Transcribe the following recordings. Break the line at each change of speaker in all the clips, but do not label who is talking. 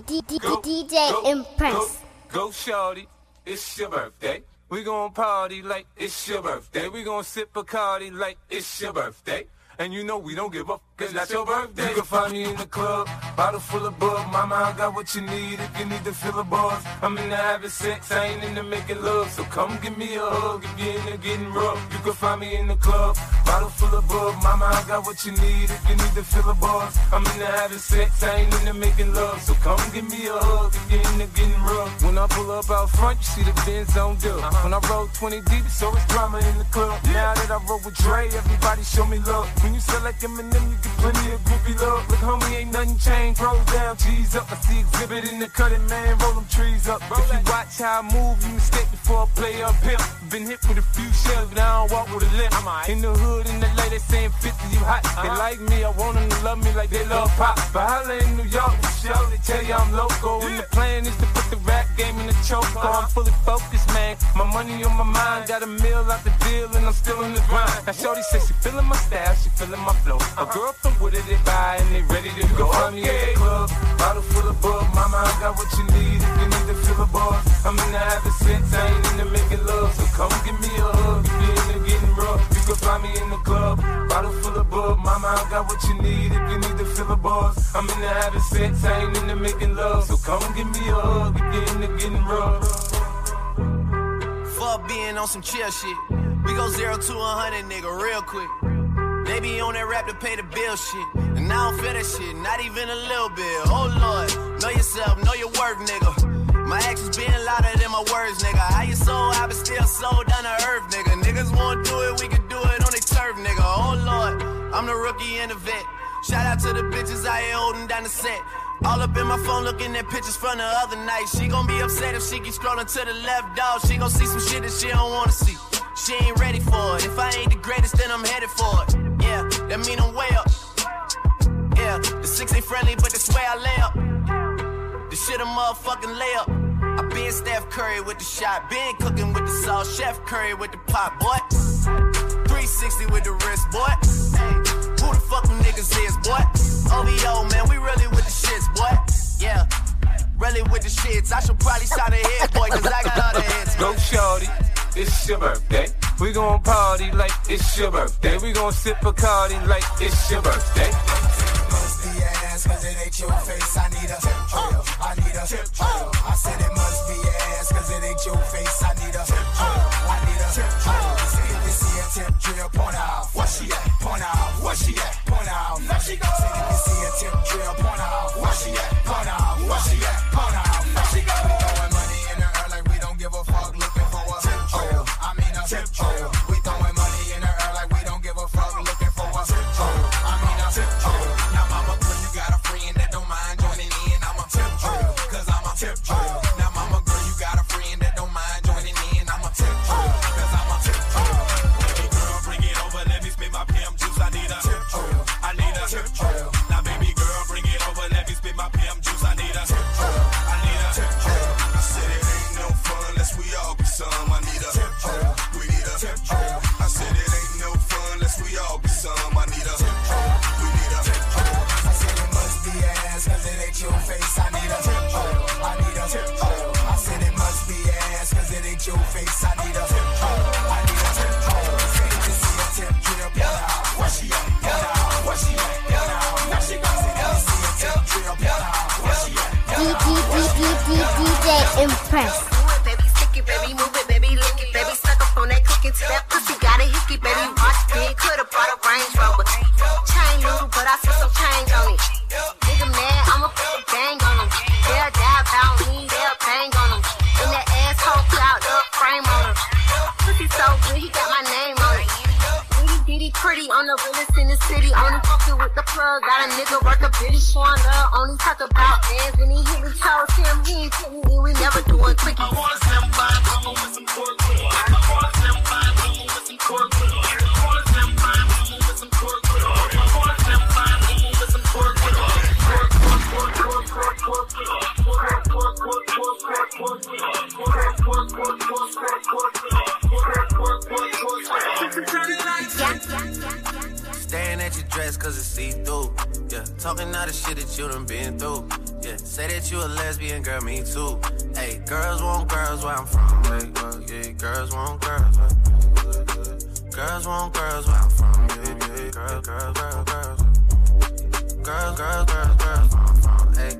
DJ Impress.
Go, shawty, it's your birthday. We gon' party like it's your birthday. We gon' sip Bacardi like it's your birthday. And you know we don't give up, cause that's your birthday. You can find me in the club, bottle full of bug. Mama, I got what you need if you need to fill the bars. I'm in the having sex, I ain't in the making love. So come give me a hug if you're in there getting rough. You can find me in the club, bottle full of bug. Mama, I got what you need if you need to fill the bars. I'm in the having sex, I ain't in the making love. So come give me a hug if you're in there getting rough. When I pull up out front, you see the Benz on dub. When I roll 20 deep, so it's drama in the club. Now that I roll with Dre, everybody show me love. When you sell like Eminem, you get plenty of groupie love. Look, homie, ain't nothing changed. Roll down, cheese up. I see exhibit in the cutting, man. Roll them trees up. if you watch how I move, you mistake before I play up pimp. Been hit with a few shells, but I don't walk with a limp. In the hood, in the LA, they saying 50, you hot. They like me, I want them to love me like they love pop. But holla in New York, show they tell you I'm local. And the plan is to put the rap game in the choke. I'm fully focused, man. My money on my mind, got a meal out the deal, and I'm still in the grind. Now, Shorty says she feeling my style, she feeling my flow. A girl from Wooded, they buy, and they ready to go. I'm in the club, bottle full of bug. Mama, I got what you need if you need to fill a bar. I'm in the having sex, I ain't in the making love. So come give me a hug if you're in the getting rough. You can find me in the club, bottle full of bug. Mama, I got what you need if you need to fill a bar. I'm in the having sex, I ain't in the making love. So come give me a hug if you're in the getting rough.
Fuck being on some chill shit. We go zero to a hundred, nigga, real quick. They be on that rap to pay the bill shit. And I don't feel that shit, not even a little bit. Oh lord, know yourself, know your worth, nigga. My actions being louder than my words, nigga. How you sold, I been still sold down to earth, nigga. Niggas won't do it, we can do it on the turf, nigga. Oh lord, I'm the rookie and the vet. Shout out to the bitches I here holding down the set. All up in my phone looking at pictures from the other night. She gon' be upset if she keep scrolling to the left, dog. She gon' see some shit that she don't wanna see. She ain't ready for it. If I ain't the greatest, then I'm headed for it. Yeah, that mean I'm way up. Yeah, the six ain't friendly, but that's where I lay up. The shit a motherfucking layup. I been Steph Curry with the shot, been cooking with the sauce, Chef Curry with the pot, boy. 360 with the wrist, boy. Who the fuck them niggas is, boy? OVO, man, we really with the shits, boy. Yeah, really with the shits. I should probably shot a hit, boy, cause I got other hits.
Go shorty, it's your birthday. We gon' party like it's your birthday. We gon' sip Bacardi like it's your birthday.
must be your ass, cause it ain't your face. I need a tip drill. I need a tip drill. I said it must be your ass, cause it ain't your face. I need a tip drill. I need a tip drill. Say if you see a tip drill, point out. What she at? Point out. What she at? Point out. Now she go. Say if you see a tip drill, point out. What she at? Point out. What she at? Point out. Now she go. We throwing money in the air like we don't give a fuck. Looking for a tip drill. I mean a tip drill. We throwing money in the air like we don't give a fuck. Looking for a tip drill. I mean a tip drill. Now mama, girl, you got a friend that don't mind joining in. I'm a tip drill, cause I'm a tip drill. Now mama, girl, you got a friend that don't mind joining in. I'm a tip drill, cause I'm a tip drill. Baby girl, bring it over, let me spit my PM juice. I need a tip drill. I need a tip drill. Now baby girl, bring it over, let me spit my PM juice. I need a tip drill. I need a tip drill. I said it ain't no fun unless we all be some. I need a tip drill. We need a tip drill. I said it ain't no fun unless we all be some. I need a tip drill. We need a tip drill. I said it must be your ass, cause it ain't your face. I need a tip drill. I need a tip drill. I said it must be your ass, cause it ain't your face. I need a tip drill. I need a tip drill. Say if you see a tip drill, pull out. Where she at? Pull out. Where she at? Pull out. Now she gone. Say if you see a tip drill, pull out. Where she at?
DJ Impress.
Do it, baby, stick it, baby, move it, baby, lick it, baby, suck up on that cookie till that pussy got a hickey, baby, watch me, coulda bought a Range Rover, chain noodle, but I put some change on it. Nigga mad, I'ma put a bang on him. They'll die about me, they'll bang on him. And that asshole clout up frame on him. Pussy so good, he got my name on it. Diddy diddy pretty on the realest in the city. Only fucking with the plug. Got a nigga worth a bitty showing up. Only talk about bands when he hit me. Told him he ain't kidding me. We never doing quickie.
Staring at your dress cause it's see through. Yeah, talking all the shit that you done been through.
Yeah, say that you a lesbian, girl, me too. Hey, girls want girls where I'm from. Hey, well, yeah, girls want girls. hey, well, yeah. Girls want girls where I'm from. Yeah, yeah, girl, girl, girl, girls. Girls, girls, girls, girls where I'm from. Hey,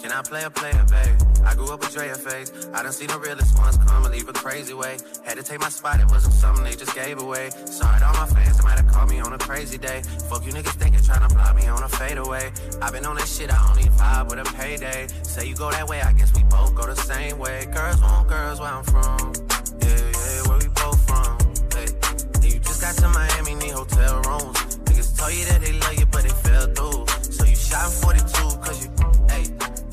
can I play a player, babe? I grew up with Drea face. I done seen the realest ones come and leave a crazy way. Had to take my spot, it wasn't something they just gave away. Sorry to all my fans, they might have called me on a crazy day. Fuck you niggas thinking tryna block me on a fadeaway. i been on this shit, I only vibe with a payday. Say you go that way, I guess we both go the same way. Girls want girls where I'm from. Yeah, yeah, where we both from. Hey, and you just got to Miami, need hotel rooms. Niggas told you that they love you, but they fell through. So you shot 42, cause you, hey,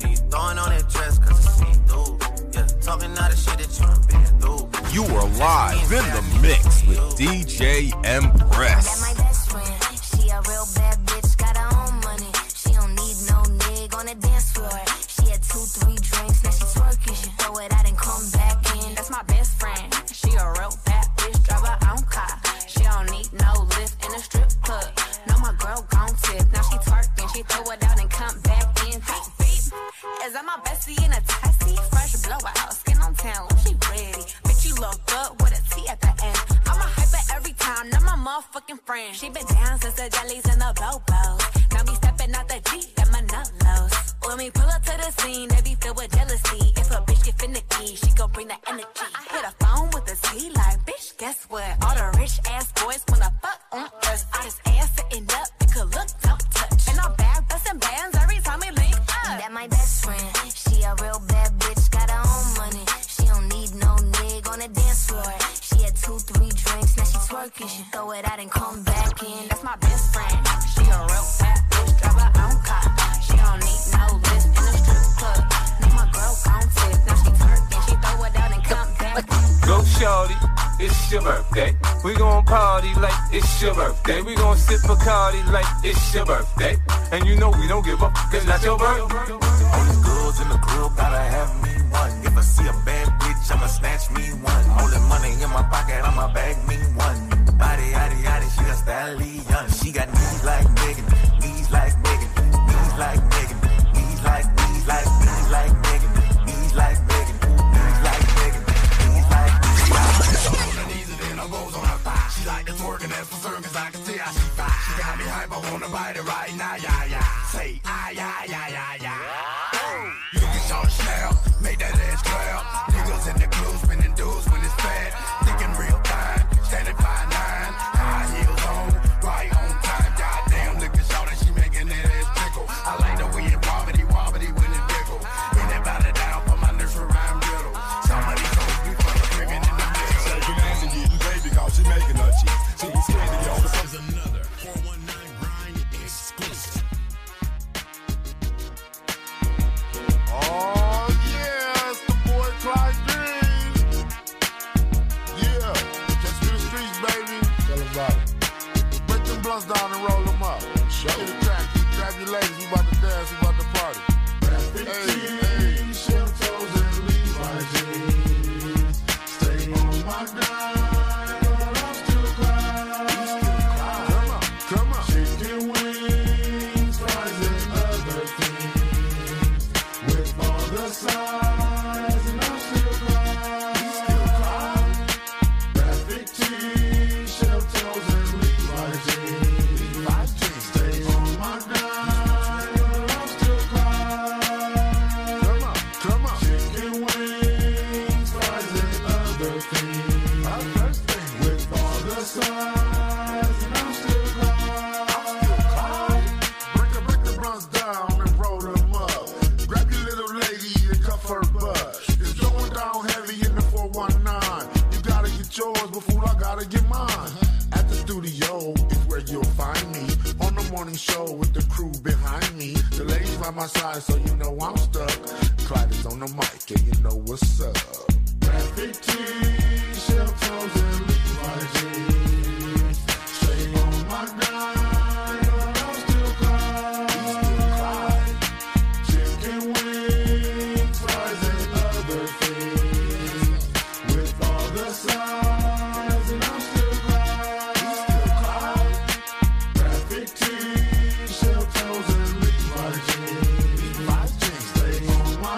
and you throwing on that dress, cause it's see through. Yeah, talking all the shit that you done been through.
You are live in the mix with DJ
That my
Empress.
best friend. She a real bad bitch, got her own money. She don't need no nigga on the dance floor. She had two, three drinks, now she twerking. She throw it out and come back in. That's
That's my best friend. She a real bad bitch, drive her own car. She don't need no lift in a strip club. No, my girl gon' tip. Now she twerking, she throw it out and come back in. Beep, beep. Is that my bestie in a testy? Fresh blowout, skin on town, she ready. Bitch, you look good with a T at the end. I'm a hyper every time, not my motherfucking friend. She been down since the jellies and the bobos. Now me stepping out the G and my nullos. When we pull up to the scene, they be filled with jealousy. If a bitch get finicky, she gon' bring the energy. I hit a phone with a T like, bitch, guess what? All the rich ass boys wanna fuck on us. I just ass sitting up, it could look, don't touch. And I'm back, busting bands every time we link up.
that my best friend. She a real bad bitch, got her own money. She don't need no nigga on the dance floor. She had two, three drinks, now she twerking. She throw it out and come back in.
That's my best friend. She a real fat bitch, drive her own car. She don't need no list in a strip club. No, my girl gon' tip. Now she twerking, she throw it out and come back.
Go shorty, it's your birthday. We gon' party like it's your birthday. We gon' sip a cardi like it's your birthday. And you know we don't give up, cause not your birthday.
All these girls in the club gotta have me one. If I see a bad bitch, I'ma snatch me one. All the money in my pocket, I'ma bag me one. Body, yaddy, yaddy, she a stallion. She got knees like Megan, knees like Megan, knees like Megan, knees like, knees like, knees like Megan, knees like Megan, knees like Megan, knees like Megan. Knees it in, her goes on her thigh. She like this working, that's for certain, cause I can see how she fly. She got me hype, I wanna bite it right now, yeah, yeah. Say, ah, yeah, yeah, yeah, yeah. You can shout snap, make that ass clap. Niggas in the club spinning dudes when it's fat. Thinking real time, standing by nine. High heels on, right on time. Goddamn, look at shout she making that ass tickle. I like the way it wobbly wobbly when it tickle. Anybody down for my nursery rhyme riddle. Somebody told me for the bringing in the middle. Shaking ass and getting baby cause she making her cheeks. She ain't scared of y'all. This is another 419 grind exclusive.
Oh yeah, it's the boy Clyde Green. Yeah, just through the streets, baby. Tell about it. Break them blunts down and roll them up. Show the track, grab your ladies. We about to dance, we about to party. Hey, hey. Come on, come on. Come on, come on. Break the, break the blunts down and roll them up. Grab your little lady and cuff her butt. It's going down heavy in the 419. You gotta get yours before I gotta get mine. At the studio is where you'll find me. On the morning show with the crew behind me. The ladies by my side, so you know I'm stuck. Clyde is on the mic, and you know what's up. Graphic tees, shell toes, and Levi's jeans. Straight on my grind, or I'm still Clyde. Still Clyde. Chicken wings, fries, and other things. With all the size, and I'm still Clyde. Still Clyde. Graphic tees, shell toes, and Levi's jeans. Levi's jeans.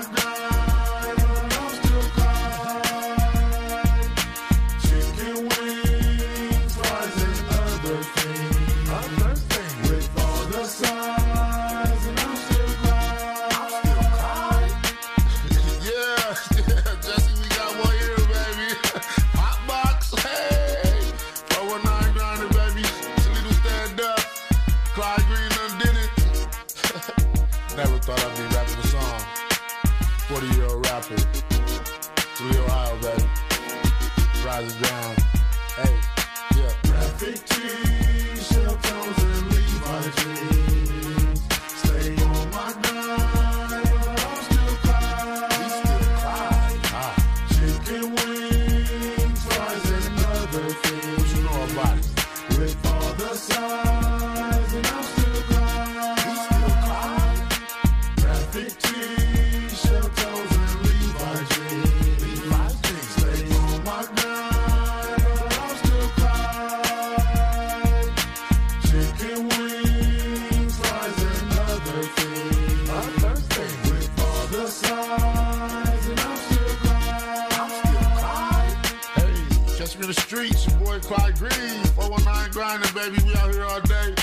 please. 419 grinding, baby. We out here all day.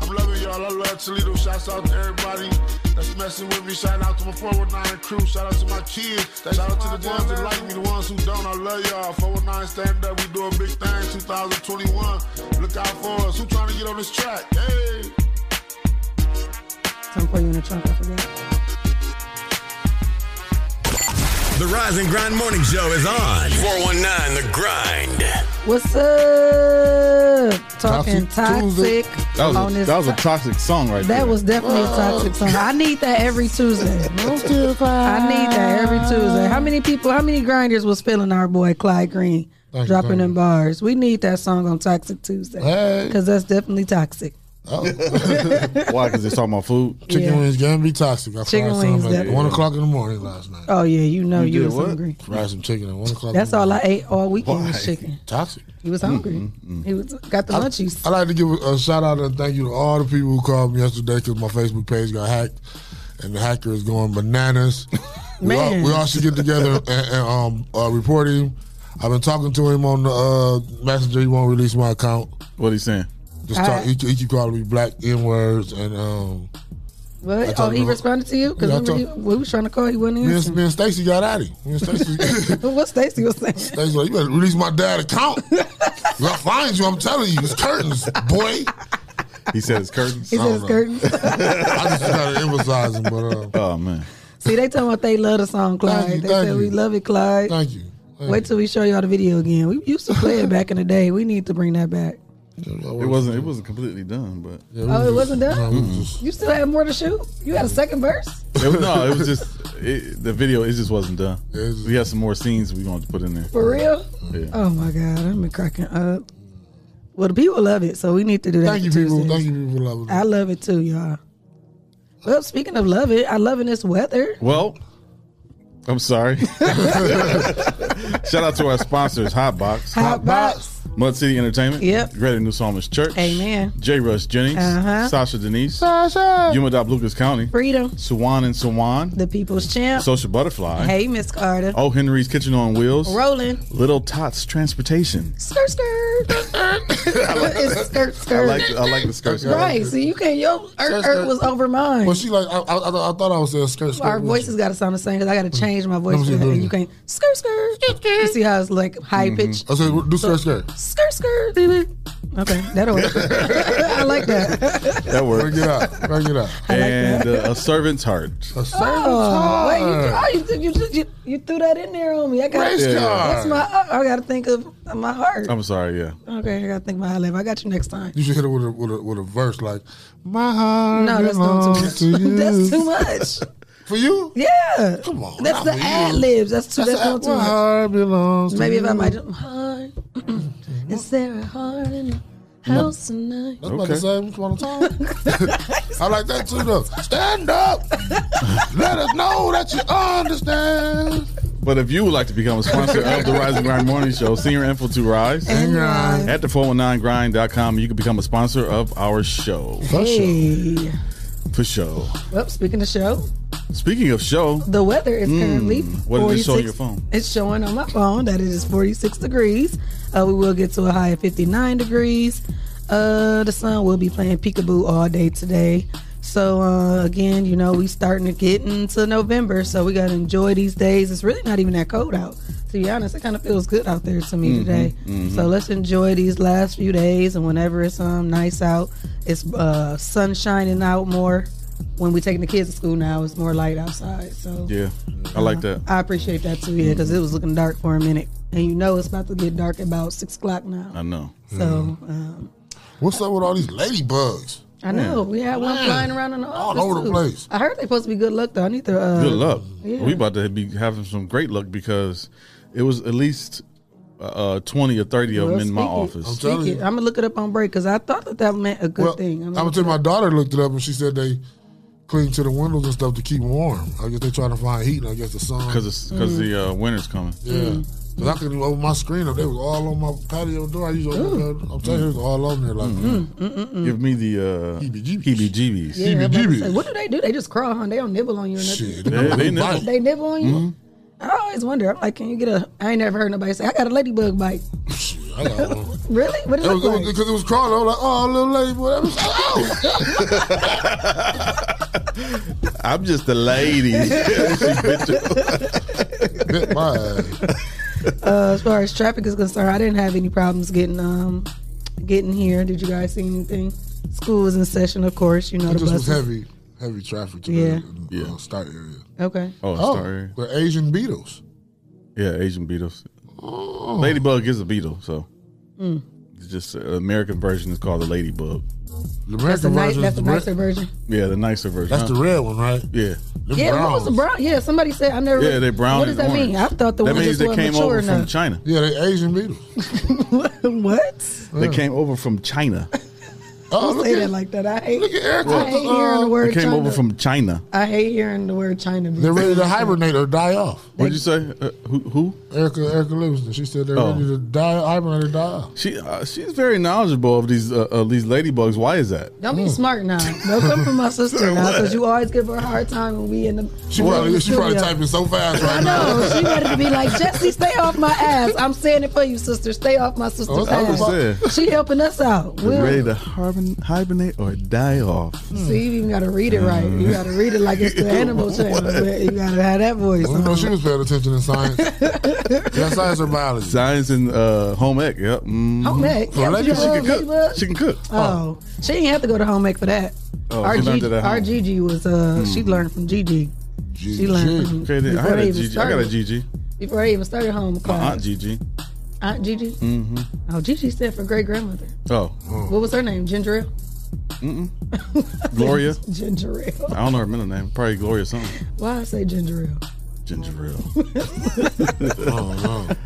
I'm loving y'all. I love Toledo. Shouts out to everybody that's messing with me. Shout out to my 419 crew. Shout out to my kids. Shout out to the ones that like me, the ones who don't. I love y'all. 419 stand up. We doing big things 2021. Look out for us. Who trying to get on this track? Hey.
Something for you in the trunk, I forget.
The Rise and Grind Morning Show is on. 419 The Grind.
What's up? Talking
Tuesday.
toxic.
That was,
on
a,
this
that was a toxic song right
That was definitely a toxic song. I need that every Tuesday. I need that every Tuesday. How many people, how many grinders was feeling our boy Clyde Green
Thank you,
dropping
thank
them bars? We need that song on Toxic Tuesday
Hey.
because that's definitely toxic.
there. Oh. Why? Because they talking about food.
Chicken
Yeah.
wings can be toxic. I
Chicken
fried
wings
some at
definitely.
one o'clock in the morning last night.
Oh yeah, you know you,
did
was
what?
hungry.
Fried some chicken at one o'clock.
That's
in
all I ate all weekend
the morning.
was chicken.
Toxic.
He was hungry.
Mm-hmm,
He was got the munchies.
I like to give a shout out and thank you to all the people who called me yesterday because my Facebook page got hacked, and the hacker is going bananas. We, all,
Man.
we all should get together and, and um, uh, report him. I've been talking to him on the uh, messenger. He won't release my account.
What he saying?
Just
All
talk,
right.
he, keep- he keep calling me black n words and um, I
What?
told
Oh, he
him-
responded to you
Yeah, I
because we,
told-
we was trying to call. He wasn't
me and,
answering.
me and Stacy got at him. Me and Stacy,
what Mm-hmm. Stacy was saying?
Stacy like, you better release my dad account. If I find you, I'm telling you, it's curtains, boy.
He said it's curtains.
He said it's curtains.
I just gotta emphasize him, but uh,
oh man,
See, they talking about they love the song, Clyde.
you,
they
thank
said we
you.
love it, Clyde.
Thank you.
Wait till we show y'all the video again. We used to play it back in the day. We need to bring that back.
it wasn't. It wasn't completely done, but
Oh, it wasn't done.
no, we was
You still had more to shoot. You had a second verse.
It was, no, it was just it, the video. It just wasn't done. we have some more scenes we going to put in there.
For real?
Yeah.
Oh my God, I'm been cracking up. Well, the people love it, so we need to do that.
Thank you,
for
people.
Tuesdays.
Thank you, people. Love it.
I love it too, y'all. Well, speaking of love it, I love in this weather.
Well, I'm sorry. Shout out to our sponsors, Hotbox,
Hot box.
Mud City Entertainment,
Yep.
Greater New Psalmist Church,
Amen.
J. Rush Jennings,
Uh-huh.
Sasha Denise,
Sasha.
Yuma Dop Lucas County,
Freedom.
Suwan and Suwan,
The People's Champ.
Social Butterfly,
hey, Miss Carter.
O. Henry's Kitchen on Wheels,
Rolling.
Little Tots Transportation.
Skirt, skirt. it's skirt, skirt.
I like I like the skirt.
Right. So you can't. Your
Skirt,
er,
skirt.
er was over mine.
Well, she like I, I, I thought- I thought I was saying skirt. skirt
Our
with
voices got to sound the same because I got to change my voice.
Let me see,
And
baby.
you can't skirt, skirt. You see how it's like high pitched.
you. I said do skirt skirt.
Skirt, skirt. Okay, that'll work. I like that.
That works.
Bring it out. Bring it out.
And uh, a servant's heart.
A service
Oh, wait,
card.
you, oh, you, you, you, you threw that in there on me. I got
Race card.
That's my. uh, I got to think of my heart.
I'm sorry. Yeah.
Okay, I got to think of my high level. I got you next time.
You should hit it with a with a, with a verse like my heart
No, that's doing too
belongs to
much.
you.
that's too much.
for you.
Yeah.
Come on,
That's
not
the
for you.
ad libs. That's too. That's,
a-
going too
my
much.
heart belongs.
Maybe
to
if I
you.
might. just- Heart. Is there a heart in the house tonight?
That's about the same one time. I like that too though. Stand up. Let us know that you understand.
But if you would like to become a sponsor of the Rise and Grind Morning Show, senior info to rise
And rise.
at the 419grind.com. You can become a sponsor of our show
Hey.
for show.
Well, speaking of show,
Speaking of show,
the weather is currently
Mm. what did it show on
46
your phone?
It's showing on my phone that it is 46 degrees. Uh, we will get to a high of 59 degrees. Uh, the sun will be playing peekaboo all day today. So uh, again, you know, we starting to get into November, so we gotta enjoy these days. It's really not even that cold out. To be honest, it kind of feels good out there to
Mm-hmm.
me today. So let's enjoy these last few days, and whenever it's um nice out, it's uh, sun shining out more. When we taking the kids to school now, it's more light outside. So uh,
Yeah, I like that.
I appreciate that too, yeah, because it was looking dark for a minute, and you know it's about to get dark about six o'clock now.
I know.
Mm.
So um,
Mm-hmm. What's up with all these ladybugs?
I know we had one
Man.
flying around in the
Mm. All
office
over the
too.
place.
I heard they supposed to be good luck though. I need to. Uh,
Good luck.
yeah.
We about to be having some great luck because it was at least uh, uh, 20 or 30 of
Well,
them in my
speak it.
office.
Speak
telling
it.
you.
I'm gonna look it up on break because I thought that that meant a good
Well,
thing. uh, I'm
I'm gonna tell you, my daughter looked it up and she said they cling to the windows and stuff to keep warm. I guess they trying to find heat. And I guess the sun.
Because the uh, winter's coming.
yeah,
Mm,
'Cause I couldn't even open my screen up. They was all on my patio door. I usually open that. I'm telling you, it was all on there. Like
Give me the uh,
Heebie-jeebies.
heebie-jeebies.
mm. yeah, I'm about to
CBGB.
say, what do they do? They just crawl, huh? They don't nibble on you or nothing.
shit,
They- Mm-hmm. they know.
bite.
They nibble on you. I always wonder. I'm like, can you get a? I ain't never heard nobody say I got a ladybug bite.
I got one.
Really? What
Because
did it look
it,
like?
was- 'cause it was crawling. I was like, oh, little lady, boy, that was
I'm just a lady.
bit my ass.
Uh, as far as traffic is concerned, I didn't have any problems getting um getting here. Did you guys see anything? School was in session, of course. You know
It
the
just was
buses.
heavy, heavy traffic today
Yeah.
in the uh, start area.
Okay.
Oh, in Star area.
the Asian Beatles.
Yeah, Asian Beatles. Ladybug is a beetle, so
Oh. Mm.
it's just the American version is called the Ladybug.
The
That's the nice. That's the nicer version.
Yeah, the nicer version.
That's
huh?
the red one, right?
Yeah.
yeah, what was the brown? Yeah, somebody said I never.
Yeah, they brown
What does
and
that
orange.
mean? I thought the
that
one
means
just
they
wasn't
came
mature
over from
enough.
China.
Yeah, they Asian Beatles.
what?
They came Oh, over from China.
Don't say that like that. I hate. I hate hearing the
They
word.
came
China.
over from China.
I hate hearing the word China.
They're ready to hibernate or die off.
What'd you say? Uh, who? who?
Erica, Erica Livingston. She said they're
Oh.
ready to die, hibernate or die off.
She uh, she's very knowledgeable of these uh, uh, these ladybugs. Why is that?
Don't be smart now. Don't come for my sister now, because you always give her a hard time when we in the.
She
when we in
probably,
the
she probably
studio.
typing so fast right
I
now.
know. She ready to be like, Jesse, stay off my ass. I'm saying it for you, sister. Stay off my sister's
I was there.
ass. She helping us out.
They're
We'll-
ready to hibern- hibernate or die off.
See, you even got to read it right. You got to read it like it's the animal channel. but You got to have that voice.
I know she was paying attention in science. yeah, science or biology.
Science and uh, home ec. Yep. Mm-hmm.
Home ec. Yeah, but you
she can
love
cook.
ladybug?
She can cook.
Oh, she didn't have to go to home ec for that.
Oh,
our,
she learned
Gigi,
it at
our
home. Mm.
Gigi was uh, she learned from Gigi. She learned. From,
Okay, then I
before
had
they
a
even
Gigi. I got a
started-
Gigi.
Before they even started home
My
class,
aunt Gigi.
Aunt Gigi.
Mm-hmm.
Oh, Gigi stood for great grandmother.
Oh,
What was her name? Ginger ale.
Mm-mm. Gloria.
Ginger ale.
I don't know her middle name. Probably Gloria something.
Why I say ginger ale?
Ginger ale. oh no.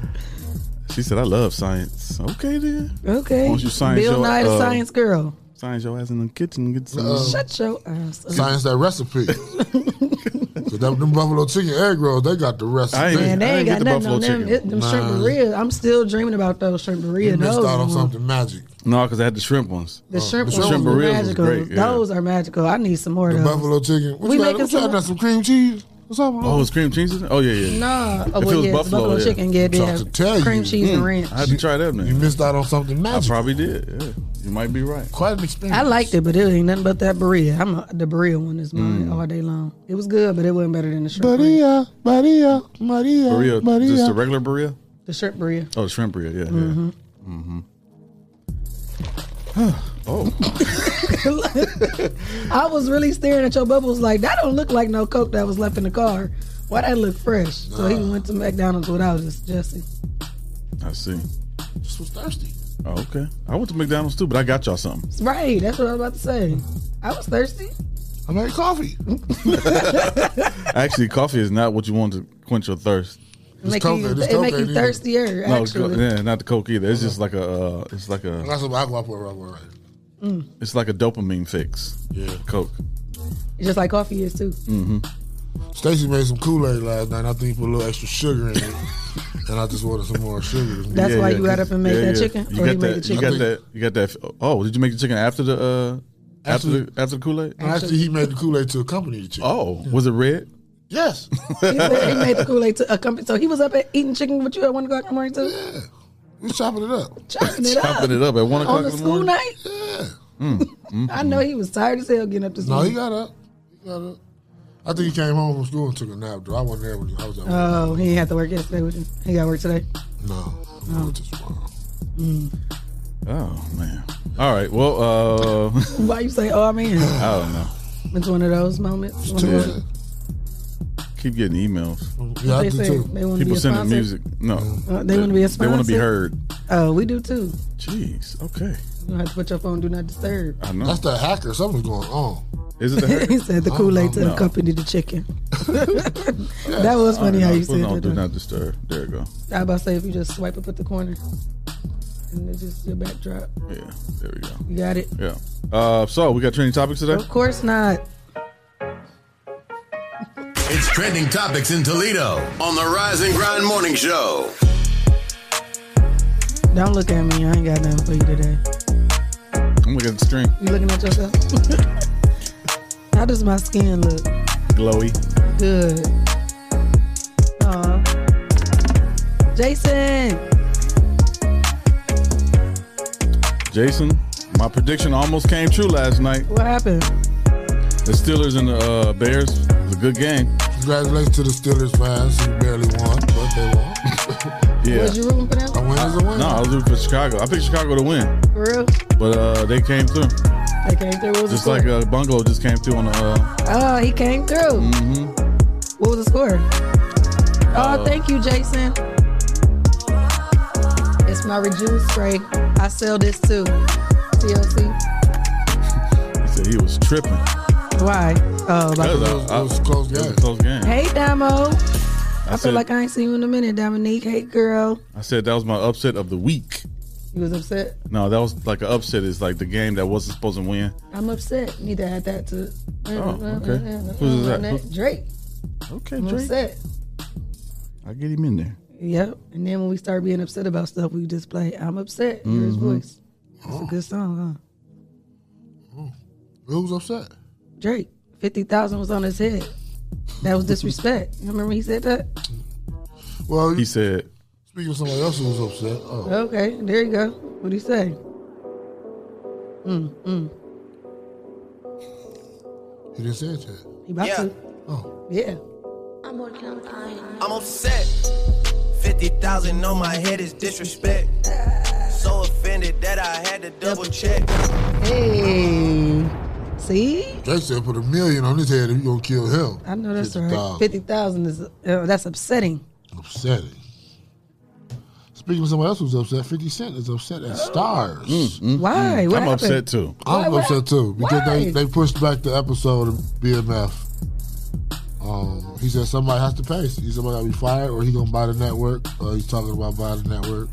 She said, "I love science." Okay then.
Okay.
Won't you science
Bill
your,
Nye the
uh,
science girl.
Science your ass in the kitchen. Get some.
Shut your ass. up.
Uh, Science that recipe. 'Cause them, them buffalo chicken egg rolls, they got the recipe.
I ain't-
Man, they ain't got nothing on them. It, them shrimp
Nah,
burritos. I'm still dreaming about those shrimp burritos.
You missed
Those
out on
are-
something Oh. magic.
No, because I had the shrimp ones.
Oh, The shrimp,
the shrimp
ones are
burritos was
magical.
great. yeah.
Those are magical. I need some more of
The
those.
buffalo chicken. What
We
you got?
making
What you
some-
got? some cream cheese? What's up?
Oh, it's cream cheese. in it? Oh yeah, yeah.
Nah, oh,
If
well,
it was
yeah, it's
buffalo,
buffalo
yeah.
chicken. Yeah, they
Trying
have
to tell
cream
you.
cheese and
Mm.
ranch.
I had to try that. Now. You
missed out on something magic.
I probably did. Yeah, you might be right.
Quite an experience.
I liked it, but it ain't nothing but that burrito. I'm a, the burrito one is mine
Mm.
all day long. It was good, but it wasn't better than the shrimp. burrito.
Maria, Maria, Maria,
Burrito,
Maria.
just a regular burrito.
The shrimp burrito.
Oh, shrimp burrito. Yeah,
Mhm.
yeah. Mm-hmm. oh,
I was really staring at your bubbles like that. Don't look like no coke that was left in the car. Why that look fresh? So he went to McDonald's without us, Jesse.
I see.
Just was thirsty.
Oh, okay. I went to McDonald's too, but I got y'all something.
Right, that's what I was about to say. I was thirsty.
I made coffee.
Actually, coffee is not what you want to quench your thirst.
It make you, it make you thirstier.
No, it's
actually,
co- yeah, not the coke either. It's just like a, uh, it's like
I
a,
got some alcohol put around my right.
it's like a dopamine fix. Yeah, coke.
just like coffee is too.
Mm.
Mm-hmm.
Stacy made some Kool Aid last night. And I think he put a little extra sugar in it, and I just wanted some more sugar.
That's why you got up and made that chicken?
You
Or
got
he made
that,
the
You
chicken?
got that. You got that. Oh, did you make the chicken after the uh, after
Actually-
the, after the Kool Aid?
No, actually, he made the Kool Aid to accompany the chicken.
Oh, was it red?
Yes.
he said he made the Kool Aid to accompany. So he was up at eating chicken with you at one o'clock in the morning too. Yeah,
we chopping it up.
Chopping it up.
Chopping it up at one
on
o'clock
the
in the
school
morning.
night.
Mm,
I
mm.
know he was tired as hell getting up this
No, he
morning.
got up. He got up. I think he came home from school and took a nap. Though I wasn't there when he- I was at work.
Oh, he didn't have to work yesterday with you. He got work today.
No,
no. Mm.
Oh man. All right. Well, uh,
Why you say, "Oh man"?
I don't know.
It's one of those moments. One of
Yeah.
those-
Keep getting emails.
Yeah, I They do say too. they wanna
People
be a
sending
sponsor?
music. No,
Uh, they want to be a sponsor.
They want to be heard.
Oh, we do too.
Jeez. Okay.
You don't have to put your phone. Do not disturb.
I know.
That's the hacker. Something's going on.
Is it the herd?
he said the Kool Aid to
No.
accompany the chicken. that was funny how you said
Oh, No,
that.
do not disturb. There you go.
I was about to say if you just swipe up at the corner and it's just your backdrop.
Yeah, there we go.
You got it?
Yeah. Uh, so we got trending topics today.
Of course not.
It's trending topics in Toledo on the Rise and Grind Morning Show.
Don't look at me. I ain't got nothing for you today.
I'm looking at the string.
You looking at yourself? how does my skin look?
Glowy.
Good. Aw. Jason.
Jason, my prediction almost came true last night.
What happened?
The Steelers and the uh, Bears. It was a good game.
Congratulations to the Steelers fans who barely won, but they won.
Yeah.
Was you rooting for them?
A win is a win.
No, I was rooting for Chicago. I picked Chicago to win,
For real?
but uh, they came through.
They came through. What was
Just
the
like
score?
uh, Bungalow just came through on the. Uh, mm-hmm.
oh, he came through. What was the score?
Uh,
oh, thank you, Jason. It's my rejuve spray. I sell this too. TLC.
he said he was tripping.
Why?
Ờ,
Oh, like-
Because I-
was close game.
It was a close game.
Hey, Damo. I,
I
feel
said-
like I ain't seen you in a minute, Dominique. Hey, girl.
I said that was my upset of the week.
You was upset.
No, that was like an upset. Is like the game that wasn't supposed to win.
I'm upset. Need to add that to.
Oh, okay. Who's that?
Drake.
Okay,
I'm
Drake.
upset.
I get him in there.
Yep. And then when we start being upset about stuff, we just play I'm upset. Hear his
Mhm.
Mm-hmm.
voice. It's a good song,
huh? Mm-hmm. Who's upset?
Drake. 50,000 was on his head. That was disrespect. You remember he said that?
Well,
he said.
Speaking of somebody else who was upset. Oh.
Okay, there you go. What'd he say? Mm, mm.
He didn't say it yet.
He about
Yeah.
to. Yeah.
I'm working on
I'm upset. 50,000 on my head is disrespect. So offended that I had to double check.
Hey. See?
Drake said put a million on his head if you gonna kill him.
I know that's right.
50,000.
50,000 is, uh, that's upsetting.
Upsetting. Speaking of somebody else who's upset, 50 Cent is upset at Stars.
Why? mm. What I'm happened? upset too.
I'm
Why-
upset too because they,
why?
they pushed back the episode of BMF. Um, he said somebody has to pay. He's somebody gotta be fired or he gonna buy the network. Uh, he's talking about buying the network.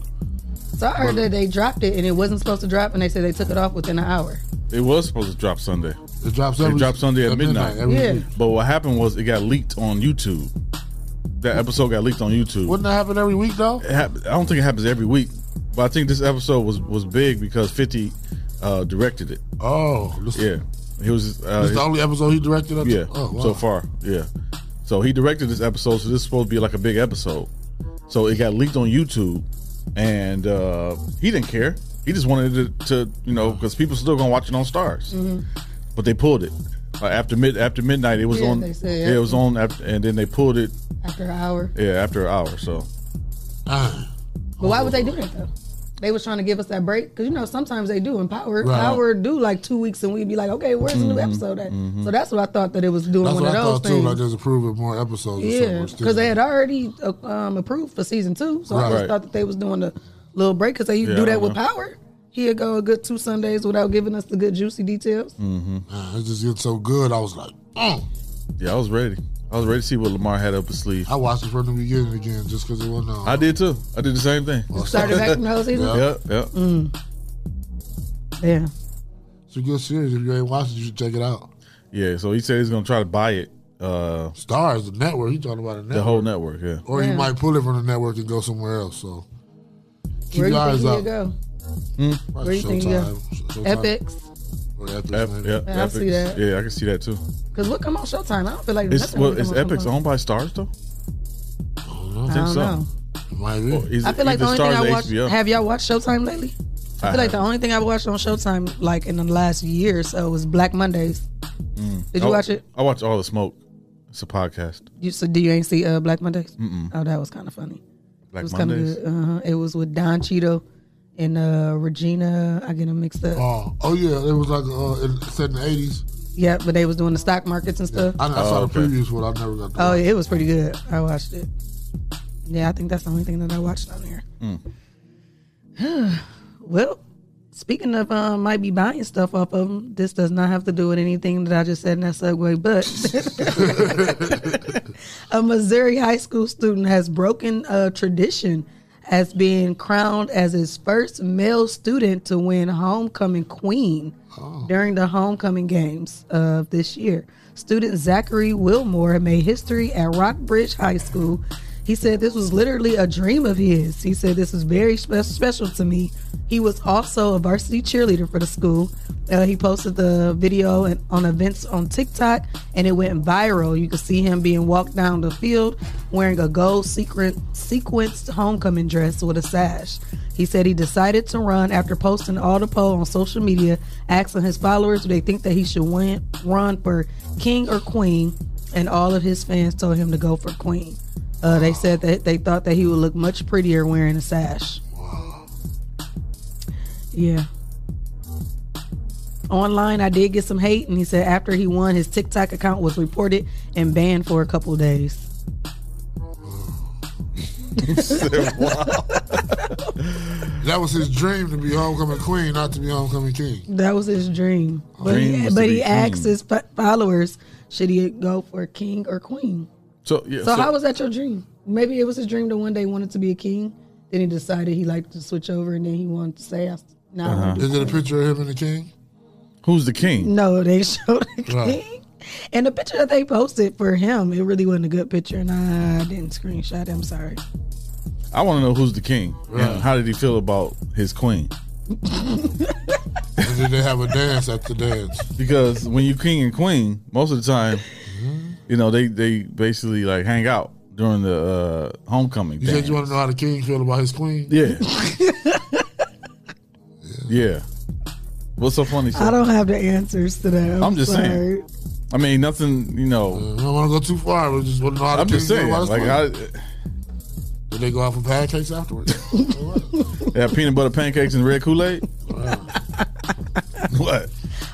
So I heard that they dropped it and it wasn't supposed to drop, and they said they took it off within an hour.
It was supposed to drop Sunday.
It drops. every-
it dropped Sunday at
at
midnight.
midnight, every
Yeah. week.
But what happened was it got leaked on YouTube. That episode got leaked on YouTube.
Wouldn't that happen every week though?
It hap- I don't think it happens every week, but I think this episode was was big because Fifty uh, directed it.
Oh,
yeah. He was. Uh,
this is
his-
the only episode he directed. Up to-
yeah.
Oh, wow.
So far, yeah. So he directed this episode, so this is supposed to be like a big episode. So it got leaked on YouTube, and uh, he didn't care. He just wanted to, to you know, because people still gonna watch it on Stars,
Mm-hmm.
but they pulled it uh, after mid after midnight. It was
Yeah,
on.
they said,
yeah, it was on, after, and then they pulled it.
After an hour.
Yeah, after an hour. So
But why
Oh,
would they do that though? They was trying to give us that break because you know sometimes they do. And Power
Right.
Power do like two weeks and we'd be like, okay, where's the new
Mhm,
episode at?
mhm.
So that's what I thought that it was doing
That's
one
what I
of those
thought too.
things.
Like there's approving more episodes.
yeah,
or something.
because they had already uh, um, approved for season two, so I just
Right.
thought that they was doing a little break because they
Yeah, uh-huh.
do
I
that
don't
with
know.
Power. He'd go a good two Sundays without giving us the good juicy details.
Mm-hmm. It just gets so good. I was like, mm.
yeah, I was ready. I was ready to see what Lamar had up his sleeve.
I watched it from the beginning again just because it wasn't uh, on.
I did too. I did the same thing.
started back from the whole season?
Yeah, yeah.
Mm. Yeah.
It's a good series. If you ain't watched it, you should check it out.
Yeah, so he said he's gonna try to buy it. Uh,
Stars, the network. He talking about a network.
the whole network. Yeah,
Or you might pull it from the network and go somewhere else. So keep
Where
your
you think
eyes
he'll
out.
go?
Hmm?
Where you think he'll go?
Showtime.
Epics.
Or Epix,
Ep-
maybe.
yeah,
Yeah, I see
Epix.
that.
Yeah, I can see that too.
Cause look, I'm on Showtime. I don't feel like
It's
nothing
well,
come
it's
on
Epix
Showtime.
owned by Stars though. I
don't
I don't know.
Or is
I
it
feel like the
either
only thing
Stars
I
or
watched.
HBO?
Have y'all watched Showtime lately? I
I
feel like the
haven't.
only thing I watched on Showtime, like in the last year or so, was Black Mondays.
Mm.
Did you
I-
watch it?
I watched All the Smoke. It's a podcast.
You so do you ain't see uh, Black Mondays?
Mm-mm.
Oh, that was kind of funny.
Black
it was kinda
Mondays?
good. Uh-huh. It was with Don Cheeto and uh, Regina. I get them mixed up.
Oh, oh yeah, it was like uh, it set in the eighties.
Yeah, but they was doing the stock markets and stuff.
I, I saw
Oh,
the
okay.
previews for it. I never got. To
Oh, yeah, it was pretty good. I watched it. Yeah, I think that's the only thing that I watched on there.
Mm.
well, speaking of um, might be buying stuff off of them, this does not have to do with anything that I just said in that segue, but a Missouri high school student has broken a tradition as being crowned as his first male student to win homecoming queen during the homecoming games of this year. Student Zachary Wilmore made history at Rockbridge High School. He said this was literally a dream of his. He said this is very spe- special to me. He was also a varsity cheerleader for the school. Uh, he posted the video and- on events on TikTok, and it went viral. You could see him being walked down the field wearing a gold sequin sequenced homecoming dress with a sash. He said he decided to run after posting all the poll on social media asking his followers do they think that he should win, run for king or queen, and all of his fans told him to go for queen. Uh, they said that they thought that he would look much prettier wearing a sash. Yeah. Online, I did get some hate, and he said after he won, his TikTok account was reported and banned for a couple days.
That was his dream to be homecoming queen, not to be homecoming king.
That was his dream. But
Dream
he,
was to
but
be
he asked
king.
his fo- followers, should he go for king or queen?
So yeah.
so, how was that your dream? Maybe it was his dream that one day wanted to be a king. Then he decided he liked to switch over, and then he wanted to say, "I s- "Now." I wanna do
Is it a
queen."
picture of him and the king?
Uh-huh. Who's the king?
No, they showed a
Right.
king. And the picture that they posted for him, it really wasn't a good picture, and I didn't screenshot it. I'm sorry.
I want to know who's the king
Right.
and how did he feel about his queen?
And did they have a dance after dance?
Because when you king and queen, most of the time,
Mm-hmm.
you know they they basically like hang out during the uh, homecoming.
You said
dance.
you want to know how the king feel about his queen?
Yeah. yeah. What's so funny?
I don't have the answers to that. I'm,
I'm just
sorry.
saying. I mean, nothing. You know.
Mm, I don't want to go too far. but just want to know how the
I'm
king
just
feel
saying.
about his
Like,
queen.
I,
Did they go out for pancakes afterwards?
they have peanut butter pancakes and red Kool Aid. what?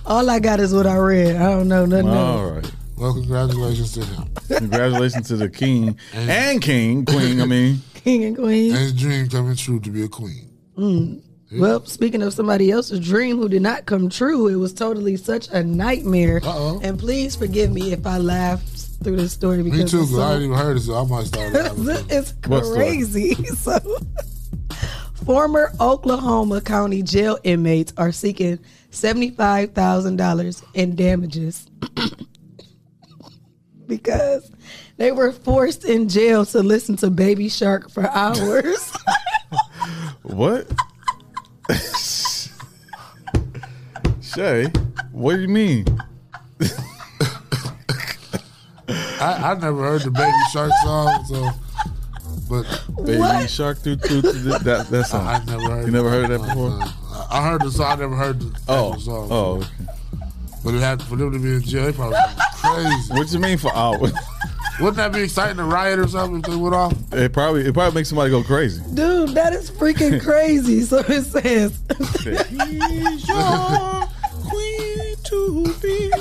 All I got is what I read. I don't know nothing else.
All right.
Well, congratulations to him.
Congratulations to the king and king, queen. I mean,
King and queen.
And his dream coming true to be a queen.
Mm. Well, speaking of somebody else's dream who did not come true, it was totally such a nightmare.
Uh-oh.
And please forgive me if I laugh through this story
Me
because
too,
it's,
because I
so-
didn't even heard it, so I might start laughing.
it's
What story?
crazy. so, former Oklahoma County jail inmates are seeking seventy-five thousand dollars in damages because they were forced in jail to listen to Baby Shark for hours.
what? Shay, what do you mean?
I, I never heard the Baby Shark song, so. But
Baby shark through through through- that that song.
I never heard
You never
it.
heard of that before?
I I heard the song. I never heard the
Oh,
actual song.
oh, okay.
But it had for them to be in jail. They probably crazy.
What you mean for hours?
Wouldn't that be exciting to riot or something if they went off?
It probably it probably makes somebody go crazy.
Dude, that is freaking crazy. So it says.
He's
your
queen to be.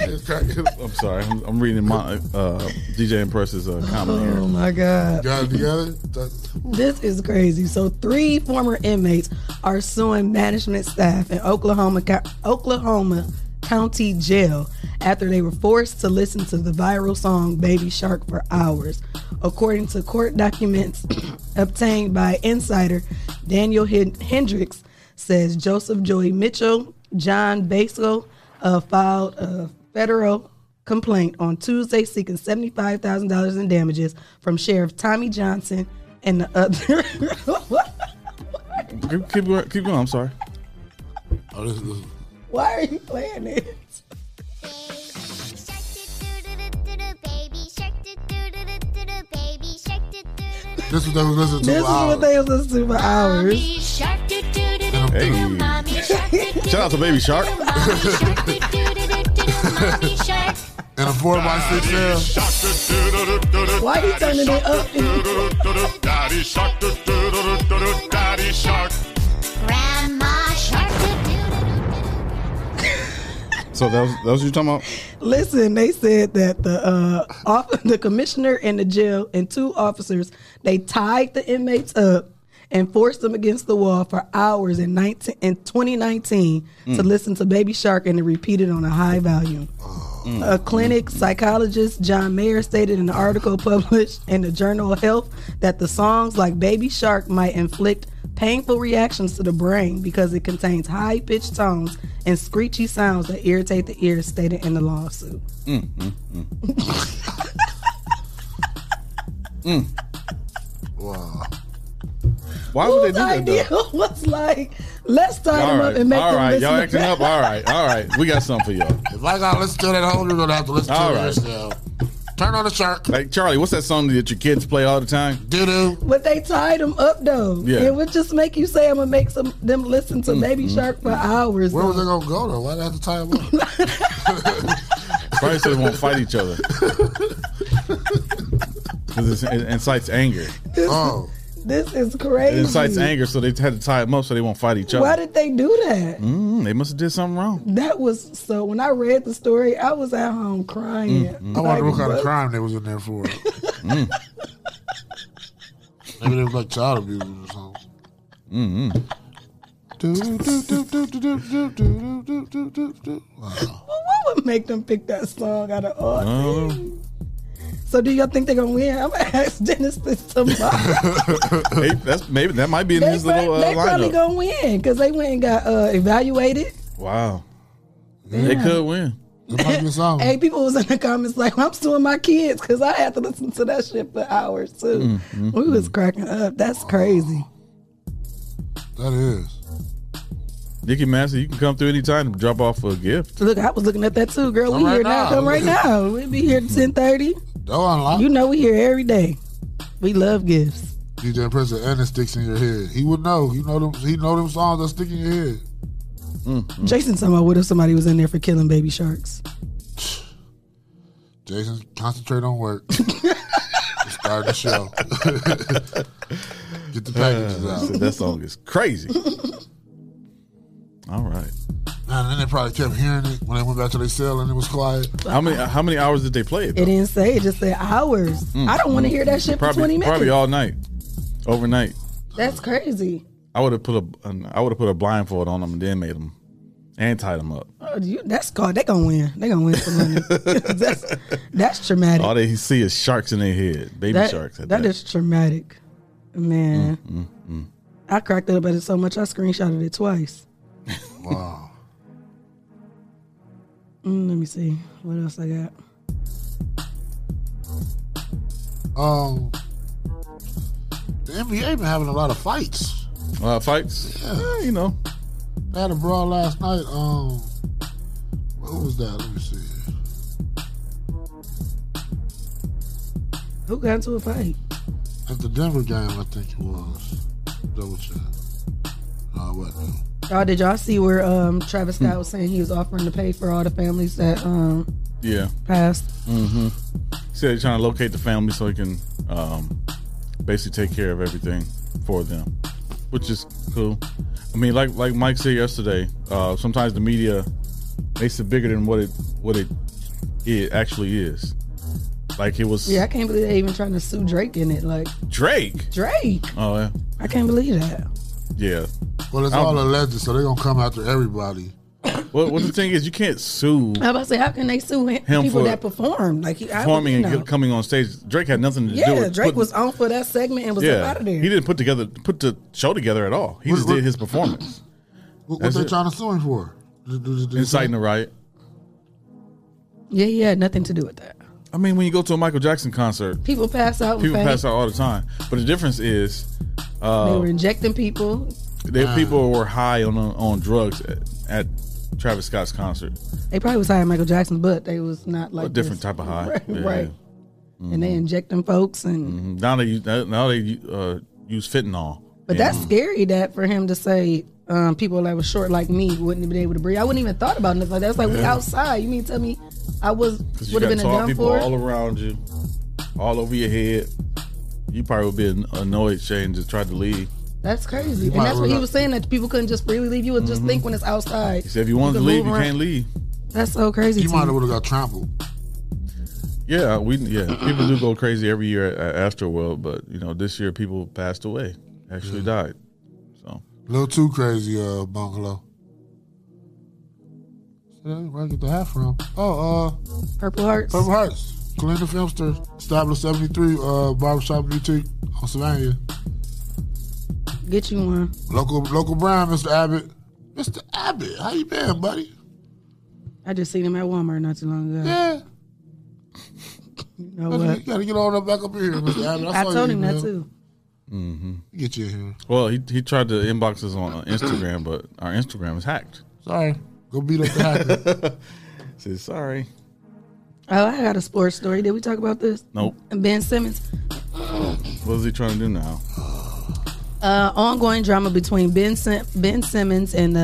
I'm sorry, I'm, I'm reading my uh, DJ Impress's uh, comment here.
Oh my God.
Got it together?
This is crazy. So, three former inmates are suing management staff in Oklahoma, Co- Oklahoma County Jail after they were forced to listen to the viral song Baby Shark for hours. According to court documents obtained by insider Daniel Hen- Hendricks, says Joseph Joey Mitchell, John Basil uh, filed a federal complaint on Tuesday seeking $75,000 in damages from Sheriff Tommy Johnson and the other.
Keep, keep going- keep going. I'm sorry.
Oh, this is
Why are you playing it?
This is what they was listening to
This is
for hours.
what they was listening to for hours.
Hey, shout out to Baby Shark.
In a 4 by 6 L.
Why he turning it up?
Daddy shark, do, do, do, do, do, daddy shark. Grandma shark.
So that was that was you talking about?
Listen, they said that the uh, off- the commissioner and the jail and two officers they tied the inmates up and forced them against the wall for hours in 19 in 2019 to
Mm.
listen to Baby Shark and to repeat it on a high volume.
Ờ,
A clinic psychologist, John Mayer, stated in an article published in the Journal of Health that the songs like Baby Shark might inflict painful reactions to the brain because it contains high pitched tones and screechy sounds that irritate the ears, stated in the lawsuit.
Mm, mm, mm. Mm.
Wow.
Why would they do that
idea
though?
was like, let's tie
All
them up
right,
and make
all
them
right,
listen
y'all
to
acting up. All right, all right, we got something for y'all.
If I got to listen to that whole, you're going to have to listen
All
to
right.
this now. Turn on the shark.
Like Charlie, what's that song that your kids play all the time?
Doo doo.
But they tied them up though.
Yeah. Mm-hmm.
It would just make you say I'm gonna make some them listen to Baby Shark for hours.
Where was they gonna go though? Why they have to tie them up?
Probably so they won't fight each other. 'Cause it's- it incites anger.
Oh.
This is
It
crazy.
incites anger, so they had to tie them up so they won't fight each other.
Why did they do that?
Mm, they must have did something wrong.
That was so. When I read the story, I was at home crying.
Mm,
I
Like,
wonder what kind of
what?
crime they was in there for. Maybe they was like child abuse or something.
Mm-hmm.
Well, what would make them pick that song out of all?
Uh-huh.
So do y'all think they're gonna win? I'm gonna ask Dennis this tomorrow.
Hey, that's maybe that might be
they
in his
prob-
little uh,
they probably
lineup.
gonna win because they went and got uh, evaluated.
wow, they
Yeah.
could win.
Hey, people was in the comments like, "I'm suing my kids because I had to listen to that shit for hours too."
Mm, mm,
we was cracking up. That's crazy.
That is.
Nikki Massey, you can come through anytime and drop off a gift.
Look, I was looking at that too, girl.
Come
We
right
here now.
now.
Come right now. We'll be here at ten thirty. You know we here every day. We love gifts.
DJ Prince, and it sticks in your head. He would know. He know them. He know them songs that stick in your head.
Mm-hmm.
Mm,
Jason, talking about what if somebody was in there for killing baby sharks?
Jason, concentrate on work. Start the show. Get the packages
Uh,
out.
shit, that song is crazy. All right.
And then they probably kept hearing it when they went back to their cell and it was quiet.
How many uh, how many hours did they play it?
It didn't say. It just said hours. I don't want to hear that shit
Mm. probably,
for twenty minutes.
Probably all night, overnight.
That's crazy.
I would have put a an, I would have put a blindfold on them and then made them and tied them up.
Oh, you, that's called. They gonna win. They gonna win some money. that's that's traumatic.
All they see is sharks in their head, baby
That-
sharks. At
that is traumatic, man.
Mm, mm.
I cracked up at it so much I screenshotted it twice.
Wow.
Mm, let me see what else I got.
Um, the NBA been having a lot of fights.
Uh, fights. Yeah, you know.
They had a brawl last night. Um, who was that? Let me see.
Who got into a fight?
At the Denver game, I think it was. Double check. No, it wasn't.
Oh, did y'all see where um, Travis Scott
Hmm.
was saying he was offering to pay for all the families that um,
Yeah.
passed?
Mm-hmm. See, they're trying to locate the family so he can um, basically take care of everything for them, which is cool. I mean, like like Mike said yesterday, uh, sometimes the media makes it bigger than what it what it it actually is. Like it was
Yeah, I can't believe they even trying to sue Drake in it. Like
Drake.
Drake,
Oh yeah,
I can't believe that.
yeah.
Well, it's
I don't-
all alleged, so they're gonna come after everybody.
Well, well, the thing is, you can't sue
I was about to say, how can they sue him,
Him
people
for
that performed? Like he, I,
performing
you
and
know,
coming on stage. Drake had nothing to do
yeah,
with
Drake
putting-
was on for that segment and was up out of there.
He didn't put together put the show together at all. He just did his performance.
What, what
That's
they
it.
trying to sue him for?
Inciting the riot.
yeah, he had nothing to do with that.
I mean, when you go to a Michael Jackson concert,
People pass out.
people
and faint.
pass out all the time. But the difference is,
They
uh,
were injecting people.
they
Ah.
people were high on on drugs at, at Travis Scott's concert.
They probably was high on Michael Jackson, but they was not like
a different
this.
type of high,
right?
Yeah. Mm-hmm.
right. And they injecting folks, and
Mhm. Now they use- now they uh, use fentanyl.
but
Yeah.
that's scary. That for him to say, um, people that was short like me wouldn't have been able to breathe. I wouldn't even thought about nothing like that. It's like we
Yeah.
outside. You mean tell me I was
'Cause you
would have
got
been a
tall
done
people
for?
all around you, all over your head. You probably would be an- annoyed, Shane, just tried to leave.
That's crazy.
You
and
might
that's what he
run-
was saying that people couldn't just freely leave. You would just think when it's outside.
He said, if you wanted to leave, you can't leave.
That's so crazy.
You
to
might
me.
have would have got trampled.
Yeah, we yeah people do go crazy every year at, at Astroworld, but you know this year people passed away, actually died. So
A little too crazy, uh, bungalow. Where I get the hat from? Oh, uh,
Purple Hearts.
Purple Hearts. Glenda Filmster, established '73, uh, barbershop boutique on Savannah.
Get you one.
Local, local brand, Mr. Abbott. Mr. Abbott, how you been, buddy?
I just seen him at Walmart not too long ago.
Yeah.
You know
That's-
what?
You gotta get on up back up in here, Mr. Abbott. I,
I
saw
told
your
him that
email.
too.
mm-hmm.
Get you in here.
well, he he tried to inbox us on uh, Instagram, but our Instagram is hacked.
Sorry. Go beat up the hacker.
Said sorry.
Oh, I got a sports story. Did we talk about this?
Nope.
Ben Simmons.
What is he trying to do now?
Uh, ongoing drama between Ben Sim- Ben Simmons and the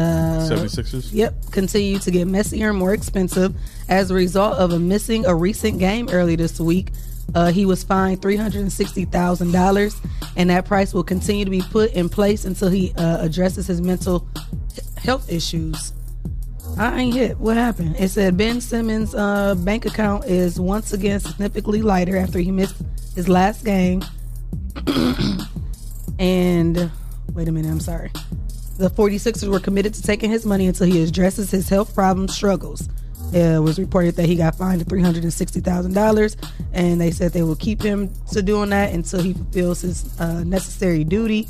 76ers?
Yep, continue to get messier and more expensive as a result of a missing a recent game early this week. Uh, he was fined three hundred and sixty thousand dollars, and that price will continue to be put in place until he uh, addresses his mental health issues. I ain't hit. What happened? It said Ben Simmons' uh, bank account is once again significantly lighter after he missed his last game. and wait a minute, I'm sorry. The 46ers were committed to taking his money until he addresses his health problem struggles. It was reported that he got fined $360,000, and they said they will keep him to doing that until he fulfills his uh, necessary duty.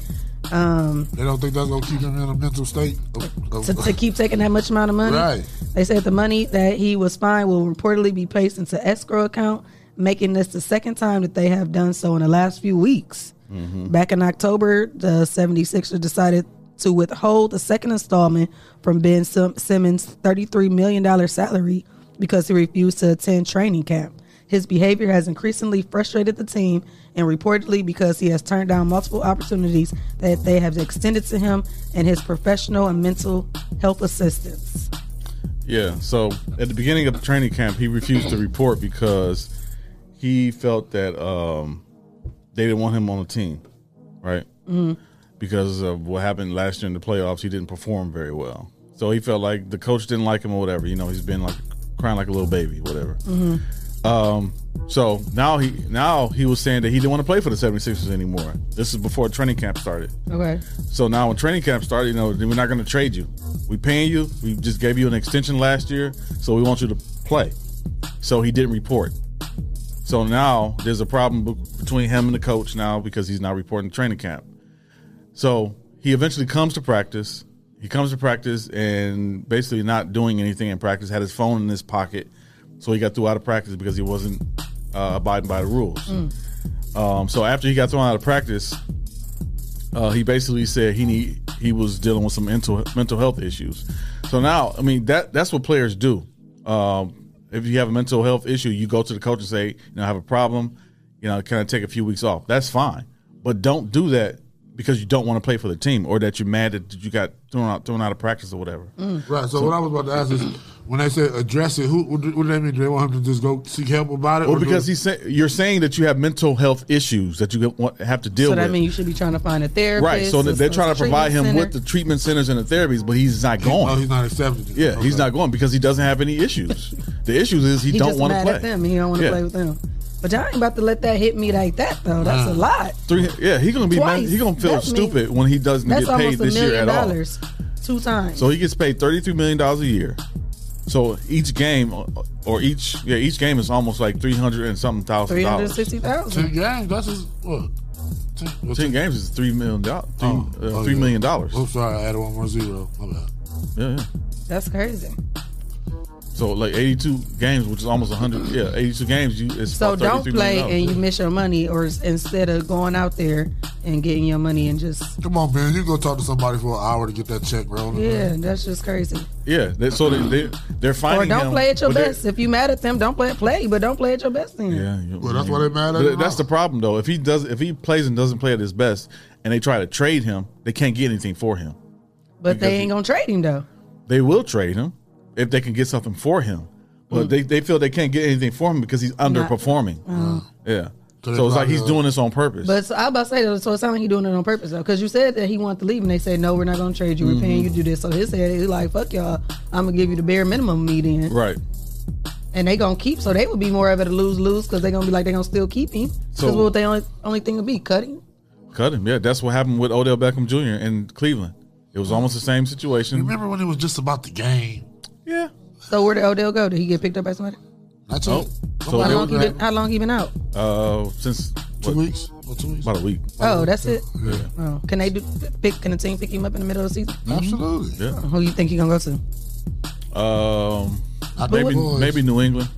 Um,
They don't think that's gonna keep him in a mental state. Of, of,
to, to keep taking that much amount of money.
Right.
They said the money that he was fined will reportedly be placed into escrow account, making this the second time that they have done so in the last few weeks. Back in October, the 76ers decided to withhold the second installment from Ben Sim- Simmons' $33 million salary because he refused to attend training camp. His behavior has increasingly frustrated the team, and reportedly because he has turned down multiple opportunities that they have extended to him and his professional and mental health assistance.
Yeah. So at the beginning of the training camp, he refused to report because he felt that um, they didn't want him on the team, right?
Mhm.
Because of what happened last year in the playoffs, he didn't perform very well. So he felt like the coach didn't like him or whatever. You know, he's been like crying like a little baby, whatever.
Mhm.
Um, so now he now he was saying that he didn't want to play for the 76ers anymore. This is before training camp started.
Okay.
So now when training camp started, you know, then we're not going to trade you. We paying you. We just gave you an extension last year, so we want you to play. So he didn't report. So now there's a problem be- between him and the coach now because he's not reporting to training camp. So he eventually comes to practice. He comes to practice and basically not doing anything in practice, had his phone in his pocket. So he got thrown out of practice because he wasn't uh, abiding by the rules.
Mm.
Um, so after he got thrown out of practice, uh, he basically said he need, he was dealing with some mental mental health issues. So now, I mean that that's what players do. Um, if you have a mental health issue, you go to the coach and say, you know, I have a problem. You know, can I take a few weeks off? That's fine, but don't do that because you don't want to play for the team or that you're mad that you got thrown out thrown out of practice or whatever.
Right. So, what I was about to ask is, when they say address it, who what do what do they mean? Do they want him to just go seek help about it?
Well,
or do-
because he's say, you're saying that you have mental health issues that you want- have to deal
so
with.
that means you should be trying to find a therapist.
Right, so
or
they're
some
trying to provide him
treatment
with the treatment centers and the therapies, but he's not going.
oh, he's not accepted.
Yeah, he's not going because he doesn't have any issues. the issue is he,
center.
don't
just
want to
mad
play.
At them. He don't want to
Yeah.
play with them. But y'all ain't about to let that hit me like that though. That's
Mm.
a lot.
Three, yeah, he's gonna be mad,
Twice.
he gonna feel
That's me.
stupid when he doesn't
That's
get paid
almost a
this year
million
at all.
dollars two times.
So he gets paid thirty three million dollars a year. So each game, or each yeah, each game is almost like three hundred and something thousand
Three hundred
dollars.
sixty thousand.
Ten games. That's his what? Ten,
Ten games is three million dollars.
Oh,
uh,
oh,
three
yeah.
million dollars.
I'm sorry, I added one more zero. My bad.
Yeah, yeah.
That's crazy.
So like eighty two games, which is almost hundred. Yeah, eighty two games. You it's
So
about
don't
$33
play
million.
and you miss your money, or s- instead of going out there and getting your money and just
Come on, man. You go talk to somebody for an hour to get that check rolling.
yeah, that's just crazy.
Yeah, they, so they, they they're
Or
finding
don't
him,
play at your
but they're-
best. If you mad at them, don't play play, but don't play at your best then.
Yeah, well,
that's why they mad at him
That's the problem, though. If he does, if he plays and doesn't play at his best, and they try to trade him, they can't get anything for him.
But
Because
they ain't gonna trade him though.
They will trade him if they can get something for him,
Mm.
but they, they feel they can't get anything for him because he's underperforming.
Oh.
Yeah,
So
so,
they
it's like
probably-
he's
uh,
doing this on purpose.
But so I about to say though, so it sounds like he doing it on purpose though, because you said that he wanted to leave, and they said no, we're not gonna trade you. We're paying you to do this. So his head, he like fuck y'all. I'm gonna give you the bare minimum me then,
right.
and they gonna keep. So they would be more of a lose lose because they gonna be like they gonna still keep him.
So-
Because what they only only thing would be cutting.
Cut him. Yeah, that's what happened with Odell Beckham Jr. in Cleveland. It was almost the same situation.
Remember when it was just about the game?
Yeah.
So where did Odell go? Did he get picked up by somebody?
Not
Oh, so
how
they-
long he been? How long he been out?
Uh, since two
weeks, two weeks,
about a week.
Oh, that's it.
Yeah.
Oh, can they do, pick? Can the team pick him up in the middle of the season?
Absolutely.
Yeah.
Who you think he gonna go to?
Um,
Not them
maybe
boys.
maybe New England.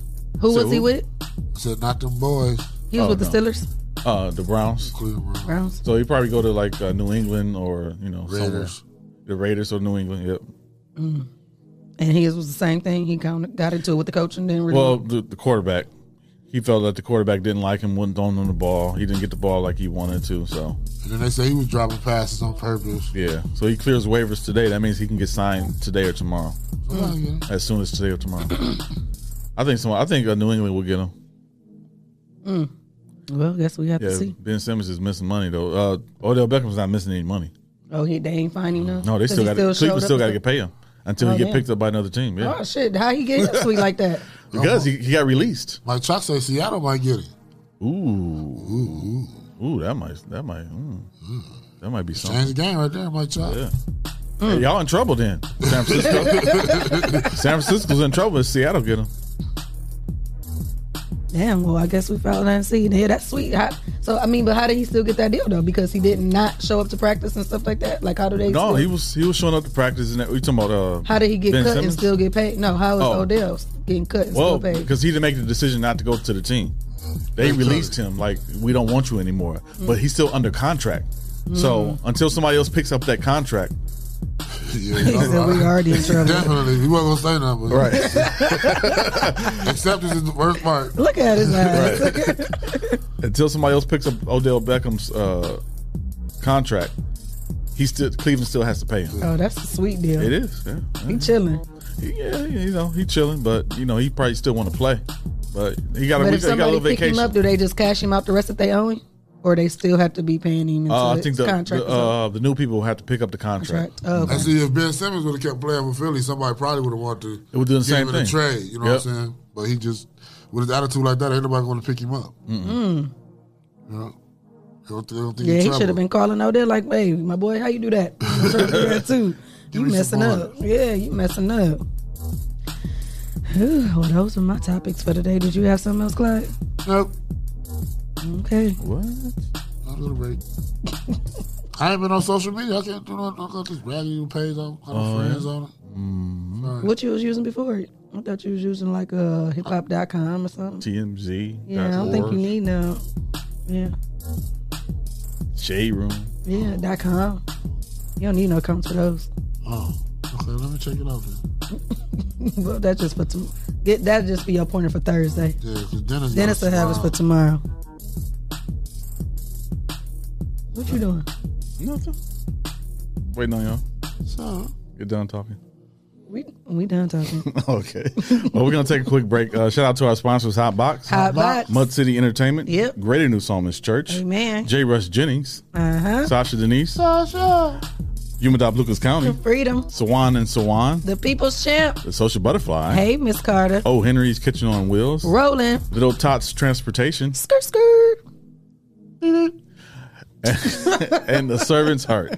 Who was he with?
I said not them boys.
He was
Oh,
with
no.
the Steelers.
Uh, the Browns.
Browns.
So he probably go to like uh, New England or you know somewhere.
Raiders.
the Raiders or New England. Yep.
Mm. and his was the same thing. He kind of got into it with the coach and then
Well, the, the quarterback. He felt that the quarterback didn't like him, wouldn't throw him the ball. He didn't get the ball like he wanted to. So
And then they say he was dropping passes on purpose.
yeah, so he clears waivers today. That means he can get signed today or tomorrow,
Oh, yeah.
as soon as today or tomorrow. I think someone. I think uh, New England will get him.
Mm. Well, guess we have
Yeah,
to see.
Ben Simmons is missing money though. Uh, Odell Beckham's not missing any money.
Oh, he they ain't find him now.
No, they
'Cause
still
he
got to
showed
Cleveland. Still
up
got to
and
get paid him until
Oh,
he get
yeah.
picked up by another team. Yeah,
Oh shit! How he get up sweet like that?
because he, he got released.
My Chuck says Seattle might get it.
Ooh, ooh, ooh, that might that might mm, that might be something.
Change the game right there, my Chuck.
Yeah. Hey, y'all in trouble then. San Francisco. San Francisco's in trouble. Seattle get him.
Damn. Well, I guess we found that seed. Yeah, that's sweet. How, so I mean, but how did he still get that deal though? Because he did not show up to practice and stuff like that. Like how do they?
No,
still-
he was he was showing up to practice and that. We talking about uh?
How did he get
Ben
cut and
Simmons?
still get paid? No, how is
Oh.
Odell getting cut and
Well,
still paid?
because he didn't make the decision not to go to the team. They released him like we don't want you anymore, but he's still under contract.
Mm.
So
Mm-hmm.
until somebody else picks up that contract,
Yeah, you know that. Definitely. He wasn't going to say nothing.
Right.
Acceptance is the worst part.
Look at his ass.
until somebody else picks up Odell Beckham's uh, contract, he still Cleveland still has to pay him.
Oh, that's a sweet deal.
It is. Yeah.
He chilling.
Yeah, you know he chilling, but you know he probably still want to play. But he got a,
but
we
if
got- he got a
somebody
little
pick him
vacation.
up, do they just cash him out the rest that they owe him, or they still have to be paying him until
Uh, I
his
think the,
contract?
the,
is up?
uh, the new people have to pick up the contract.
Oh,
I see if Ben Simmons would have kept playing with Philly, somebody probably would have wanted to
It would've done the
give
same
him
thing.
a trade. You know
Yep.
what I'm saying? But he just with his attitude like that, ain't nobody going to pick him up.
Mm.
You know, they don't, they don't think
Yeah,
he's
he should have been calling out there like, "Hey, my boy, how you do that? I'm trying to do that too.
Give
you
me
messing
some more.
up. Yeah, you messing up." Whew, well, those were my topics for today. Did you have something else, Clyde?
Nope.
Okay.
What?
A little break. I ain't been on social media. I can't do nothing. I got this raggedy page on, I got
Oh,
friends
yeah.
on it.
Mm-hmm.
Sorry.
What you was using before? it? I thought you was using like uh, hiphop.com or something.
TMZ.
Yeah, I don't think you need no. Yeah,
Shade Room.
yeah, dot com. You don't need no accounts for those.
Oh, okay. Let me check it out then.
well, that's just for tom- get that just be your pointer for Thursday.
Yeah, 'cause Dennis
Dennis will
gotta
have us for tomorrow. What you doing?
Nothing. Waiting on y'all.
So
Get done talking.
we we done talking.
okay. Well, we're gonna take a quick break. Uh, shout out to our sponsors, Hot Box,
Hot Box.
Mud City Entertainment,
Yep.
Greater New Psalmist Church,
Amen.
J. Rush Jennings,
Uh huh.
Sasha Denise,
Sasha.
Umadop Lucas County,
Freedom.
Sawan and Sawan,
The People's Champ.
the Social Butterfly,
Hey, Miss Carter.
Oh Henry's Kitchen on Wheels,
Rolling.
Little Tots Transportation,
Skirt, skirt.
and the Servant's Heart.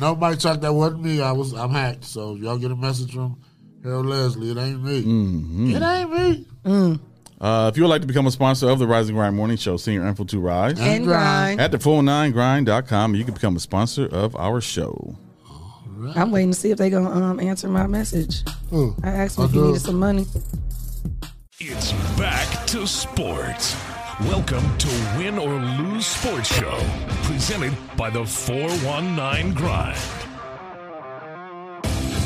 Nobody talked that wasn't me. I was I'm hacked. So if y'all get a message from Harold Leslie. It ain't me.
Mhm.
It ain't me.
Uh, if you would like to become a sponsor of the Rising Grind Morning Show, senior info to rise
And grind.
at the oh 419grind.com, you can become a sponsor of our show.
I'm waiting to see if they gonna um answer my message. I asked him if he
I'll do
needed
it.
some money.
It's back to sports. Welcome to Win or Lose Sports Show, presented by the 419 Grind.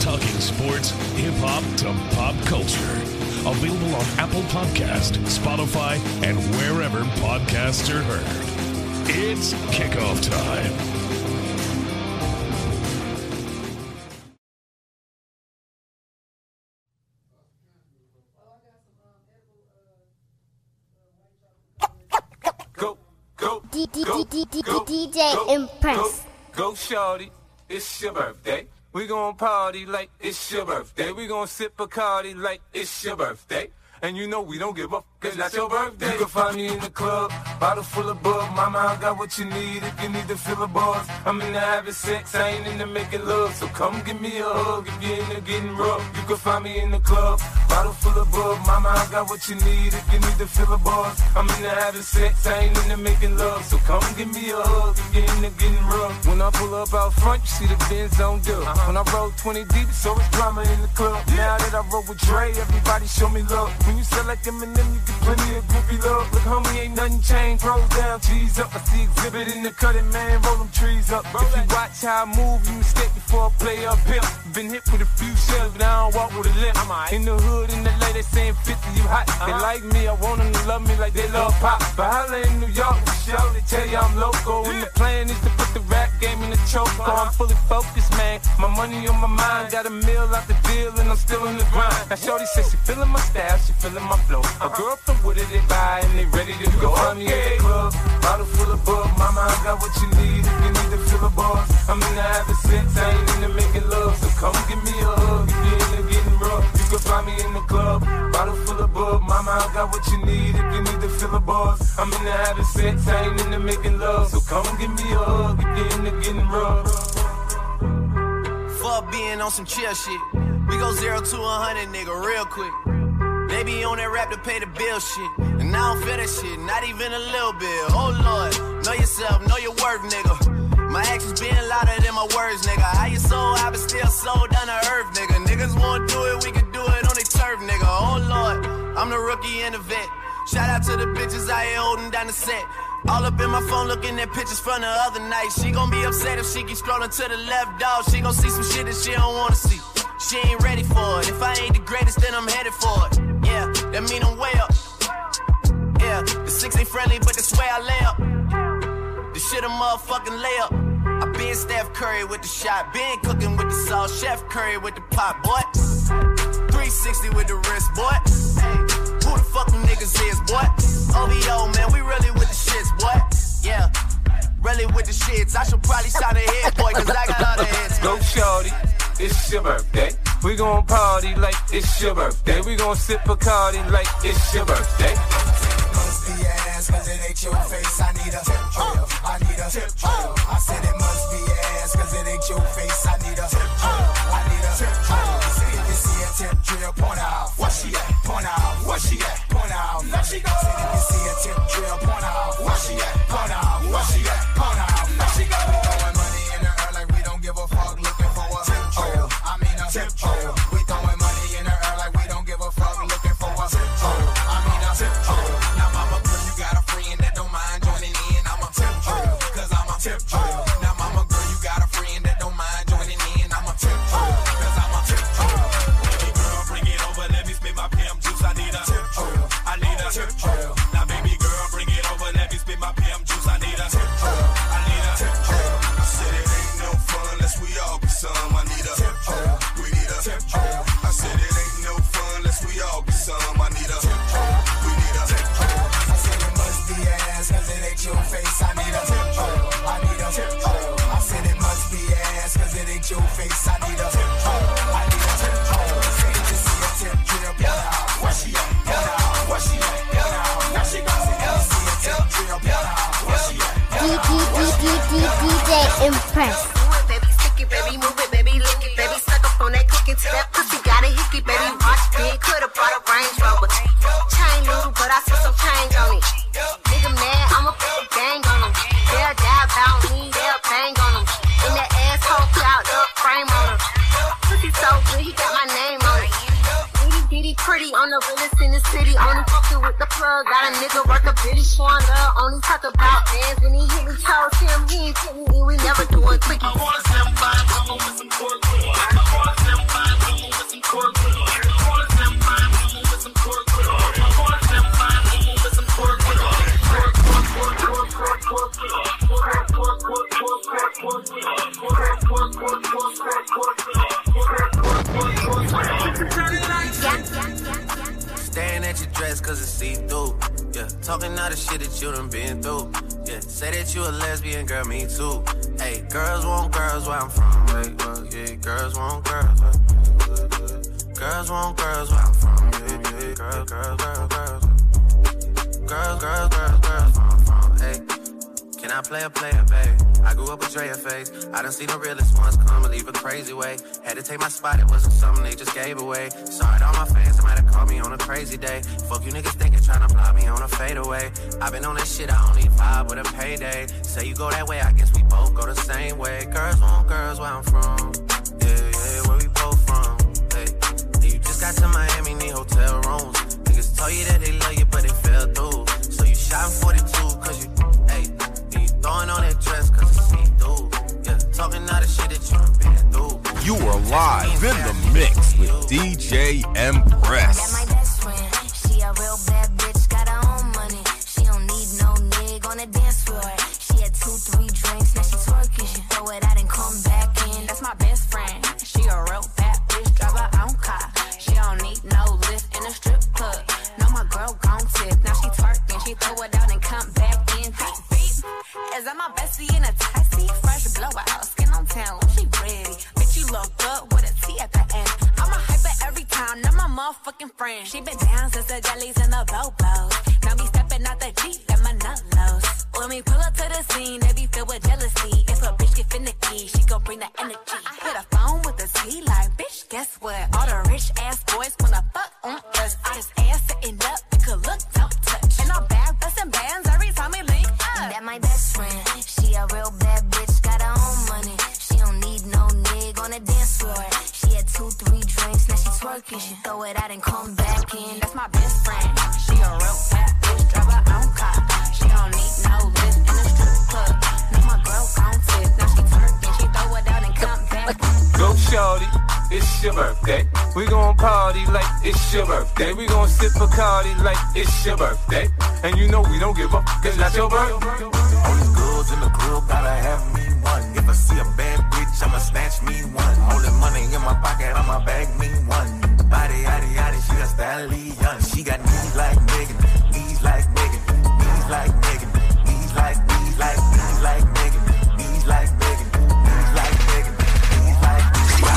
Talking sports, hip hop to pop culture. Available on Apple Podcast, Spotify, and wherever podcasts are heard. It's kickoff time.
DJ Impress.
Go shawty, it's your birthday. We gon' party like it's your birthday. We gon' sip Bacardi like it's your birthday. And you know we don't give up, cause that's your birthday. You can find me in the club, bottle full of bug. Mama, I got what you need if you need to fill a buzz. I'm in the having sex, I ain't in the making love. So come give me a hug if you're in the getting rough. You can find me in the club, Bottle full of bug, mama, I got what you need if you need to fill a buzz. I'm into having sex, I ain't into making love. So come give me a hug if you're into getting rough. When I pull up out front, you see the Benz on dub. When I roll 20 deep, so it's drama in the club. Now that I roll with Dre, everybody show me love. When you sell like Eminem, you get plenty of groupie love. Look, homie, ain't nothing changed. Roll down, cheese up. I see exhibit in the cutting, man. Roll them trees up. If you watch how I move, you mistake before I play up pimp. Been hit with a few shells, but I don't walk with a limp. In the hood, in the late, they saying 50, you hot. They like me, I want them to love me like they love pop. But holla in New York, for sure, they tell you I'm local. And the plan is to put the rap game in the choke. I'm fully focused, man. My money on my mind, got a meal out the deal, and I'm still in the grind. Now, Shorty says she feeling my style, she feeling my flow. A girl from Wooded, they buy, and they ready to go. I'm in the club, bottle full of bug. Mama, I got what you need if you need to fill a bar. I'm in the having sex, I ain't into making love. So come give me a hug if you're into getting rough. You can find me in the club, bottle full of bug. Mama, I got what you need if you need to fill a bar. I'm in the having sex, I ain't into making love. So come give me a hug if you're into getting rough.
Fuck being on some chill shit. We go zero to a hundred, nigga, real quick. They be on that rap to pay the bill shit. And I don't feel that shit, not even a little bit. Oh lord, know yourself, know your worth, nigga. My actions being louder than my words, nigga. How you sold, I been still sold down to earth, nigga. Niggas won't do it, we can do it on their turf, nigga. Oh lord, I'm the rookie and the vet. Shout out to the bitches out here holding down the set. All up in my phone looking at pictures from the other night. She gon' be upset if she keep scrolling to the left, dog. She gon' see some shit that she don't wanna see. She ain't ready for it. If I ain't the greatest, then I'm headed for it. Yeah, that mean I'm way up. Yeah, the six ain't friendly, but that's way I lay up. The shit a motherfucking layup. I been Steph Curry with the shot, been cooking with the sauce, Chef Curry with the pot, boy. 360 with the wrist, boy. Hey, who the fuck them niggas is, boy? OVO, man, we really with the shits, boy. Yeah, really with the shits. I should probably shout it here, boy, cause I got all the hits.
Go shorty, it's your birthday. We gon' party like it's your birthday. We gon' sip Bacardi like it's your birthday.
Must be your ass, cause it ain't your face. I need a tip drill. I need a tip drill. I said it must be your ass, cause it ain't your face. I need a tip drill. I need a tip drill. See if you see a tip drill, point out. What she at? Point out. What she at? Point out. Let she go. See if you see a tip drill, point out. What she at? Point out. What she at? Point out. Let she go. We throwing money in the air like we don't give a fuck. Looking for a tip drill. I mean a tip drill. We throwing money in the air like we don't give a fuck. Looking for a tip drill. I mean a tip drill. Now mama, girl, you got a friend that don't mind joining in. I'm a tip drill, cause I'm a tip drill. Now mama, girl, you got a friend that don't mind joining in. I'm a tip drill, cause I'm a tip drill. Baby girl, bring it over, let me spit my PM juice. I need a tip drill. I need a tip drill. Now baby girl, bring it over, let me spit my PM juice. I need a tip drill. I need a tip drill. I said it ain't no fun unless we all get some. I need a tip drill. We need a tip drill. I said it ain't no fun unless we all get some. I need a tip drill. We need a tip drill. I said it must be your ass, cause it ain't your face. I need a tip drill. I need a tip drill. I said it must be your ass, cause it ain't your face. I need a tip drill. I need a tip drill. Say it just see a tip drill. Pull out. Where she at? Pull out. Where she at? Pull out. Now she goes. Say it just see a tip drill. Pull out. Where she at?
DJ Impress.
baby, stick it, baby, move it, baby, lick it, baby, suck up on that cookie to that pussy, got a hickey, baby, watch me, coulda brought a Range Rover, chain noodle, but I spent some change on it. Nigga mad, I'ma put a gang on 'em. They'll die about me, they'll bang on 'em. In that asshole cloud up frame on 'em. Pussy so good, he got my name on it. Nitty bitty pretty on the realest in the city. Only fucking with the plug. Got a nigga worth a bitty showing up. Only talk about bands when he hit me. Told him he ain't kidding me. We never doing quickie. I want some fine, come with some pork. I want some fine, come with some pork. I want some fine, come with some pork. I want some fine, come with some pork. Pork, pork, pork, pork, pork, pork. Pork, pork, pork, pork, pork, pork. Pork, pork, pork, pork, pork, pork. Pork, pork, pork, pork, pork.
Staring at your dress cause it's see through. Yeah, talking all the shit that you done been through. Yeah, say that you a lesbian girl, me too. Hey, girls want girls where I'm from. Hey, uh, yeah, girls want girls. uh, uh, uh, Girls want girls where I'm from. Yeah, yeah, girl, girl, girl, girls. Girls, girls, girls, girls where I'm from. Hey, can I
not play a player, babe. I grew up with Drea face. I done seen the realest ones come and leave a crazy way. Had to take my spot, it wasn't something they just gave away. Sorry to all my fans, they might have called me on a crazy day. Fuck you niggas thinking trying to block me on a fadeaway. i been on this shit, I only vibe with a payday. Say you go that way, I guess we both go the same way. Girls want girls where I'm from. Yeah, yeah, where we both from. Hey, you just got to Miami, need hotel rooms. Niggas told you that they love you, but it fell through. So you shot 42, cause you, hey, then you throwing on that dress, cause it's see through. Yeah, talking all the shit that you done been through.
You are live in the mix with DJ Impress.
My best friend, she a real bad bitch, got her own money. She don't need no nigga on the dance floor. She had two, three drinks, now she twerking. She throw it out and come back in.
That's my best friend. She a real bad bitch, drive her own car. She don't need no lift in a strip club. No, my girl gon' tip. Now she twerking, she throw it out and come back in. Beep, beep. Is that my bestie in a taxi? Fresh blowout, skin on town, she ready. Bitch, you look good with a T at the end. I'm a hyper every time, not my motherfucking friend. She been down since the jellies and the bobos. Now me stepping out the G, let my nut lows. When we pull up to the scene, they be filled with jealousy. If a bitch get finicky, she gon' bring the energy. I hit a phone with a T like, bitch, guess what? All the rich ass boys wanna fuck on us. I just ass sitting up, it could look, don't touch. And I'm back busting bands every time we link up.
That my best friend, she a real bad bitch, got her own money. She don't need no nigga on the dance floor. She had two, three drinks, now she twerking. She throw it out and come back in.
That's my best friend. She a real bad bitch, drive her own car. She don't need no lift in a strip club. No, my girl gon' tip. Now she twerking, she throw it out and come back.
Go shorty, it's your birthday. We gon' party like it's your birthday. We gon' sip a cardi like it's your birthday. And you know we don't give up, cause that's your birthday.
All these girls in the club gotta have me one. If I see a bad bitch, I'ma snatch me one. All the money in my pocket, I'ma bag me one. Body, yaddy, yaddy, she got stallion. She got knees like Megan, knees like Megan, knees like Megan, knees like, knees like, knees like Megan, knees like Megan, knees like Megan, knees like Megan.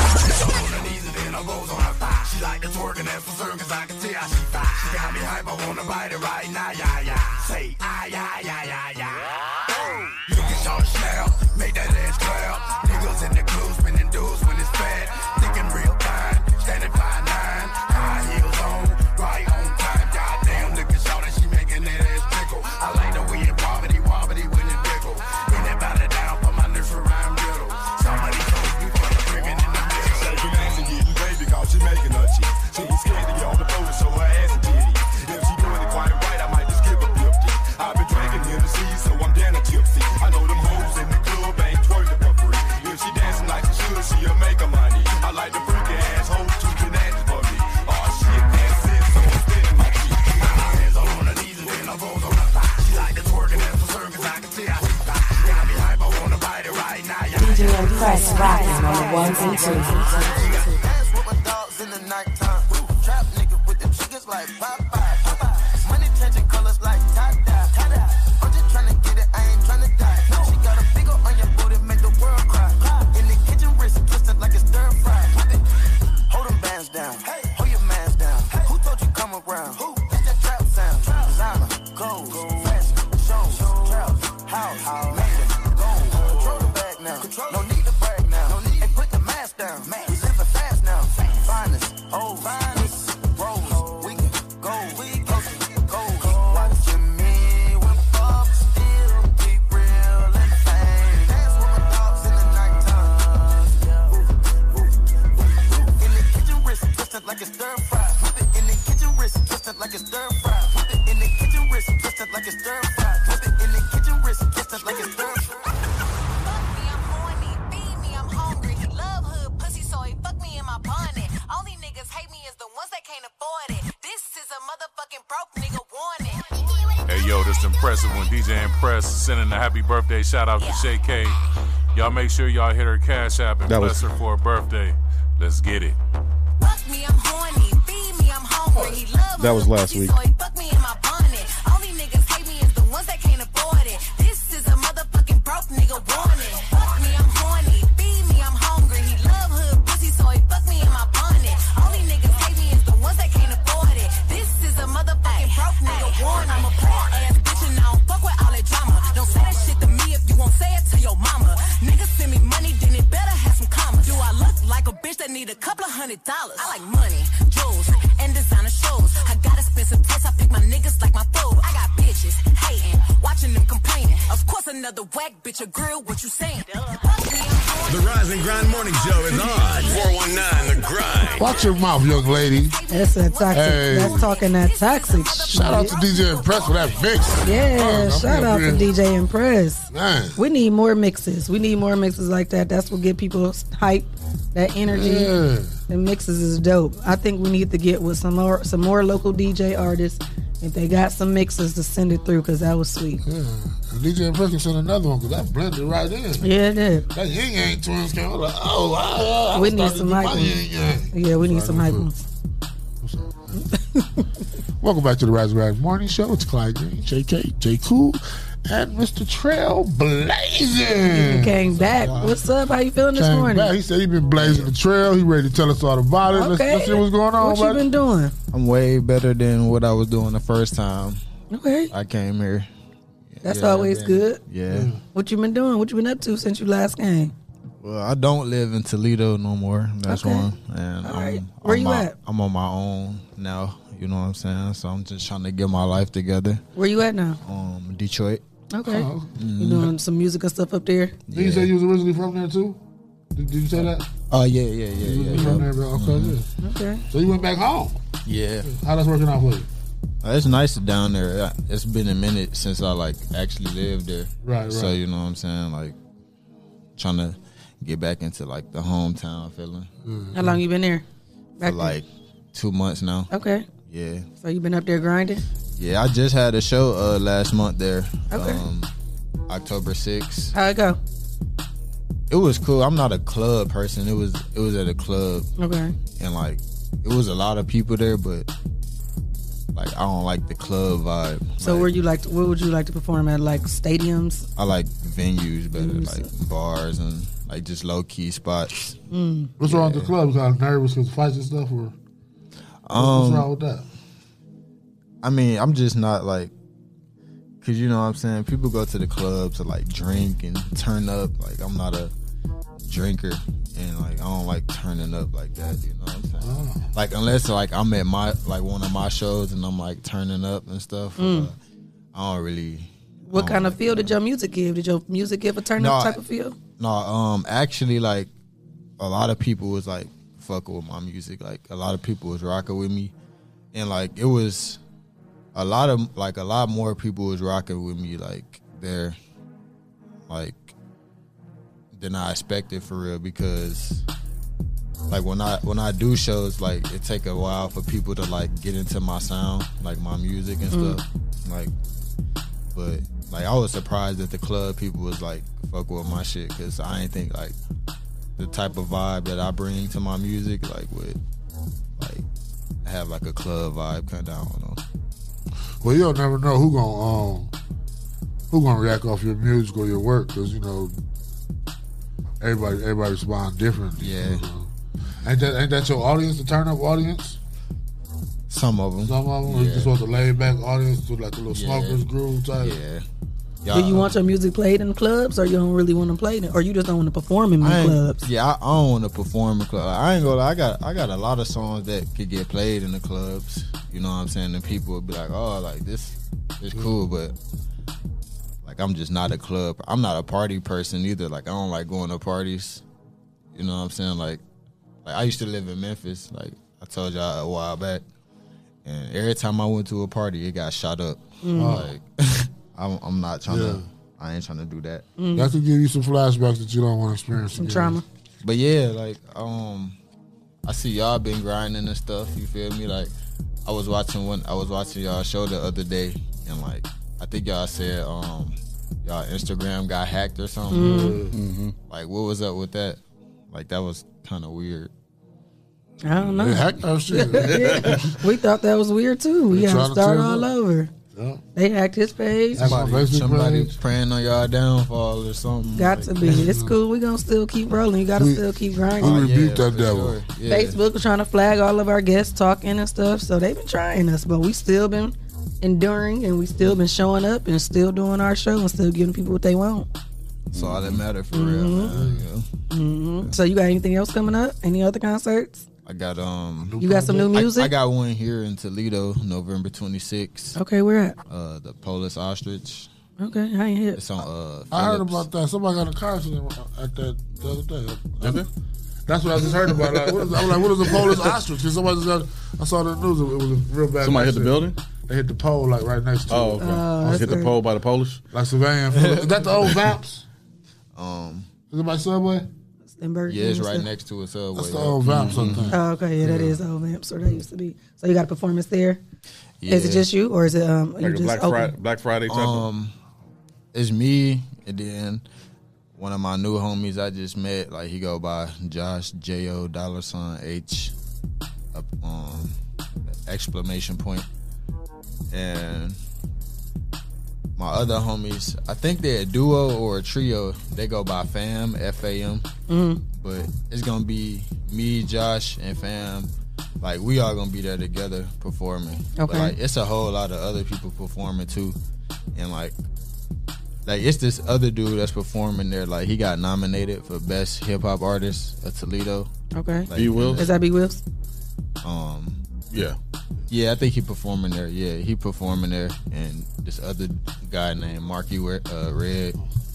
knees and then her rolls on her thigh. She like to twerk and that's for certain cause I can tell she fly. She got me hype, I wanna bite it right now, yeah, yeah. Say, ah, yeah, yeah, yeah, yeah. You can show snap, make that ass clap. Niggas in the club spinning dudes when it's fat. Thinking real fine, standing by nine. High heels on, right on time. Goddamn, look at Shawty, she making that ass tickle. I like the way it wobbity wobbity when it tickle. Bend that body down for my nursery rhyme riddle. Somebody told me for the bringing in the middle.
Shaking ass and getting crazy cause she making her cheeks. She ain't scared to get on the boat and show her ass and titties. If she doing it quite right, I might just give a 50. I've been drinking Hennessy, so I'm down a gypsy. I know them hoes in the club ain't twerking for free. If she dancing like she should, she'll make her money. I like the freaky ass hoes to can ask for me. Oh shit, that's it, so I'm spinning my feet.
Hands on her knees and then her rolls on her thigh. She like to twerk and that's for certain cause I can tell she fly. She got me hype, I wanna bite it right now, yeah.
DJ Impress rocking on the ones and twos.
Ass
with my dogs in the nighttime. Trap nigga with them chickens like Popeye. Popeye. Money changing colors like tie-dye. tie-dye. I'm just tryna get it, I ain't tryna die. She got a big ol' on your booty, make the world cry. In the kitchen, wrist twisted like a stir fry. Whip it. Hold them bands down. Hold your mans down. Who told you come around? Who? That's that trap sound. Designer, gold, fresh, shows, trap, house, made it, gold. Control the bag now. No need to brag now. And put the mask down. We living fast now. Finest, old, finest, rolls, we can go, we go, go. Watching me when Bob still keep real and sane. Dance with my dogs in the nighttime. In the kitchen, wrist twisted like a stir fry. Whip it in the kitchen, wrist twisted like a stir fry. Whip it in the kitchen, wrist twisted like a stir fry. Whip it in the kitchen, wrist twisted like a stir fry.
Feed me, I'm hungry. Love hood pussy, so he fuck me in my bonnet. Only niggas hate me is the ones that can't afford it. This is a motherfucking broke nigga warning.
Hey yo, this impressive when DJ Impress sending a happy birthday shout out to Shay K. Y'all make sure y'all hit her cash app and
That
bless
was-
her for her birthday. Let's get it.
Fuck me, I'm horny. Feed me, I'm hungry. He love
That was last week.
so he fuck me in my bonnet. Only niggas hate me is the ones that can't afford it. This is a motherfucking broke nigga warning. Fuck me, I'm horny. Feed me, I'm hungry. He love hood pussy, so he fuck me in my bonnet. Only niggas hate me is the ones that can't afford it. This is a motherfucking broke nigga warning. I'm a poor ass bitch and I don't fuck with all that drama. Don't say that shit to me if
Watch your mouth, young lady.
That's that toxic.
Hey.
That's talking that toxic.
Shout out to DJ Impress for that mix.
Yeah,
Oh, Man, I'm
shout out to
over here.
DJ Impress.
Man.
We need more mixes. We need more mixes like that. That's what get people hype, that energy.
Yeah.
The mixes is dope. I think we need to get with some more some more local DJ artists. If they got some mixes to send it through, cause that was sweet.
And DJ Impress can send another one because that blended right in.
Yeah, it did.
That Ying Yang twins came. I'm like, oh, wow. I
we need
started
some
to do
hype
my Yin
ones.
Yang.
Yeah, we need some hype ones.
Welcome back to the Rise and Rise Morning Show. It's Clyde Green, JK, J Cool, and Mr. Trail Blazing.
You came back. What's up? How you feeling this
Came
morning?
back. He said he been blazing the trail. He ready to tell us all about it. Let's,
Okay.
let's see what's going on.
What you
buddy.
been doing?
I'm way better than what I was doing the first time
Okay,
I came here.
that's
Yeah,
always
man.
good. Mm.
Yeah.
What you been doing? What you been up to since you last came?
Well, I don't live in Toledo no more. That's
Okay.
one. And I'm,
right. Where
I'm
you
my-
at?
I'm on my own now. You know what I'm saying? So I'm just trying to get my life together.
Where you at now?
Um, Detroit. Mm-hmm.
Okay.
Oh.
You doing some music and stuff up there?
Did you say you was originally from there too? Did, did you say that?
Oh yeah, yeah, yeah,
You
yeah.
was
yeah.
from there, bro. Okay, yeah.
Okay.
So you went back home.
Yeah.
How that's working out for you?
Uh, It's nice down there. Uh, It's been a minute since I like actually lived there.
Right,
So
right.
you know what I'm saying? Like trying to get back into like the hometown feeling.
Mm-hmm.
How long you been there? Back
For
there?
like two months now.
Okay.
Yeah.
So you been up there grinding?
Yeah, I just had a show uh last month there.
Okay.
Um October 6th.
How it go?
It was cool. I'm not a club person. It was it was at a club.
Okay.
And like it was a lot of people there, but like I don't like the club vibe.
So where you like? To, where would you like to perform at? Like stadiums?
I like venues better,
Venues.
like bars and like just low key spots.
Mm.
What's wrong with the club? You got nervous because fights and stuff, or what's wrong
Um,
with that?
I mean, I'm just not like, cause you know what I'm saying. People go to the club to like drink and turn up. Like I'm not a drinker, and like I don't like turning up like that. You know what I'm saying?
Oh.
Like unless like I'm at my like one of my shows and I'm like turning up and stuff.
Mm.
uh, I don't really.
What
Uh-huh.
kind of feel did your music give? Did your music give a turn up
No,
type of feel?
No, um, actually, like a lot of people was like fucking with my music. Like a lot of people was rocking with me, and like it was a lot of like a lot more people was rocking with me. Like there, like than I expected for real because. Like when I when I do shows, like it take a while for people to like get into my sound, like my music and
Mm.
stuff. Like but like I was surprised that the club people was like fuck with my shit because I ain't think like the type of vibe that I bring to my music like would like have like a club vibe kind of I don't know.
Well, you'll never know who gonna um, who gonna react off your music or your work because you know everybody everybody respond differently.
Yeah.
Ain't that ain't that your audience, the turn up audience?
Some of them.
Some of them
Yeah.
just want the laid back audience, to like the little
Yeah.
smokers groove type.
Yeah.
do you want your music played in clubs, or you don't really want to play it, or you just don't want to perform in
I
the
ain't-
clubs?
Yeah, I, I don't want to perform in club. I ain't gonna. Lie, I got I got a lot of songs that could get played in the clubs. You know what I'm saying? And people would be like, "Oh, like this, it's cool," but like I'm just not a club. I'm not a party person either. Like I don't like going to parties. You know what I'm saying? Like, like I used to live in Memphis. Like I told y'all a while back, and every time I went to a party, it got shot up.
Mm. Oh.
Like I'm, I'm not trying
Yeah.
to. I ain't trying to do that.
That could give you some flashbacks that you don't want to experience.
Some
again.
trauma. But yeah, like um, I see y'all been grinding and stuff. You feel me? Like I was watching one. I was watching y'all show the other day, and like I think y'all said um, y'all Instagram got hacked or something.
Mm.
Like what was up with that? Like that was kind of weird.
I don't know.
They hacked our shit.
Yeah. We thought that was weird too. We
They
had to
tried to
start
tear us
all
up.
over.
Yeah.
They hacked his page.
Somebody, somebody praying on y'all downfall or something.
Got
Like-
to be. It's cool. We gonna still keep rolling. You gotta
We-
still keep
Oh, yeah,
grinding.
that
for
devil.
sure. Yeah.
Facebook was trying to flag all of our guests talking and stuff, so they've been trying us, but we still been enduring and we still been showing up and still doing our show and still giving people what they want.
That's all that matter for real.
Mhm.
Man. Yeah.
hmm So you got anything else coming up? Any other concerts?
I got um.
You got some new
I-
music?
I, got one here in Toledo, November 26th.
Okay, where at?
Uh, the Polis Ostrich.
Okay, I ain't hit.
It's on. Uh,
I heard
Phillips.
about that. Somebody got in a car accident at that the other day.
Did they?
That's what I just heard about. Like, what is, I'm like, what is a Polish ostrich? Because somebody just got, I saw the news. It was a real bad.
Somebody hit the
accident. They hit the pole like right next to. it.
Oh, okay. Oh, Hit that's the pole by the Polish.
Like Savannah. is that the old Vaps?
Um,
Is it by Subway?
Stenberg. yeah, it's
and
right
stuff.
next to a subway.
That's the
yeah.
old Vamp
Mhm.
sometimes.
Uh,
Uh,
I
I
was was
Okay,
gonna
yeah,
say,
yeah.
that is old Vamps, or that used to be. So you got a performance there. Is Yeah. it just you, or is it um?
Like
you
a
just
Black
open?
Friday, Black Friday type. of-
Um, it's me, and then one of my new homies I just met. Like he go by Josh J O dollar sign H, up, um, exclamation point, and my other homies. I think they're a duo or a trio. They go by Fam F A M. Mm-hmm.
Mhm.
But it's gonna be me, Josh, and Fam. Like we all gonna be there together performing. But,
Okay.
like it's a whole lot of other people performing too, and like. Like it's this other dude that's performing there. Like he got nominated for best hip hop artist at Toledo. Oh. Okay. Like, and Is that B Wills? um
yeah
yeah i think he performing there yeah he performing there and this other guy named marky Re- uh, red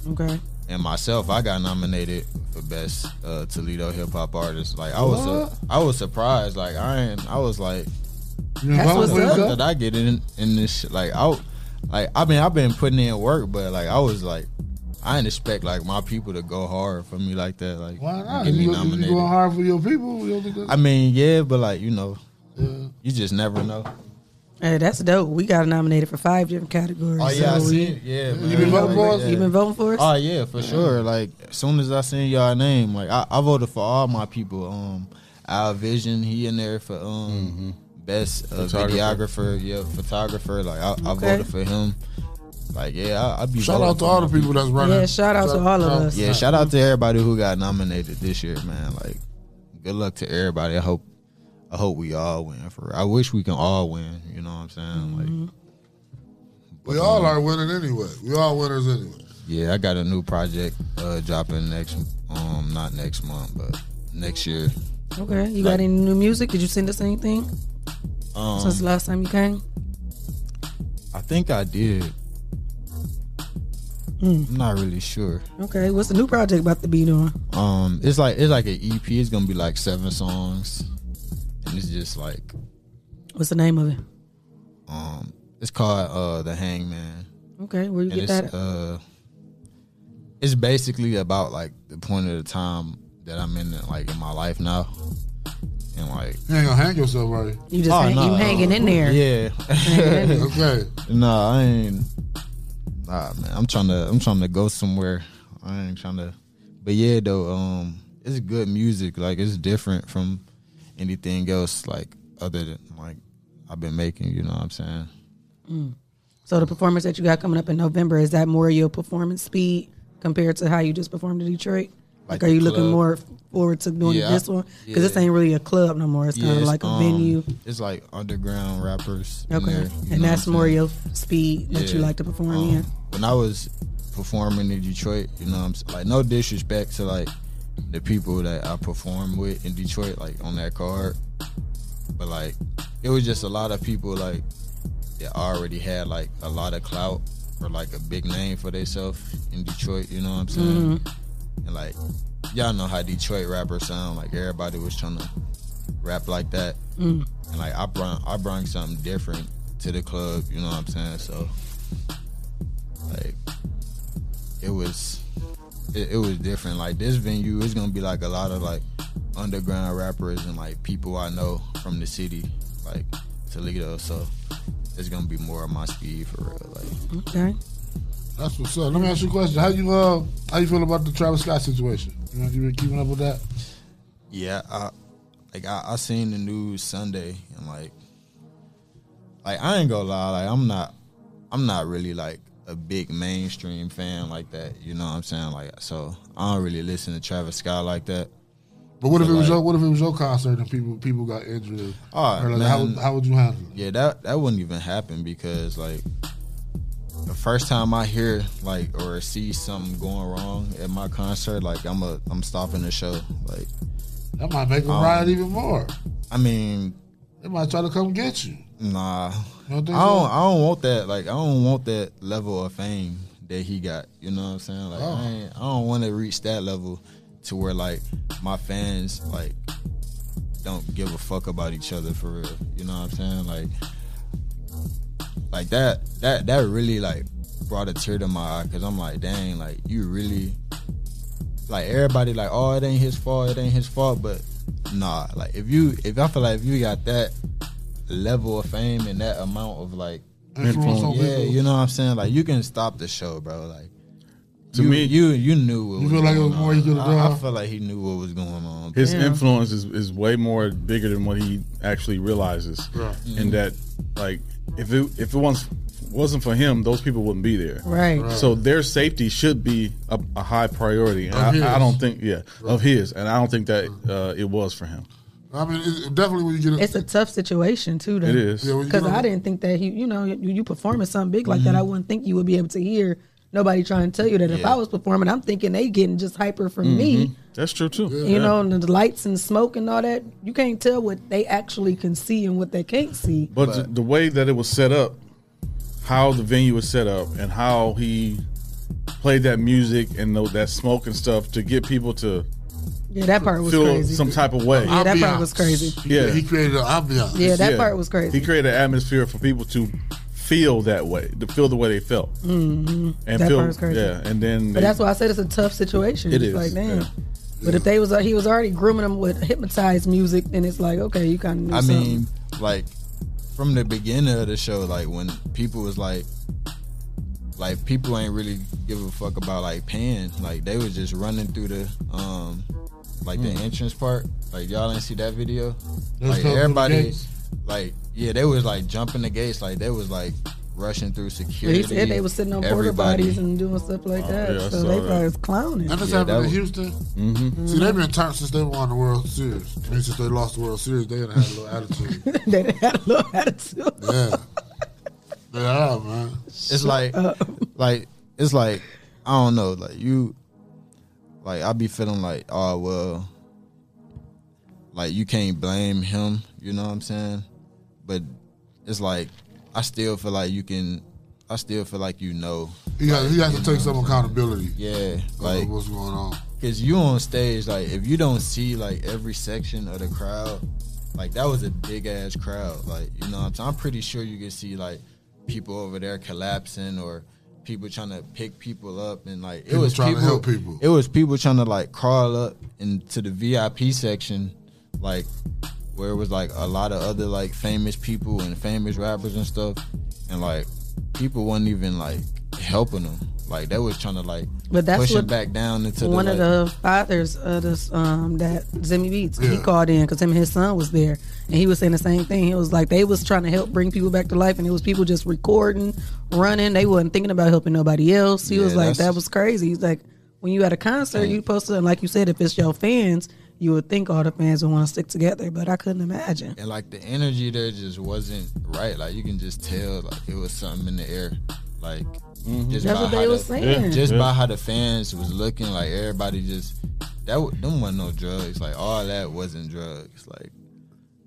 Okay. and myself i got nominated for best uh, toledo hip-hop artist like i was su- i was surprised like i ain't, i was like
You That's
how
involved
the
with
fuck
that?
did i get in in this shit? like i like i mean i've been putting in work but like i was like i didn't expect like my people to go hard for me like that like
Why not? Ah, You,
get me
you, you
nominated.
going hard for your people? You don't think
i
that's-
mean yeah but like you know
Yeah.
you just never know
Hey,
that's
dope.
We got nominated for five different categories.
Oh, yeah, I seen
it. Yeah,
You been voting for us?
You been voting for us? Oh yeah, for
Yeah.
sure. Like as soon as I seen y'all name, like I, I voted for all my people. Um, Al Vision, he in there for
Mm-hmm.
um best uh,
Photographer.
videographer, yeah, photographer. Like I, I
Okay.
voted for him. Like yeah, I, I be
Shout
voting
out to
for
all
my
the people that's running. Yeah, shout out to Shout- all of shout- us.
Yeah, shout out to everybody who got nominated this year, man. Like good luck to everybody. I hope I hope we all win for. real. I wish we can all win. You know what I'm saying?
Mm-hmm.
Like.
We all are winning anyway. We all winners anyway.
Yeah, I got a new project uh, dropping next, um, not next month, but next year. Okay, you got Like- any new music? Did you send us anything Um, since last time you came? I think I did. I'm not really sure. Okay, what's the new project about to be doing? Um, it's like it's like an EP. It's gonna be like seven songs, and it's just like What's the name of it? um, it's called uh, the Hangman. Okay, where you And get it's, that at? Uh, it's basically about like the point of the time that I'm in, like in my life now, and like
You ain't gonna hang yourself, are you?
You just Oh, hang- you no. hanging in there. Yeah. Hanging in there.
okay.
Nah, I ain't. Nah, man. I'm trying to. I'm trying to go somewhere. I ain't trying to. But yeah, though. Um, it's good music. Like it's different from anything else. Like other than like I've been making. You know what I'm saying? Mm. So the performance that you got coming up in November is that more your performance speed compared to how you just performed in Detroit? Like Like, are you the looking club. more forward to doing Yeah, I- this one? Because this yeah. ain't really a club no more. It's
Yeah,
kind of
it's,
like a
um,
venue.
it's like underground rappers
Okay, and that's more your speed that you like to perform in. Um, When I was performing in Detroit, you know, I'm s- like no disrespect to like the people that I perform with in Detroit, like on that card, but like it was just a lot of people like that already had like a lot of clout or like a big name for themselves in Detroit. You know what I'm saying? And like y'all know how Detroit rappers sound. Like everybody was trying to rap like that.
Mm.
And like I brought I brought something different to the club, you know what I'm saying? So like it was it, it was different. Like this venue is gonna be like a lot of like underground rappers and like people I know from the city, like Toledo. So it's gonna be more of my speed for real. Like
Okay. That's what's up. Let me ask you a question. How you uh how you feel about the Travis Scott situation? You know, you been keeping up with that?
Yeah, I like I, I seen the news Sunday and like like I ain't gonna lie, like I'm not I'm not really like a big mainstream fan like that. You know what I'm saying? Like so I don't really listen to Travis Scott like that.
But what if
So,
it was
like,
your what if it was your concert and people people got injured?
Oh,
Or like, how,
man.
would- how would you handle
Yeah, that that wouldn't even happen because like the first time I hear like or see something going wrong at my concert, like I'm a I'm stopping the show. Like
it? That might make them
Um,
riot even more.
I mean,
They might try to come get you.
Nah,
You don't think
I don't.
so?
I don't want that. Like I don't want that level of fame that he got. You know what I'm saying? Like
Oh.
I, ain't, I don't want to reach that level to where like my fans like don't give a fuck about each other for real. You know what I'm saying? Like like that that that really like brought a tear to my eye because I'm like, dang, like you really like everybody like, oh, it ain't his fault, it ain't his fault, but nah, like if you if I feel like if you got that level of fame and that amount of like
Influence on
yeah,
people.
you know what I'm saying? Like you can stop the show, bro. Like
To
you,
me-
you you knew what
You feel like it
going
was more he
on.
could've
I- I
done?
feel like he knew what was going on.
His
bro.
influence is, is way more bigger than what he actually realizes.
Right.
And that, like, if it if it was, wasn't for him, those people wouldn't be there.
Right. Right.
So their safety should be a, a high priority, and
Of his.
I, I don't think yeah of his, and I don't think that uh, it was for him.
I mean, it, it definitely when you get
It's a tough situation too, though.
It is. Yeah, when you
because
get
I
on-
didn't think that he, you know, you, you performing something big like that. I wouldn't think you would be able to hear nobody trying to tell you that. If
Yeah.
I was performing, I'm thinking they getting just hyper from
Mhm.
me.
That's true too.
You know, and the lights and smoke and all that. You can't tell what they actually can see and what they can't see.
But, the, the way that it was set up, how the venue was set up, and how he played that music and tho- that smoke and stuff to get people to
yeah, that part was
feel
crazy.
some type of way.
Yeah, that part was crazy.
Yeah,
He created an ambiance.
Yeah, that part was crazy.
He created an atmosphere for people to feel that way, to feel the way they felt,
Mhm.
and
that
feel
part was crazy.
yeah, and then
But
they-
that's why I said it's a tough situation.
It
it's
is,
like damn.
yeah.
But if they was uh, he was already grooming them with hypnotized music, then it's like okay, you kind of.
I mean, like from the beginning of the show, like when people was like, like people ain't really give a fuck about like paying. Like they was just running through the um, like
Hmm.
Mm. the entrance part. Like y'all didn't see that video. They was Like coming through the everybody, gates. like yeah, they was like jumping the gates. Like they was like rushing through security.
He said they was sitting on porta
everybody.
bodies and doing stuff
Oh,
like that.
yeah,
so
I saw
they
that.
probably was clowning.
That just
Yeah,
happened
that
in
was-
Houston.
Mm-hmm.
Mhm.
See, they've been turned since they won the World Series. I mean, since they lost the World Series, they done had a little attitude.
they done had a little attitude.
Yeah. They have, man.
It's like, like it's like I don't know. Like you, like I be feeling like oh well, like you can't blame him. You know what I'm saying? But it's like I still feel like you can. I still feel like you know.
He has, he has to
you
take
know
some
what I'm saying?
accountability.
Yeah,
of
like
what's going on.
Cause you on stage, like if you don't see like every section of the crowd, like that was a big ass crowd. Like you know, what I'm, saying? I'm pretty sure you could see like people over there collapsing or people trying to pick people up and like it
People
was
trying to
people,
help people.
It was people trying to like crawl up into the VIP section, like where it was like a lot of other like famous people and famous rappers and stuff, and like people wasn't even like helping them. Like they was trying to like
But that's
push it
what
back down into
one
the,
of
like,
the fathers of this um that Zimmy Beats he
Yeah.
called in because him and his son was there and he was saying the same thing he was like they was trying to help bring people back to life and it was people just recording running they wasn't thinking about helping nobody else he was
Yeah,
like
that's-
that was crazy he's like when you at a concert you supposed to and like you said if it's your fans you would think all the fans would want to stick together but I couldn't imagine
and like the energy there just wasn't right. Like you can just tell like it was something in the air. Like
Mm-hmm.
just
That's
by
what
how
they was
the-
saying. Yeah,
Just
yeah.
by how the fans was looking, like everybody just that wa- them wasn't no drugs. Like all that wasn't drugs. Like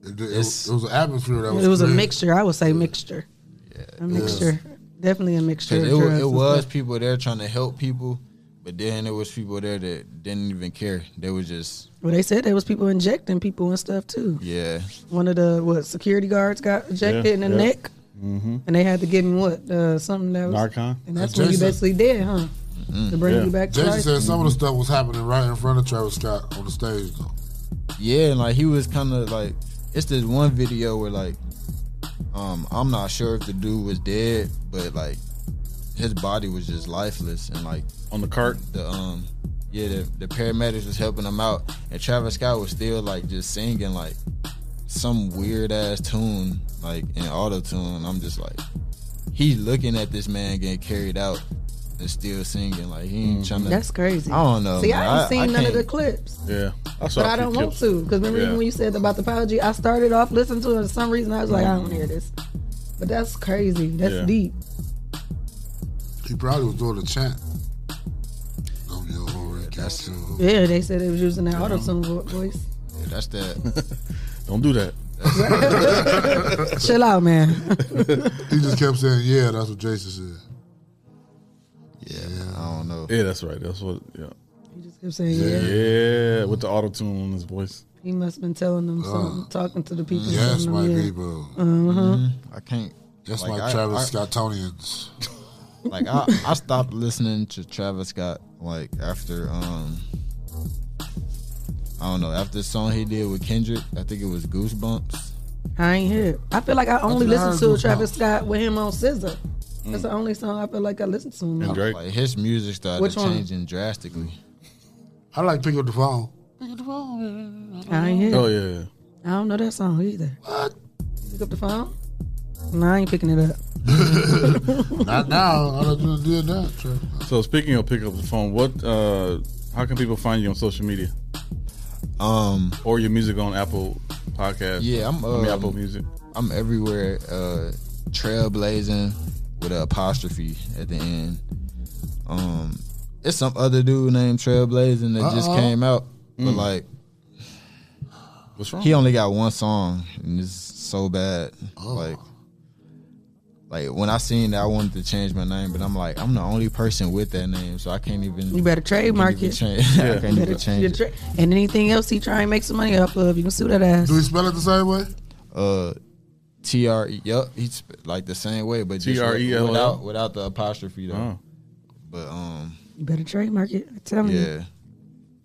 it, it was an atmosphere that
it was a mixture I would say mixture a
it was.
mixture definitely a mixture of
Cause it, wa-
drugs
it
and
was
stuff.
people there trying to help people, but then there was people there that didn't even care. They were just
well they said there was people injecting people and stuff too
yeah.
one of the what security guards got ejected in the
yeah.
neck,
Mhm.
and they had to give him what uh, something that was
Narcan?
and that's
Uh, Jason- Mm-hmm.
when you basically did, huh? To bring you back to
Jason
life.
said some of the stuff was happening right in front of Travis Scott on the stage. Though.
Yeah, and like he was kind of like it's this one video where like um I'm not sure if the dude was dead, but like his body was just lifeless and like
on the cart.
The um yeah, the, the paramedics was helping him out, and Travis Scott was still like just singing like some weird ass tune like in auto tune. I'm just like he's looking at this man getting carried out. And still singing like he ain't
Mm-hmm.
trying to.
That's crazy.
Um, I don't know.
See,
man.
I ain't seen none of
can't-
the clips.
Yeah,
but I don't want to because remember even when you said about the apology, I started off listening to it. And for some reason, I was like, I don't hear this. But that's crazy. That's
Yeah.
deep.
He probably was doing a chant. I'm your old That's
Yeah, they said they was using that auto tune voice.
Yeah, that's that.
don't do that.
Chill out, man.
he just kept saying, "Yeah, that's what Jason said."
Yeah, I don't know.
Yeah, that's right. That's what. Yeah.
You just I'm saying,
Yeah,
yeah.
with the auto tune on his voice.
He must have been telling them something, talking to the people.
Uh, Yes, my
telling them, yeah.
people.
Uh-huh.
I can't.
That's
like,
my
Mm-hmm. I-
Travis
I-
Scottonians.
like I, I stopped listening to Travis Scott like after um I don't know after the song he did with Kendrick I think it was Goosebumps
I ain't hear. it. I feel like I only
I
listen
heard
to
Goosebumps.
Travis Scott with him on Scissor.
Mm.
That's the only song I feel like I listen to him. on.
like his music started
Which one?
changing drastically
I like Pick Up the Phone.
I ain't hear. it.
Oh, yeah, yeah.
I don't know that song either. What? Pick up the phone. No, I ain't picking it up.
Not now. I done did that. Travis.
So speaking of pick up the phone, what? uh How can people find you on social media?
Um,
or your music on Apple Podcast?
yeah I'm
I mean,
um,
Apple Music.
I'm everywhere uh trailblazing with an apostrophe at the end um it's some other dude named Trailblazing that just Uh-oh. came out but Mm. like
What's wrong?
He only got one song, and it's so bad. Like, like when I seen that, I wanted to change my name, but I'm like, I'm the only person with that name, so I can't even.
You better
I can't
trademark
even
it.
Change, I can't
Better-
even change.
you
It.
tra- and anything else he try and make some money off of, you can sue that ass.
Do we spell it the same way?
Uh, T R E. Yup, he's like the same way, but just
T-R-E-L-L?
without without the apostrophe though. But um,
You better trademark it. I'm telling you.
yeah,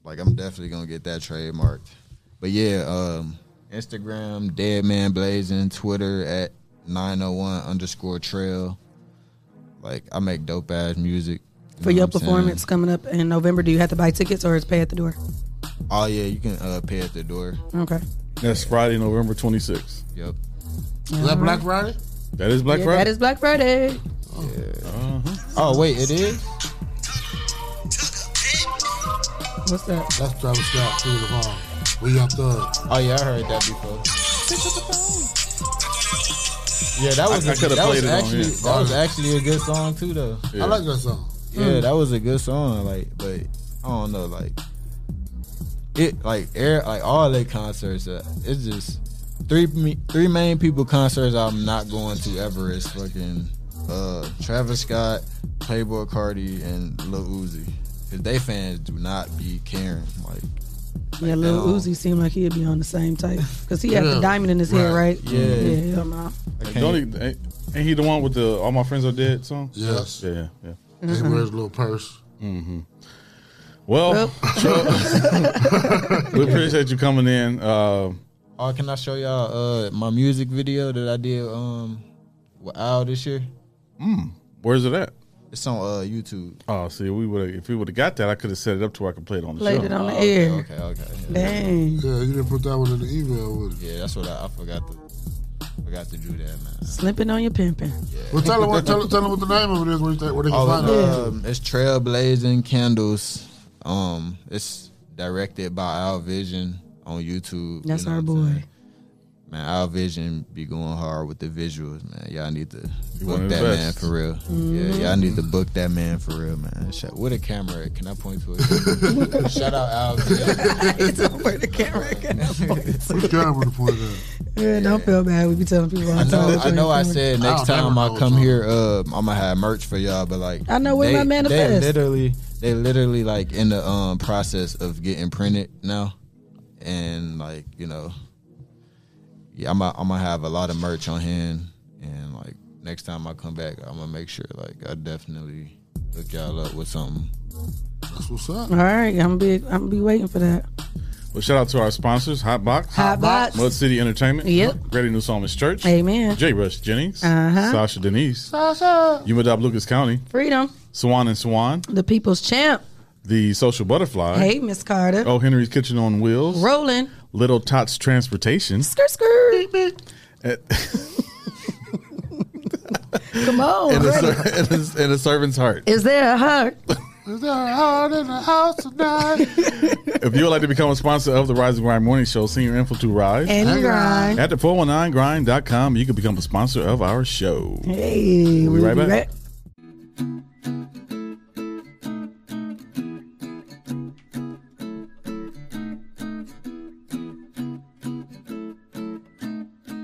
like I'm definitely gonna get that trademarked. But yeah, um, Instagram Dead Man Blazing, Twitter at 901 underscore Trail. Like I make dope ass music You
For
know
your
what I'm
performance coming up in November, do you have to buy tickets or is pay at the door?
saying? Oh yeah, you can uh, pay at the door.
Okay.
That's Friday, November 26th.
Yep.
Is that Black Friday?
That is Black
Yeah,
Friday.
That is Black Friday.
Oh wait, it is.
What's that?
That's Travis Scott. Pick Up the Phone. We Young Thug.
Oh yeah, I heard that before. Yeah, that was
I- I
a-
coulda
that was
played it on
actually
here.
that was actually a good song too though.
I like that song.
Yeah,
Hmm.
that was a good song. Like, but I don't know, like it, like air, like all their concerts. Uh, it's just three me- three main people concerts I'm not going to ever is fucking uh, Travis Scott, Playboy Cardi, and Lil Uzi. Cause they fans do not be caring. Like,
Yeah, Lil
now.
Uzi seemed like he'd be on the same type because he had
Yeah.
the diamond in his head,
Right.
right?
Yeah.
yeah. hell no.
Don't e- he, ain't, ain't he the one with the "All My Friends Are Dead" song?
Yes.
Yeah, yeah.
He wears a little purse.
Mm-hmm. Well, Tra- we appreciate you coming in. Uh,
oh, can I show y'all uh, my music video that I did um with Al this year?
Mm. Where's it at?
It's on uh, YouTube.
Oh, see, we would if we would have got that, I could have set it up to where I could play it on the
Played
show.
it on the
Oh, okay,
air.
okay, okay.
Dang.
Yeah, you didn't put that one in the email, would you?
Yeah, that's what I, I forgot to forgot to do that, man.
Slipping on your pimping.
Well, tell them, what, tell, tell them what the name of it is, where, you think, where they can
Oh,
find it.
um, it's Trailblazing Candles. Um, it's directed by Al Vision on YouTube.
That's
you know
our
what I'm
boy.
saying? Man, Al Vision be going hard with the visuals, man. Y'all need to
one
book
of the
that man
best.
for real.
Mhm.
Mm-hmm.
Yeah, y'all need to book that man for real, man. Shout, where the camera at? Can I point to it? Shout out Al Vision.
It's over the camera. Can I point to
Which
it?
camera to point at?
Yeah, don't feel bad. We be telling people all
I
the time.
know,
that
I
you
know. I
ain't coming.
said next time I come here, uh, I'm gonna have merch for y'all. But like,
I know where my
They
manifest.
literally, they literally like in the um process of getting printed now, and like you know, yeah, I'm gonna I'm gonna have a lot of merch on hand, and like next time I come back, I'm gonna make sure like I definitely hook y'all up with something.
That's what's up.
All right, I'm be I'm gonna be waiting for that.
Well, shout out to our sponsors: Hot Box,
Hot Box.
Mud City Entertainment,
Yep.
Greater New Psalmist Church,
Amen.
J. Rush Jennings,
Uh-huh.
Sasha Denise, Umadop Lucas County,
Freedom,
Swan and Swan,
the people's champ.
The Social Butterfly,
Hey, Miss Carter.
Oh Henry's Kitchen on Wheels,
Rolling.
Little Tots Transportation,
Skirt, skirt. Come on.
and, a,
ready.
ser- and, a, and a Servant's Heart.
Is there a heart?
Is there a heart in the house tonight?
If you would like to become a sponsor of the Rise and Grind Morning Show, send your info to Rise
And And grind.
at the 419grind.com. You can become a sponsor of our show.
Hey,
We'll be right back.
All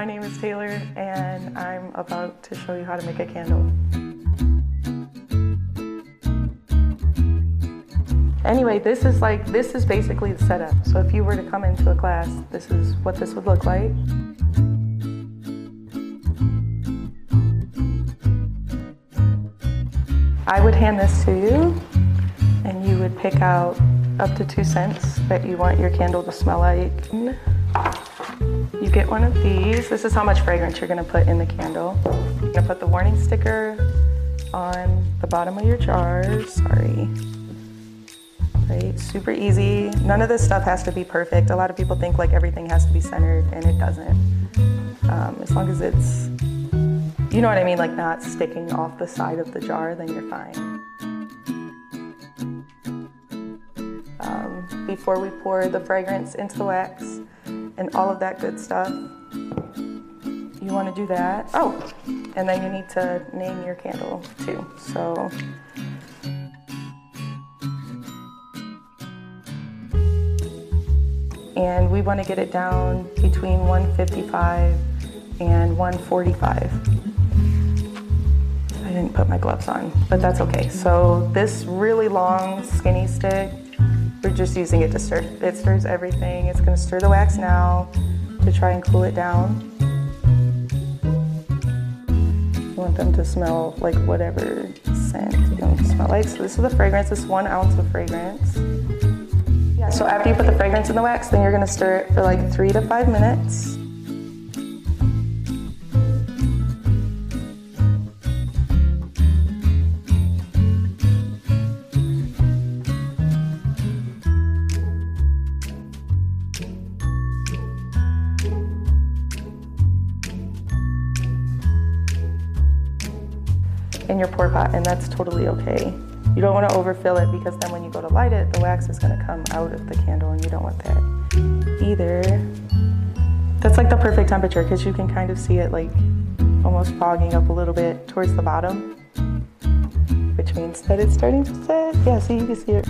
my name is Taylor, and I'm about to show you how to make a candle. Anyway, this is like, this is basically the setup. So if you were to come into a class, this is what this would look like. I would hand this to you, and you would pick out up to two scents that you want your candle to smell like. You get one of these. This is how much fragrance you're gonna put in the candle. You're gonna put the warning sticker on the bottom of your jars. Sorry. Right? Super easy. None of this stuff has to be perfect. A lot of people think like everything has to be centered, and it doesn't. Um, as long as it's, you know what I mean, like not sticking off the side of the jar, then you're fine. Um, before we pour the fragrance into the wax and all of that good stuff, you want to do that. Oh, and then you need to name your candle too. So and we want to get it down between 155 and 145. I didn't put my gloves on, but that's okay. So this really long skinny stick, we're just using it to stir. It stirs everything. It's going to stir the wax now to try and cool it down. You want them to smell like whatever scent you want them to smell like. So this is the fragrance. This is one ounce of fragrance. Yeah, so after you put the fragrance in the wax, then you're gonna stir it for like three to five minutes. In your pour pot, and that's totally okay. You don't want to overfill it because then when you go to light it, the wax is going to come out of the candle, and you don't want that either. That's like the perfect temperature because you can kind of see it like almost fogging up a little bit towards the bottom, which means that it's starting to set. Yeah, so you can see it.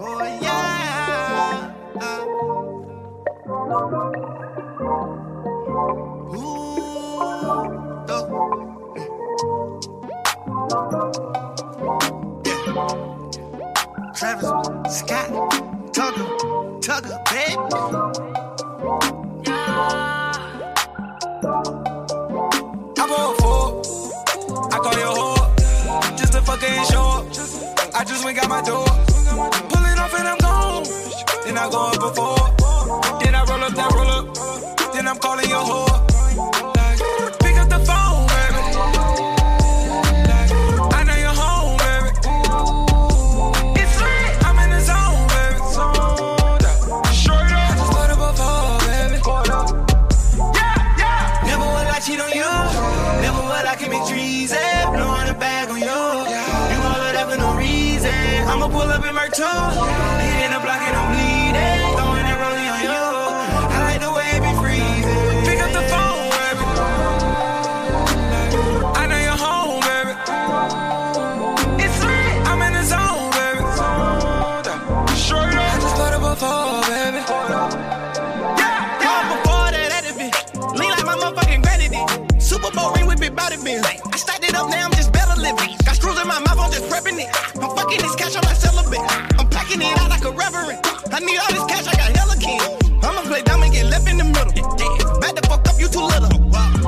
Oh yeah.
Travis Scott, Tugger, Tugger, baby. I'm on four. I call your whore, just to fuck her and show up. I just went out my door, pull it off and I'm gone. Then I go up before, then I roll up that roll up, then I'm calling your whore. Like, pick up the phone, baby. Like, I know you're home, baby. It's lit, I'm in the zone, baby. Zoned out. Straight up. I just bought it before, baby. Yeah, yeah. Never will I cheat on you. Never will I commit treason. Blowing a bag on you. You all it up for no reason. I'ma pull up in my two. Hitting the block and I'm bleeding. Throwing that rolling on you. I like the way it be freezing. Pick up the phone, baby. I know you're home, baby. It's lit. I'm in the zone, baby. Straight up. I just thought it before, baby. Yeah, yeah. I'm before that at the bitch. Lean like my motherfucking granddaddy. Super Bowl ring with big body bins. I stacked it up, now I'm just better living. Got screws in my mouth, I'm just prepping it. I'm fucking this cash, I'm not celibate. I'm packing it out like a reverend. I need all this cash, I got hella kids. I'ma play dumb and get left in the middle. Back the fuck up, you too little.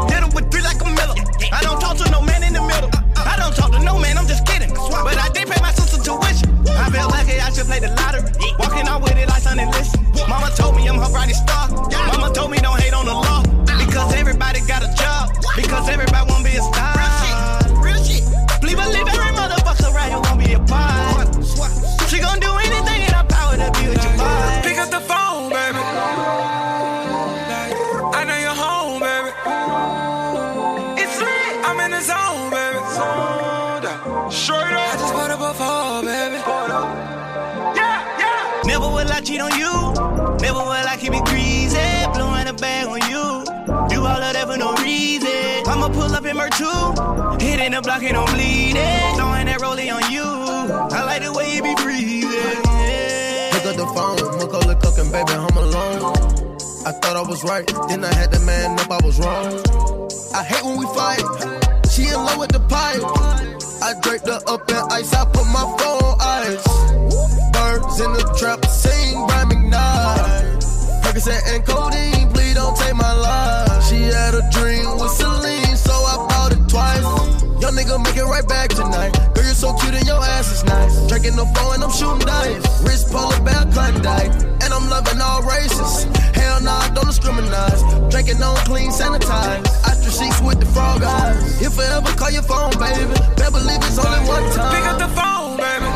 Hit him with three like a middle. I don't talk to no man in the middle. I don't talk to no man, I'm just kidding. But I did pay my sister tuition. I felt like I should play the lottery. Walking out with it like son and listen. Mama told me I'm her brightest star. Mama told me don't hate on the law. Because everybody got a job. Because everybody wanna be a star. Real shit. Please believe every motherfucker around here wanna be a part. She gon' do anything in her power to be with your boy. Pick up the phone, baby. I know you're home, baby. It's lit. I'm in the zone, baby.
up in my two. Hitting the block and I'm bleeding. Throwing that rollie on you. I like the way you be breathing. yeah.
Pick up the phone, Macaulay cooking, baby, home alone. I thought I was right, then I had to man up, I was wrong. I hate when we fight. She in love with the pipe. I draped her up in ice, I put my phone ice. Birds in the trap, sing by McKnight. Percocet and codeine, please don't take my life. She had a dream with Celine, so I bought it twice. Young nigga, make it right back tonight. Girl, you're so cute and your ass is nice. Drinking the phone, I'm shooting dice. Wrist pulling back, Klondike. And I'm loving all races. Hell nah, don't discriminate. Drinking on clean, sanitized. Ostrich sheets with the frog eyes. Here forever, call your phone, baby. Better believe it's only one time.
Pick up the phone, baby.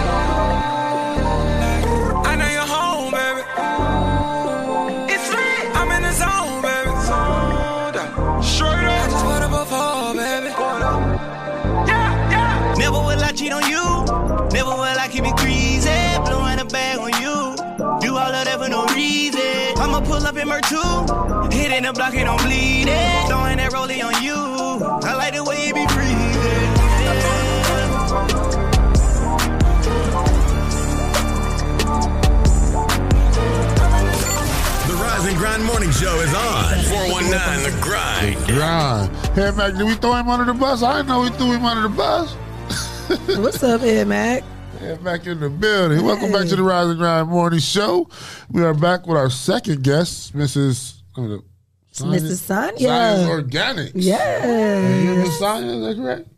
I know you're home, baby. It's lit. I'm in the zone, baby. Straight up. I just bought up a phone, baby. Yeah, yeah. Never will I cheat on you. Never will I keep it crazy. Blowing a bag on you. Do all of that for no reason. I'ma pull up in my two. Hitting the block and I'm bleeding. Throwing that rollie on you. I like the way you be breathing.
The Rise and Grind Morning Show is on. 419 The Grind.
Grind. Hey, Mac, did we throw him under the bus? I didn't know we threw him under the bus.
What's up, Ed Mac?
Yeah, back in the building. Welcome back to the Rise and Grind Morning Show. We are back with our second guest, oh, Mrs. I'm gonna-
Mrs. Sonia.
Science Organics.
Yes.
You Miss Sonia, is that correct?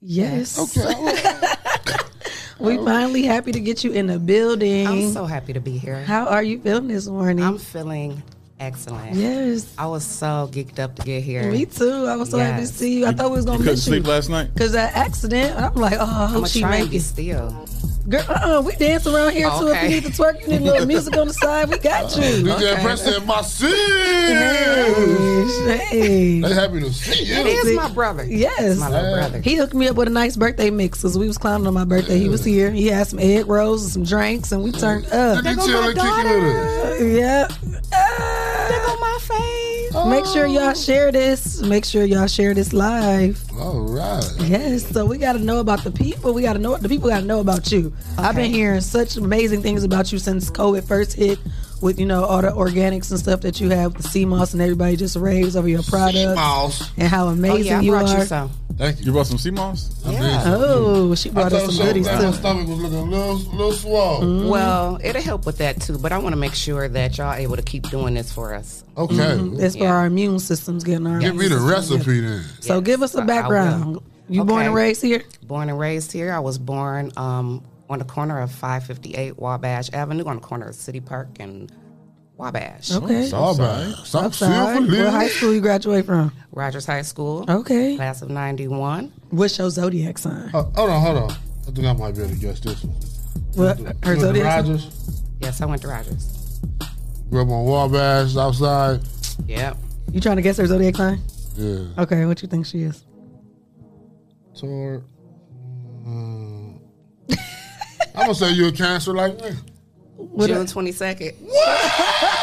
Yes.
Okay.
we finally happy to get you in the building.
I'm so happy to be here.
How are you feeling this morning? I'm
feeling excellent.
Yes.
I was so geeked up to get here.
Me too. I was so happy to
Yes.
see you. I thought we was gonna
you couldn't
miss
sleep
you
last night?
because that accident. I'm like, oh, I hope
I'ma
she
try and
make
be
it
still.
Girl, uh, uh we dance around here too. If
Okay.
you need to twerk, you need a little music on the side. We got you.
DJ Prince said, "My sis."
Hey.
They happy to see you.
It is my
brother.
Yes,
My little brother.
He hooked me up with a nice birthday mix because we was clowning on my birthday. He was here. He had some egg rolls and some drinks, and we turned up.
Look at you, look at you.
Yeah. Make sure
Oh.
y'all share this. Make sure y'all share this live.
All right.
Yes. So we got to know about the people. We got to know the people. Got to know about you. I've been hearing such amazing things about you since COVID first hit. With you know all the organics and stuff that you have, the sea moss, and everybody just raves over your products
moss.
and
Oh,
how amazing you are.
Thank you. You brought some sea moss?
Oh, she brought
I
us
thought
some
so.
goodies
That
too. Mm-hmm.
My stomach was looking a little, little swole.
Well, it'll help with that too, but I want to make sure that y'all able to keep doing this for us.
Okay.
Mhm. That's for our immune systems getting our.
Give me the
immune system
recipe
together.
then.
So
Yes,
give us
I-
a
I
background.
will.
You born and
Okay.
raised here?
Born and raised here. I was born um, on the corner of 558 Wabash Avenue, on the corner of City Park and Wabash.
Okay. Southside.
Southside.
What high school you graduate from?
Rogers High School.
Okay.
Class of 91.
What's your zodiac sign?
Oh, hold on, hold on. I think I might be able to guess this one.
What her
You went to
zodiac? sign?
Rogers,
Yes, I went to Rogers.
grew up on Wabash, outside.
Yep.
You trying to guess her zodiac sign?
Yeah.
Okay, what you think she is?
Toward. I'm gonna uh, say you're a cancer like me.
June 22nd.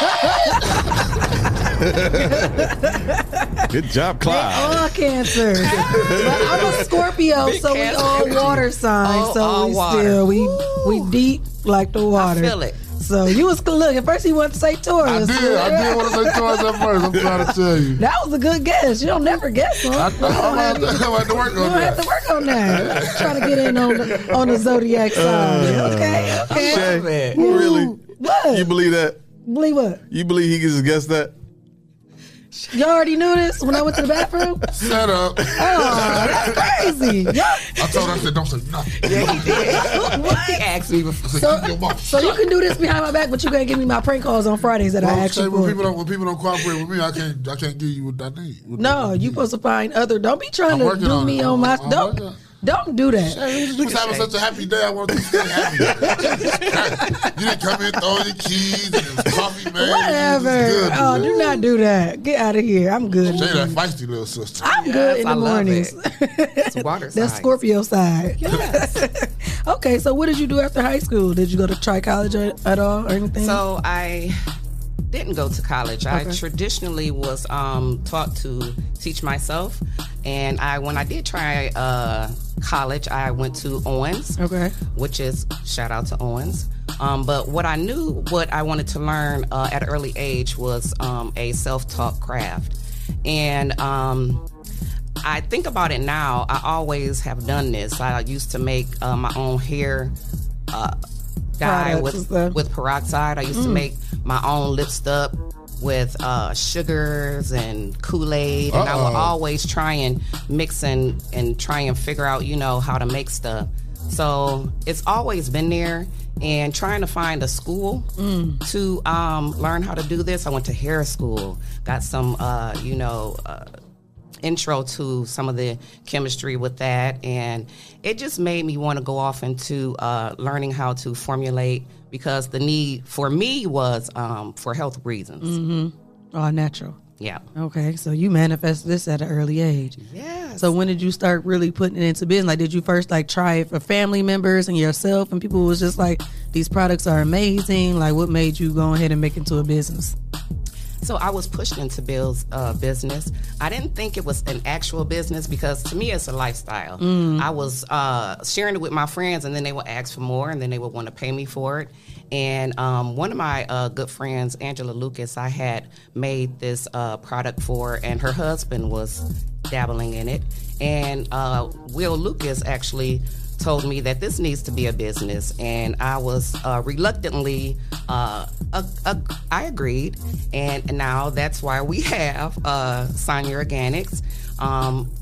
Good job, Clyde.
All cancer. but I'm a Scorpio,
Uh, Big
so
Cancer.
we all water signs.
All-
so
all
we
water.
still we we deep like the water.
feel it.
So you was look at first he wanted to say Taurus.
I did. I did want to say Taurus at first. I'm trying to tell you.
That was a good guess. You don't never guess one.
I know. I'm gonna have to- I'm gonna have to work
You
on
don't have
that.
to work on that. I'm trying to get in on the, on the
Uh,
zodiac sign. okay. Okay.
Shay, really?
What?
You believe that?
Believe what?
You believe he can just guess that?
Y'all already knew this when I went to the bathroom.
Shut up.
Oh, that's crazy. Y'all-
I told her, I said, don't say nothing.
Yeah, he did.
What?
He asked me before.
So, so you can do this behind my back, but you can't give me my prank calls on Fridays that
Well,
I
I'm
ask you
saying when
for.
people don't when people don't cooperate with me, I can't I can't give you what I need. What-
No, you supposed to find other. Don't be
I'm
trying to
working
do
on
me
it.
on my.
I'm
Don't don't do that.
Hey, we was just having such a happy day. I wanted to stay happy. you didn't come in throwing your keys and it was coffee made.
Whatever. Oh, do not do that. Get out of here. I'm good.
Jay, that feisty little sister.
I'm good in the mornings.
It's water
That's
sign.
Scorpio side. okay, so what did you do after high school? Did you go to tri college at all or anything?
So I didn't go to college. I Okay. traditionally was um, taught to teach myself, and I when I did try uh, college, I went to Owens,
okay,
which is shout out to Owens. Um, but what I knew, what I wanted to learn uh, at an early age was um, a self-taught craft, and. Um, I think about it now. I always have done this. I used to make uh, my own hair uh, dye
Products and
with
stuff.
with peroxide. I used to
Mm.
make my own lip stuff with uh, sugars and Kool Aid, and I would
Uh-oh.
always try and mix and and try and figure out you know how to make stuff. So it's always been there. And trying to find a school to um, learn how to do this, I went to hair school, got some, uh, you know, uh, intro to some of the chemistry with that and it just made me want to go off into uh, learning how to formulate because the need for me was um, for health reasons
Mm-hmm. All natural.
yeah
Okay, so you manifest this at an early age.
Yeah.
So when did you start really putting it into business? Like, did you first like try it for family members and yourself, and people was just like, "These products are amazing." Like, what made you go ahead and make it into a business?
so i was pushed into bill's uh, business i didn't think it was an actual business because to me it's a lifestyle
Mm.
i was uh, sharing it with my friends and then they would ask for more and then they would want to pay me for it and um, one of my uh, good friends angela lucas i had made this uh, product for and her husband was dabbling in it and uh, will lucas actually told me that this needs to be a business and i was uh, reluctantly uh, ag- ag- i agreed and now that's why we have uh, sonia organics um,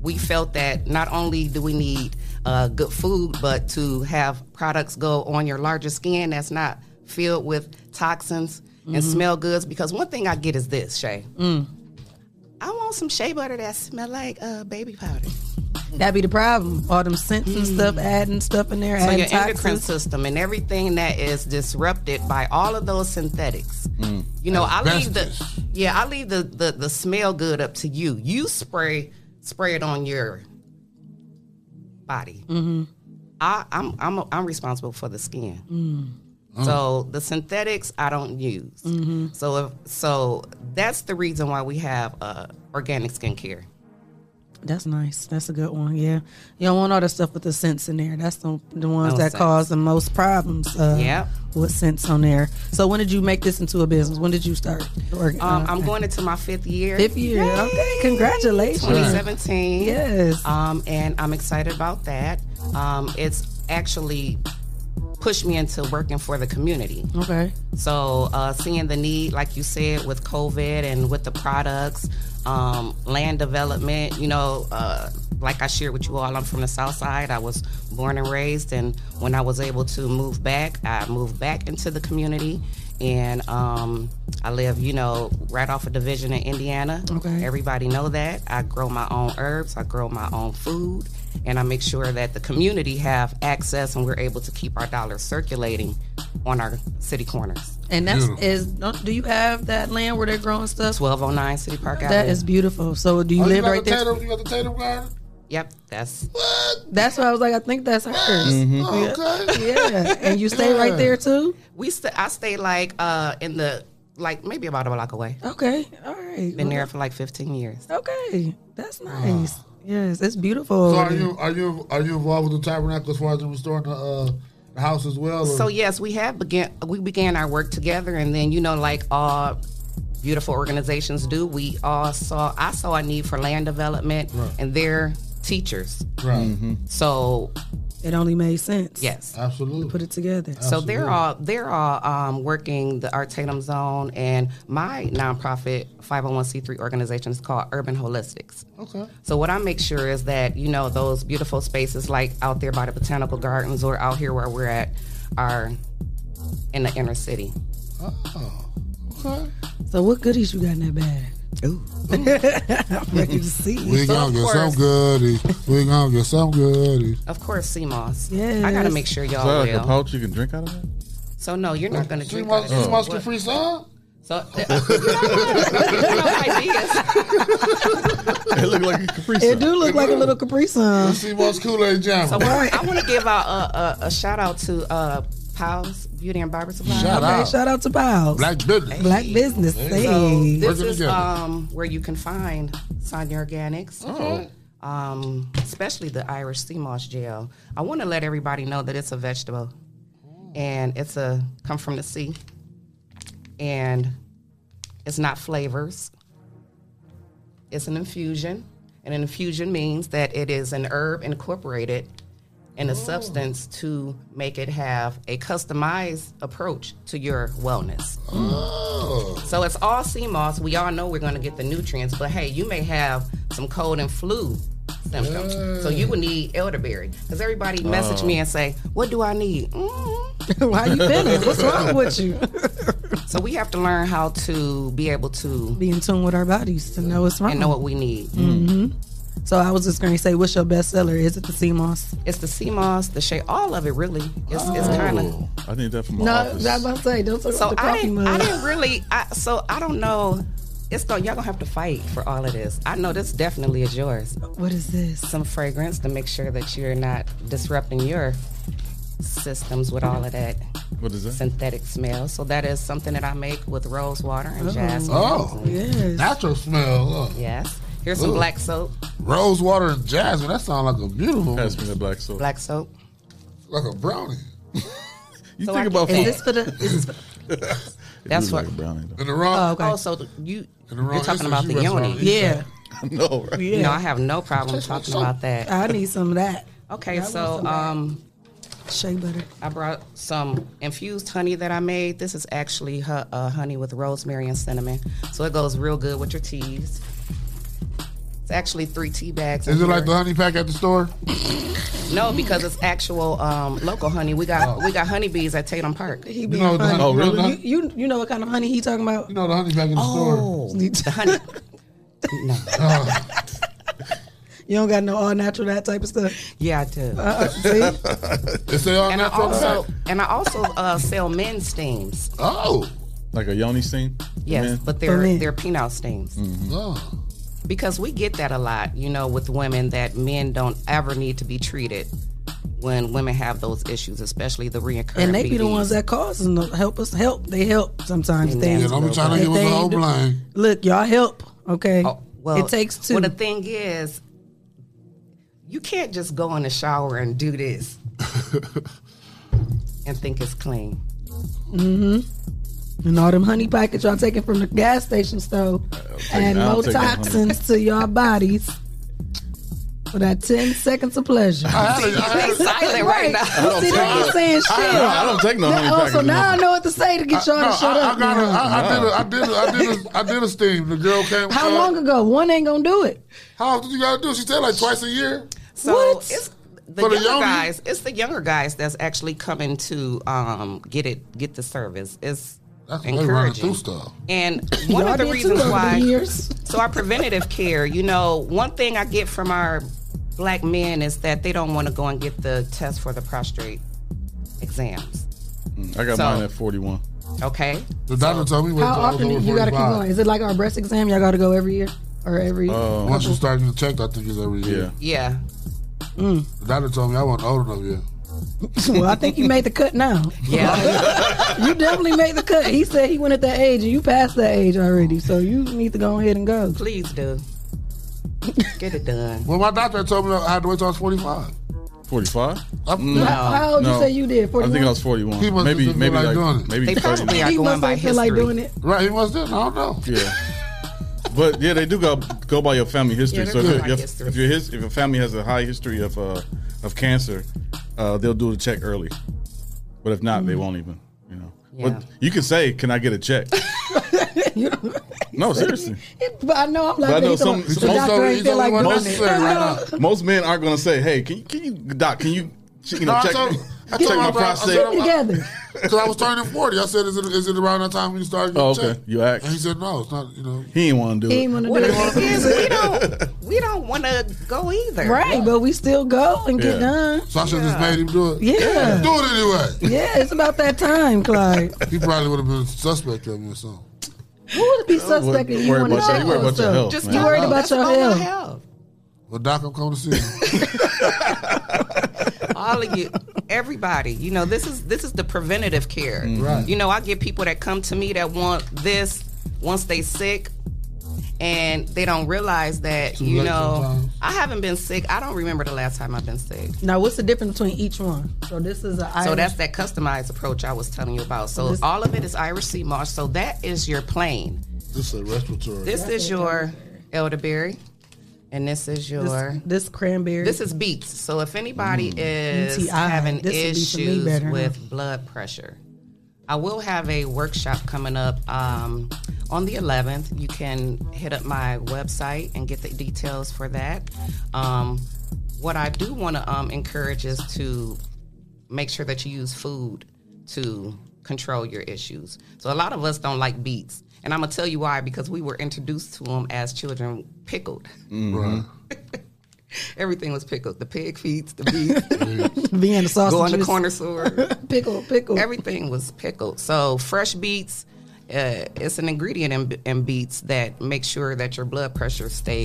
we felt that not only do we need uh, good food but to have products go on your larger skin that's not filled with toxins
Mhm.
and smell goods because one thing i get is this shay
Mm.
i want some shea butter that smell like uh, baby powder
That'd be the problem. All them scents and stuff, adding stuff in there,
Mm. so
adding
your endocrine
toxins.
system and everything that is disrupted by all of those synthetics. You know, I leave the yeah, I leave the, the the smell good up to you. You spray spray it on your body.
Mm-hmm.
I, I'm I'm I'm responsible for the skin.
Mm.
So the synthetics I don't use.
Mhm.
So if, so that's the reason why we have uh, organic skincare.
That's nice. That's a good one. Yeah, you don't want all the stuff with the scents in there. That's the, the ones
No
that
scents.
cause the most problems. Uh,
Yep.
with scents on there. So when did you make this into a business? When did you start? Or, uh,
Um, I'm
okay.
going into my fifth year.
fifth year.
Yay!
Okay, congratulations.
2017.
Yes.
Um, and I'm excited about that. Um, it's actually pushed me into working for the community.
Okay.
So uh, seeing the need, like you said, with COVID and with the products, um, land development. You know, uh, like I shared with you all, I'm from the South Side. I was born and raised, and when I was able to move back, I moved back into the community, and um, I live, you know, right off a division in Indiana.
Okay.
Everybody know that. I grow my own herbs. I grow my own food. And I make sure that the community have access and we're able to keep our dollars circulating on our city corners.
And that's is. Don't, do you have that land where they're growing stuff?
1209 City Park Avenue.
That is beautiful. So do you
Oh, you
live
got
right
the
there?
Tatum-
You got the Tatum garden?
Yep, that's
That's why I was like, I think that's hers.
Mhm.
Oh, Okay. Yeah, and you stay right there too.
We st- I stay like uh in the like maybe about a block away.
Okay, all right.
Been there Oh. for like 15 years.
Okay, that's nice. Yes, it's beautiful.
So are
over there.
you are you are you involved with the tabernacle as far as restoring the, uh, the house as well? or-
So yes, we have began we began our work together, and then you know, like all beautiful organizations do, we all saw I saw a need for land development
Right.
and their teachers.
Right.
Mm-hmm.
So
it only made sense.
Yes.
absolutely.
Put it together.
So they're all they're all um, working the Art Tatum Zone, and my nonprofit 501c3 organization is called Urban Holistics.
Okay.
So what I make sure is that you know those beautiful spaces like out there by the botanical gardens or out here where we're at are in the inner city.
Oh. Okay.
So what goodies you got in that bag? Ooh. I'm ready to see.
We gonna get some goodies. We gonna get some goodies.
Of course, CMOS.
Yes.
I gotta make sure
Is that
y'all
like a
will.
pouch you can drink out of? That?
so no, you're not gonna drink.
CMOS
out of it.
CMOS Capri Sun?
So It
look like a Capri
It do look like a little Capri Sun.
Kool Aid jam.
So I want to give out a, a, a shout out to uh, Powell's Beauty and Barber Supply.
Shout Okay, out. shout out to Powell's.
Black business.
Black business. Hey.
So
Working
this is
together.
um, where you can find Sonia Organics.
Okay.
Um, especially the Irish sea moss gel. I want to let everybody know that it's a vegetable, and it's a come from the sea, and it's not flavors. It's an infusion, and an infusion means that it is an herb incorporated in a substance to make it have a customized approach to your wellness.
Mm.
Oh.
So it's all sea moss. We all know we're going to get the nutrients, but hey, you may have some cold and flu symptoms. So you would need elderberry. Because everybody message
Oh.
me and say, What do I need? Mm.
How you feeling? What's wrong with you?
So we have to learn how to be able to
Be in tune with our bodies to know what's wrong
and know what we need.
hmm So I was just going to say, what's your bestseller? Is it the sea moss?
It's the sea moss, the shea, all of it really. It's, it's kind of
I need that for my
No,
office.
that's what I'm saying. Don't talk
So
about the
I
coffee
didn't,
mug.
I didn't really. I, so I don't know. It's going y'all gonna have to fight for all of this. I know this definitely is yours.
What is this?
Some fragrance to make sure that you're not disrupting your systems with all of that.
What is that?
Synthetic smell. So that is something that I make with rose water and
Oh.
jasmine.
Oh, yes. natural smell. huh?
Yes. Here's some
Ooh.
black soap.
Rose water and jasmine. That sounds like a beautiful.
Pass me the black soap.
Black soap.
Like a brownie.
you
So
think
I
about
can-
food.
Is this for the- is this for- That's what.
In
the
Oh, so you you're talking about the yoni?
Yeah.
no, right?
Yeah.
No, I have no problem talking about that.
I need some of that.
Okay,
I want
so
some of that.
um,
shea butter.
I brought some infused honey that I made. This is actually hu- uh, honey with rosemary and cinnamon, so it goes real good with your teas. It's actually three tea bags.
Is
in
it like the
here.
honey pack at the store?
No, because it's actual um, local honey. We got we got honeybees at Tatum Park.
He be funny.
oh,
You, you, you know what kind of honey he talking about? You
know the honey back in the
oh, store.
The honey.
You don't got no all natural that type of stuff.
Yeah, I do.
Uh, see?
They say all
and I
natural
also and I also uh, sell men's steams.
Oh,
like a yoni steam.
Yes,
Man.
but they're they're penile steams.
Mm-hmm.
Mhm.
Oh.
Because we get that a lot, you know, with women that men don't ever need to be treated when women have those issues, especially the reoccurring.
And they be the
BVs.
ones that cause and help us help. They help sometimes.
And
They,
that's Yeah, don't be trying to
if
give us
they
the whole
do-
blame.
Look, y'all help. Okay.
Well,
it takes two.
Well, the thing is, you can't just go in the shower and do this and think it's clean.
Mm-hmm. And all them honey packets y'all taking from the gas station store, and
I'll
no
take the honey.
toxins to y'all bodies for that ten seconds of pleasure.
They silent right now.
You see, they ain't saying shit.
I, don't- I don't take no
Now-
honey
oh,
packets.
so now I know what to say to get y'all to
Oh,
shut
I,
up.
I, got a,
now.
I, I did a, I did a, I did a, I did a steam. The girl came.
How
uh,
long ago? One ain't gonna do it.
How often you gotta do? it? She said like twice a year.
So it's the
For the
younger
young-
guys. It's the younger guys that's actually coming to um, get it, get the service. It's
That's what they running
encouraging.
through stuff.
And one
Y'all
of
did
the
too
reasons
over the
why.
years.
So our preventative care, you know, one thing I get from our black men is that they don't want to go and get the test for the prostate exams.
I got
So-
mine at forty-one.
Okay.
The doctor told me
How often do you gotta keep going? Is it like our breast exam? Y'all gotta go every year or every?
Uh,
Um,
Once you start getting checked, I think it's every year.
Yeah. Mm.
The doctor told me I wasn't old enough yet.
well, I think you made the cut now. Yeah, you definitely made the cut. He said he went at that age, and you passed that age already, so you need to go ahead and go.
Please do. Get it done.
Well, my doctor told me I had to wait till I was 45.
Forty-five. Mm.
No. How-
how old you say you did?
I
41?
think I was forty-one.
He must
maybe,
just feel
maybe
like
like,
doing it.
maybe
They probably
30.
are
He
going
must
by
not feel like
history.
doing it.
Right, he must have. I don't know.
Yeah. But yeah, they do go go by your family history.
Yeah, they
so if,
go
your-
by
your-
history.
if your his, if your family has a high history of uh, of cancer, uh, they'll do the check early. But if not, they
Mhm.
won't even. You know.
Yeah.
But you can say, "Can I get a check?" no, seriously.
But I know I'm
But I
like,
know
he's the
some,
one-
some
the doctor ain't feel like doing
most,
it. I know.
most men aren't going to say, "Hey, can you, can you doc? Can you you
No,
know
I
check,
told- I
check
told
my
my bro- I
prostate?"
told him-
Together.
Because I was turning 40. I said, is it, is it around that time when you started getting
Oh, okay.
checked?
You act.
And he said, no, it's not, you know.
He ain't want to do it.
Well, the thing is, we don't we don't want to go either.
Right, but we still go and get
Yeah.
done.
So I should have just made him do it.
Yeah.
Do it anyway.
Yeah, it's about that time, Clyde.
He probably would have been suspect of me or something.
Who would be suspect if you want to check yourself? Just you worried about your health.
Well, Doc, I'm coming to see you.
all of you, everybody. You know, this is this is the preventative care.
Mhm. Right.
You know, I get people that come to me that want this once they sick, and they don't realize that.
Too
You
late
know,
sometimes.
I haven't been sick. I don't remember the last time I've been sick.
Now, what's the difference between each one? So this is a
So
Irish-
that's that customized approach I was telling you about. So
This-
all of it is Irish sea marsh. So that is your plane.
This is a respiratory.
This is your elderberry, and this is your
this, this cranberry.
This is beets. So if anybody is
UTI.
having
This would be for me
issues
better, huh?
with blood pressure, I will have a workshop coming up um, on the 11th. You can hit up my website and get the details for that. Um, what I do want to um, encourage is to make sure that you use food to control your issues. So a lot of us don't like beets. And I'm going to tell you why because we were introduced to them as children pickled.
Mm-hmm.
Right.
Everything was pickled. The pig feeds, the beef,
Vienna sausage
Go in the
juice.
corner store.
pickle, pickle.
Everything was pickled. So fresh beets, uh, it's an ingredient in, in beets that makes sure that your blood pressure stay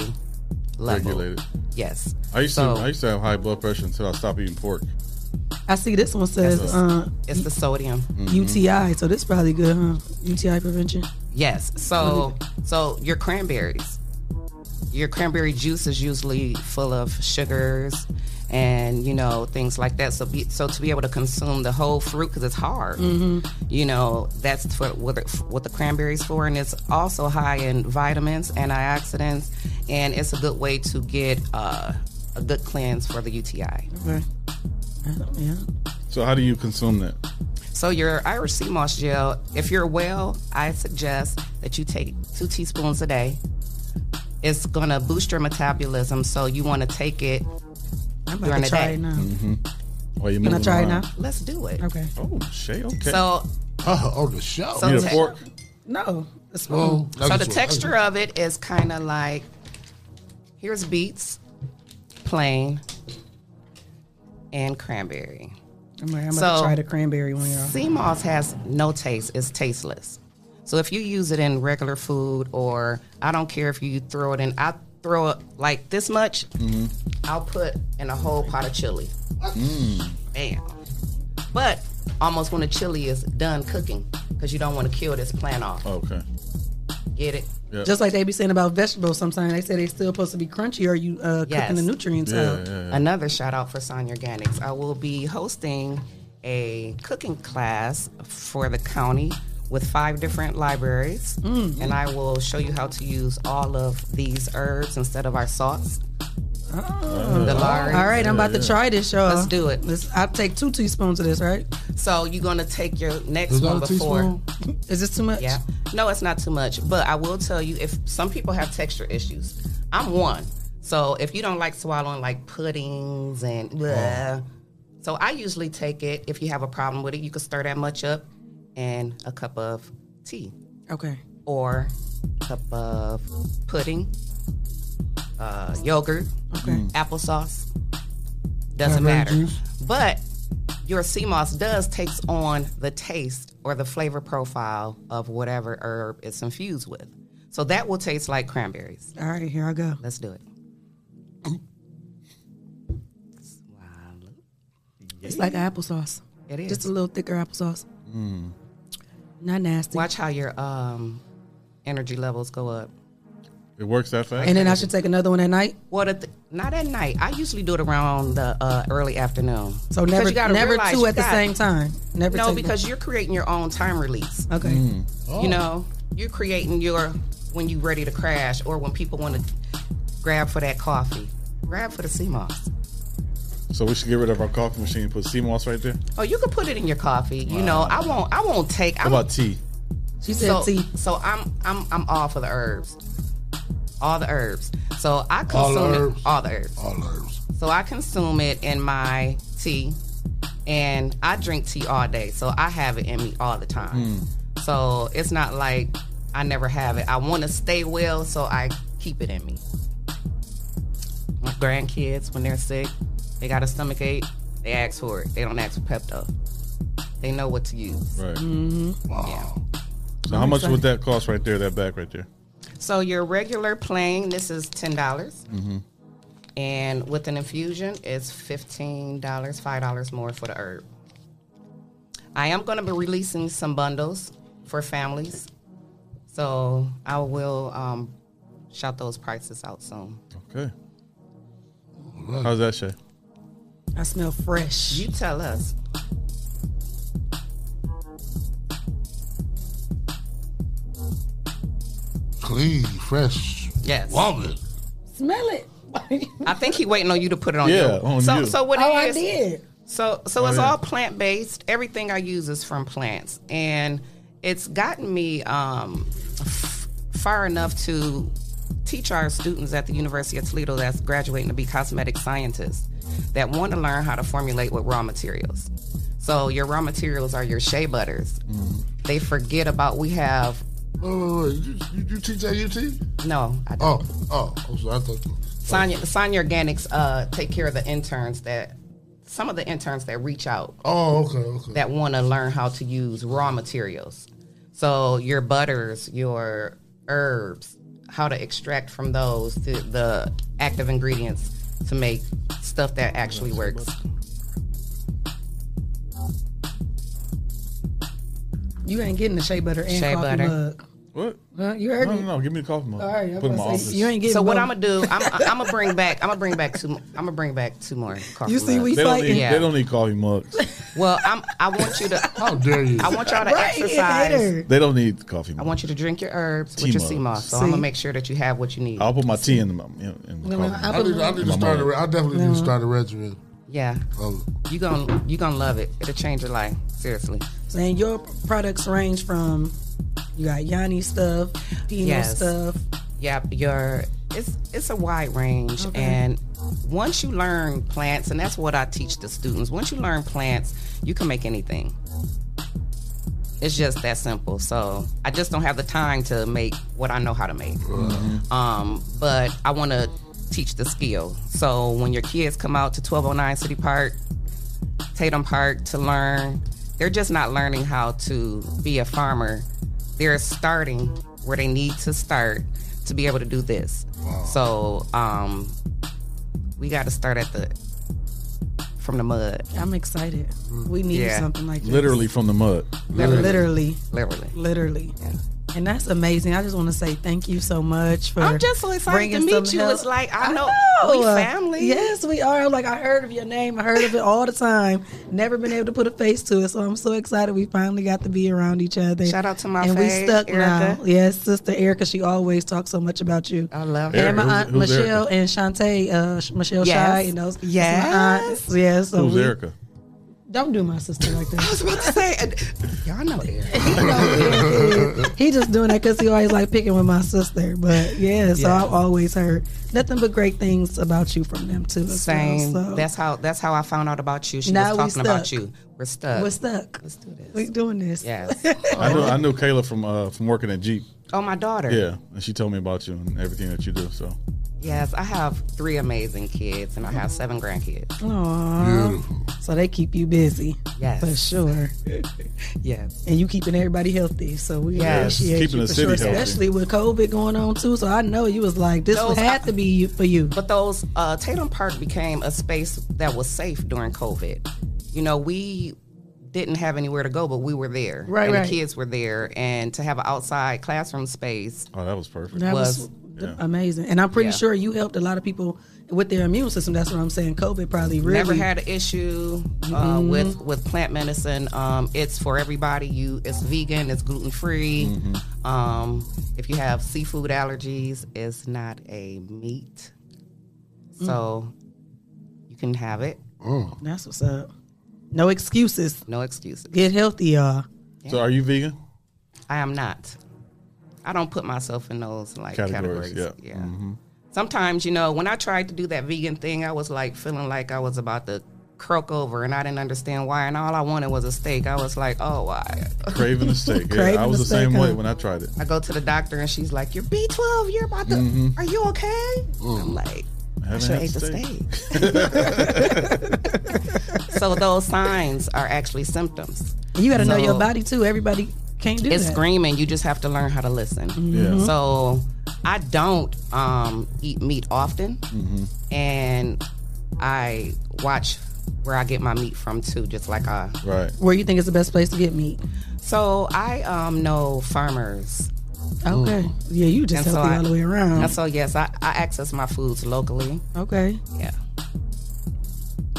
level.
Regulated.
Yes.
I used
So-
to I used to have high blood pressure until I stopped eating pork.
I see this one says
That's
uh,
it's the sodium.
UTI. So this is probably good, huh? UTI prevention.
Yes. So so your cranberries. Your cranberry juice is usually full of sugars and you know things like that. So be, so to be able to consume the whole fruit because it's hard.
Mhm.
You know that's for, what the, what the cranberries for, and it's also high in vitamins, antioxidants, and it's a good way to get uh, a good cleanse for the UTI.
Okay. Yeah.
So how do you consume that?
So your Irish sea moss gel, if you're well, I suggest that you take two teaspoons a day. It's gonna boost your metabolism, so you want to take it
I'm about
during
to
the
try
day.
it now.
Mm-hmm. Why you
Can I
moving
try it
around?
now?
Let's do it.
Okay.
Oh, Shay. Okay.
So-
oh, oh, the show.
So Need a ta- fork?
No, it's
Well,
small.
so the texture of it is kind of like here's beets, plain, and cranberry.
I'm, gonna- I'm about to try the cranberry one, y'all.
Sea moss has no taste; it's tasteless. So if you use it in regular food, or I don't care if you throw it in, I throw it like this much. I'll put in a whole pot of chili. Bam. But almost when the chili is done cooking, because you don't want to kill this plant off.
Oh,
Okay.
Get it?
Just like they be saying about vegetables, sometimes they say they still supposed to be crunchy, or you uh, cooking the nutrients out.
Another shout out for Sonya Organics. I will be hosting a cooking class for the county with five different libraries,
Mm.
and I will show you how to use all of these herbs instead of our salts. The lard.
Ah. Uh, All right, I'm about to try this, y'all.
Let's do it.
Let's, I'll take two teaspoons of this, right?
So you're gonna take your next
Is that
one
a
before.
Is this too much?
Yeah. No, it's not too much. But I will tell you, if some people have texture issues, I'm one. So if you don't like swallowing like puddings and
Oh.
blah, so I usually take it. If you have a problem with it, you can stir that much up and a cup of tea
Okay.
or cup of pudding, uh, yogurt, applesauce.
Cranberry
Doesn't matter.
juice?
But your sea moss does takes on the taste or the flavor profile of whatever herb it's infused with. So that will taste like cranberries.
All right, here I go.
Let's do it.
It's like applesauce.
It is.
Just a little thicker applesauce.
Mm.
Not nasty.
Watch how your um, energy levels go up.
It works that fast.
And then I should take another one at night.
What? A th- not at night. I usually do it around the uh, early afternoon.
So
'Cause
never,
you gotta
never
realize
two
you
at the
got-
same time. Never.
no,
take
because you're creating your own time release.
Okay.
Mm.
You know, you're creating your when you're ready to crash or when people want to grab for that coffee. Grab for the sea moss.
So we should get rid of our coffee machine and put sea moss right there.
Oh, you can put it in your coffee. You know, I won't. I won't take.
How
I'm,
about tea?
She said
so,
tea.
So I'm. I'm. I'm all for the herbs. All the herbs. So I consume
All the
it-
herbs?
all the herbs.
All herbs.
So I consume it in my tea, and I drink tea all day. So I have it in me all the time. So it's not like I never have it. I want to stay well, so I keep it in me. My grandkids, when they're sick, they got a stomach ache, they ask for it. They don't ask for Pepto. They know what to use.
Right.
Mm-hmm.
So how much would that cost right there? That back right there.
So your regular plain, this is ten dollars,
Mm-hmm.
And with an infusion, it's $15, $5 more for the herb. I am going to be releasing some bundles for families. So I will um, shout those prices out soon.
Okay. How's that, Shay?
I smell fresh.
You tell us.
Clean, fresh.
Yes.
Love it.
Smell it.
I think he waiting on you to put it on
Yeah,
you.
on
so,
you.
so what
Oh, I
it is?
did.
So, so
Oh,
it's
yeah.
all plant based. Everything I use is from plants, and it's gotten me um, f- far enough to teach our students at the University of Toledo that's graduating to be cosmetic scientists that want to learn how to formulate with raw materials. So your raw materials are your shea butters. They forget about we have.
Mm-hmm. Oh, you, you, you teach at UT?
No, I
don't. Oh, oh, I'm sorry. I thought.
Sonya, Sonya Organics uh, take care of the interns that some of the interns that reach out.
Oh, okay, okay.
That want to learn how to use raw materials. So your butters, your herbs, how to extract from those the, the active ingredients to make stuff that actually works.
You ain't getting the shea butter and
Shea
coffee
butter.
mug.
What?
you heard
no,
me.
No, no, give me the coffee mug.
All right, I'm
Put it in
about
my
to
office.
say, you ain't getting
So what
both.
I'm gonna do? I'm, I'm gonna bring back. I'm gonna bring back two. I'm gonna bring back two more. coffee
You see,
mugs.
we
They don't, need,
Yeah.
they don't need coffee mugs.
Well, I'm. I want you to. How
dare you.
I want y'all to
Right,
exercise.
They don't need coffee
I
mugs.
want you to drink your herbs
Tea
with your
mugs.
sea moss. So
See?
I'm gonna make sure that you have what you need.
I'll put my tea in the, mu- in, in the coffee
No, no, I
mug.
I need, I need to
In my
start. A,
mug.
re- I definitely need to start a regimen.
Yeah.
Oh.
You gonna you gonna love it. It'll change your life. Seriously.
And your products range from you got Yanni stuff, Dino
Yes.
stuff.
Yep. Your it's it's a wide range
Okay.
and once you learn plants and that's what I teach the students. Once you learn plants, you can make anything. It's just that simple. So I just don't have the time to make what I know how to make. Um, but I want to teach the skill. So when your kids come out to 1209 City Park, Tatum Park to learn, they're just not learning how to be a farmer. They're starting where they need to start to be able to do this. So um, we got to start at the from the mud.
I'm excited. We need
Yeah.
something like this.
Literally from the mud.
Literally. Literally.
Literally.
Literally. And that's amazing. I just want to say thank you so much for.
I'm just so excited to
bringing
meet
some
you.
help.
It's like I know,
Oh,
we
uh,
family.
Yes, we are. Like I heard of your name. I heard of it all the time. Never been able to put a face to it, so I'm so excited we finally got to be around each other.
Shout out to my
and
fave,
we stuck
Erica.
now. Yes, sister Erica. She always talks so much about you.
I love
and
her.
my
Who's-
aunt
who's
Michelle and Shantae. Uh, Sh- Michelle
Yes.
Shy and those. that's my
Yes.
aunts. Yes. so
Who's
we-
Erica?
Don't do my sister like that. I was
about to say, uh, y'all know Erica.
he just doing that because he always like picking with my sister. But yeah, so
Yeah.
I've always heard nothing but great things about you from them too. as well,
Same.
so.
That's how that's how I found out about you. She
Now we
was talking about
stuck.
you. We're stuck.
We're stuck.
Let's do this.
We're doing this.
Yes.
I knew I knew Kayla from uh, from working at Jeep.
Oh, my daughter.
Yeah, and she told me about you and everything that you do. So
Yes, I have three amazing kids, and I have seven grandkids.
Aw. So they keep you busy.
Yes.
For sure.
Yes.
And you keeping everybody healthy. So we
Yes.
appreciate
Keeping
you
the
for
city
sure.
healthy.
Especially with COVID going on too. So I know you was like, this
Those-
had to be you- for you.
But those uh, Tatum Park became a space that was safe during COVID. You know, we didn't have anywhere to go, but we were there.
Right,
And
right.
the kids were there, and to have an outside classroom space.
Oh, that was perfect.
That was, th- amazing. And I'm pretty
Yeah.
sure you helped a lot of people with their immune system. That's what I'm saying. COVID probably really
Never had an issue uh,
Mm-hmm.
Mhm.
with with plant medicine. Um, it's for everybody. You, it's vegan. It's gluten free.
Mm-hmm.
Um, if you have seafood allergies, it's not a meat,
Mm.
so you can have it.
Oh.
That's what's up. No excuses.
No excuses.
Get healthy, y'all.
So are you vegan?
I am not. I don't put myself in those like categories.
categories, yeah,
Yeah. Mm-hmm. Sometimes, you know, when I tried to do that vegan thing, I was like feeling like I was about to croak over and I didn't understand why. And all I wanted was a steak. I was like, oh, why?
craving a steak. Yeah, I
Craving
was
a
the same
steak,
way
huh?
when I tried it.
I go to the doctor and she's like, you're B12. You're about to,
Mhm.
are you okay? I'm like, I should ate the steak. so those signs are actually symptoms.
You got to know
So-
your body too. Everybody can't do that.
it's
Mm-hmm.
screaming. You just have to learn how to listen.
Yeah.
So I don't um, eat meat often,
Mm-hmm.
Mhm.
and I watch where I get my meat from too, just like I.
Right.
Where you think is the best place to get meat?
So I um, know farmers.
Okay. Yeah, you just
And
healthy
I-
all the way around.
And so yes, I, I access my foods locally.
Okay.
Yeah.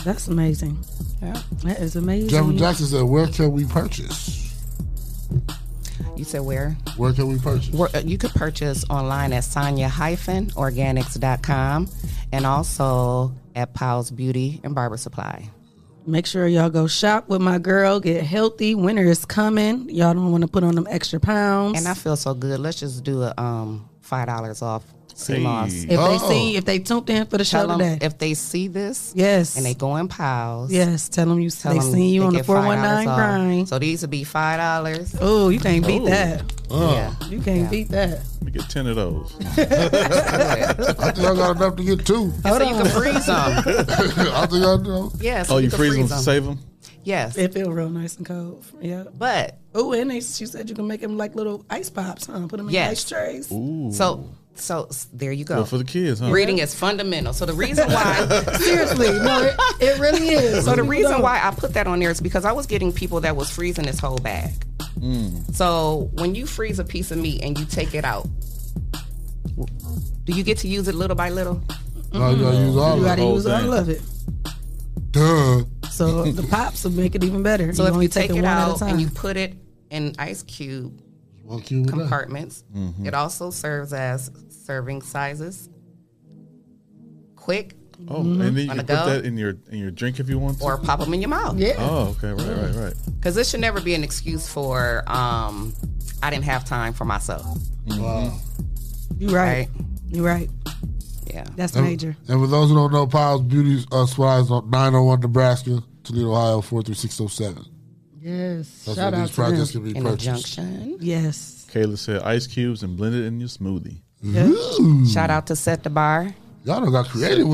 That's amazing.
Yeah.
That is amazing.
Jeffrey Jackson said, "Where can we purchase?
You said where?
Where can we purchase?
Where, uh, you could purchase online at sonia-organics.com and also at Powell's Beauty and Barber Supply.
Make sure y'all go shop with my girl. Get healthy. Winter is coming. Y'all don't want to put on them extra pounds.
And I feel so good. Let's just do a um five dollars off sea
Hey. Oh.
moss.
If they
Oh.
see, if they tuned in for the
Tell
show
'em
today,
if they see this,
yes,
and they go in piles,
yes, tell them you
tell
they
'em
seen you on the
get
four one nine
$5 off.
grind.
So these would be five dollars.
Oh, you can't beat that.
Yeah.
You can't
Yeah.
beat that.
Let me get ten of those.
I think I got enough to get two.
so you can freeze them.
I think I know.
Yes. Oh, you can freeze freeze 'em to 'em. save 'em? Yes.
It feel real nice and cold. Yeah.
But
oh, and they, she said you can make them like little ice pops, huh? Put them in ice trays.
So so s- there you go.
Good for the
kids,
huh?
Reading is fundamental. So the reason why
seriously, no, it, it really is.
So the
People
reason
don't.
why I put that on there is because I was getting people that was freezing this whole bag.
Mm.
So when you freeze a piece of meat and you take it out, do you get to use it little by little?
No, you gotta use all
you
of it.
gotta use all of it.
Duh.
So the pops will make it even better.
So if
only
you take
it
it
one
out
at a
and you
time.
put it in ice cube
One cube a day.
compartments,
Mm-hmm.
Mhm.
it also serves as serving sizes. Quick.
Oh, and then you can put that in your in your drink if you want to.
or pop them in your mouth.
Oh, okay, right, right, right.
Because this should never be an excuse for um, I didn't have time for myself.
Wow.
You right. You right.
Yeah.
That's
And-
major.
And for those who don't know, Piles Beauty uh, Supply is on 901 Nebraska, Toledo, Ohio, 43607.
Yes.
That's
Shout
where
out
oh these
to
projects
them.
can be In the purchased.
junction.
Yes.
Kayla said ice cubes and blend it in your smoothie.
Yeah.
Mm.
Shout out to Set the Bar.
Y'all done got
Set the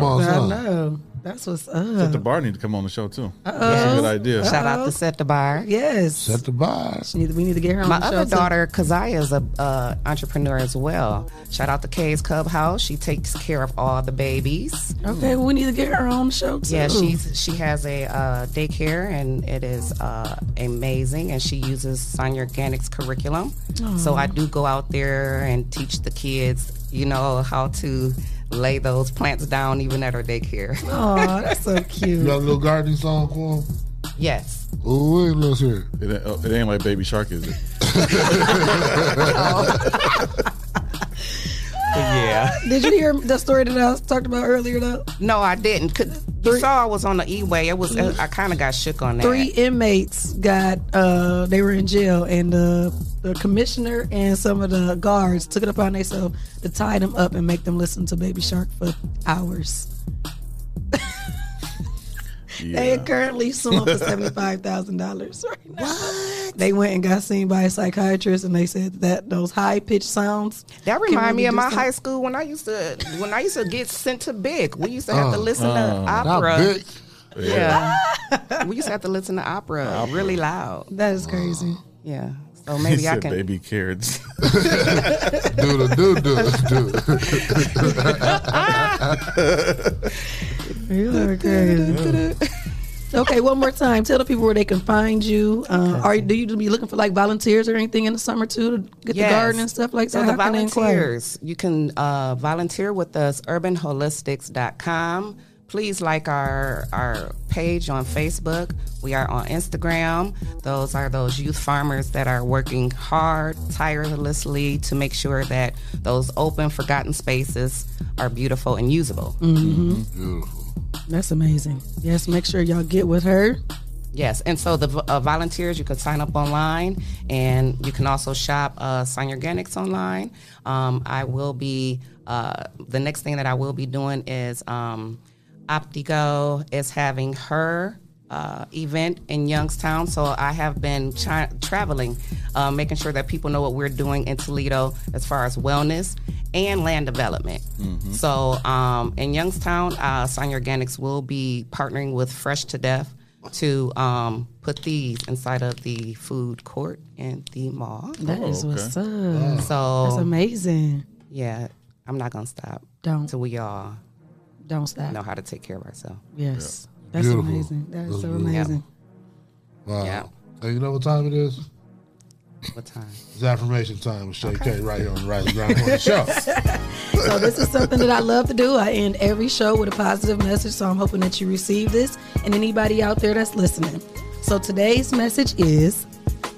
bar.
I know. That's what's
Set the
up.
bar need to come on the show too.
Uh-oh.
That's a good idea.
uh. Shout out to Set the Bar.
Yes.
Set the bar.
She need- We need to get her on
My
the
other
show, too.
daughter, Kazaya, is a uh, entrepreneur as well. Shout out to Kay's Clubhouse. She takes care of all the babies.
Okay, we need to get her on the show too.
Yeah, she's she has a uh, daycare and it is uh, amazing. And she uses Sign Organics curriculum. So
Aw.
I do go out there and teach the kids, you know, how to lay those plants down even at her daycare.
Aw, that's so
You got a
cute.
little gardening song for him?
yes.
Ooh, wait, let's hear it.
It ain't, oh, it ain't like Baby Shark, is it?
yeah.
Did you hear the story that I talked about earlier though?
No, I didn't. 'Cause You saw I was on the e-way. It was I kind of got shook on that.
Three inmates got uh they were in jail and uh, the commissioner and some of the guards took it upon themselves to tie them up and make them listen to Baby Shark for hours. They are currently suing for seventy five thousand dollars right now. What? They went and got seen by a psychiatrist, and they said that those high pitched sounds
That remind me of my high
high
school when I used to when I used to get sent to Big. We used to have to
Oh,
listen
oh.
to
Not
opera.
Bic.
Yeah, we used to have to listen to opera, really loud.
That is crazy.
Yeah, so Oh, maybe
He
I
said
can.
Baby carrots.
Do the do do
You are crazy. okay, one more time. Tell the people where they can find you. Uh, are do you be looking for like volunteers or anything in the summer too to get
Yes.
the garden and stuff like
so
that?
the
How can they inquire?
volunteers, you can uh, volunteer with us, urbanholistics.com. Please like our our page on Facebook. We are on Instagram. Those are those youth farmers that are working hard, tirelessly to make sure that those open, forgotten spaces are beautiful and usable.
Mhm. That's amazing. Yes, make sure y'all get with her.
Yes, and so the uh, volunteers, you can sign up online, and you can also shop uh, Sign Organics online. Um, I will be uh, the next thing that I will be doing is um, Optigo is having her uh, event in Youngstown. So I have been chi- traveling, uh, making sure that people know what we're doing in Toledo as far as wellness and land development.
Mm-hmm.
So um, in Youngstown, uh, Sign Organics will be partnering with Fresh to Death to um, put these inside of the food court and the mall.
Oh,
That is what's up.
So
that's amazing.
yeah, I'm not gonna stop.
Don't.
till we all
Don't stop.
Know how to take care of ourselves.
Yes. That's
Beautiful.
amazing. That is
That's
so
beautiful.
amazing.
Wow. And you know what time it is?
What time?
It's affirmation time with Shay K right here on the Rising Ground Morning Show.
so this is something that I love to do. I end every show with a positive message, so I'm hoping that you receive this and anybody out there that's listening. So today's message is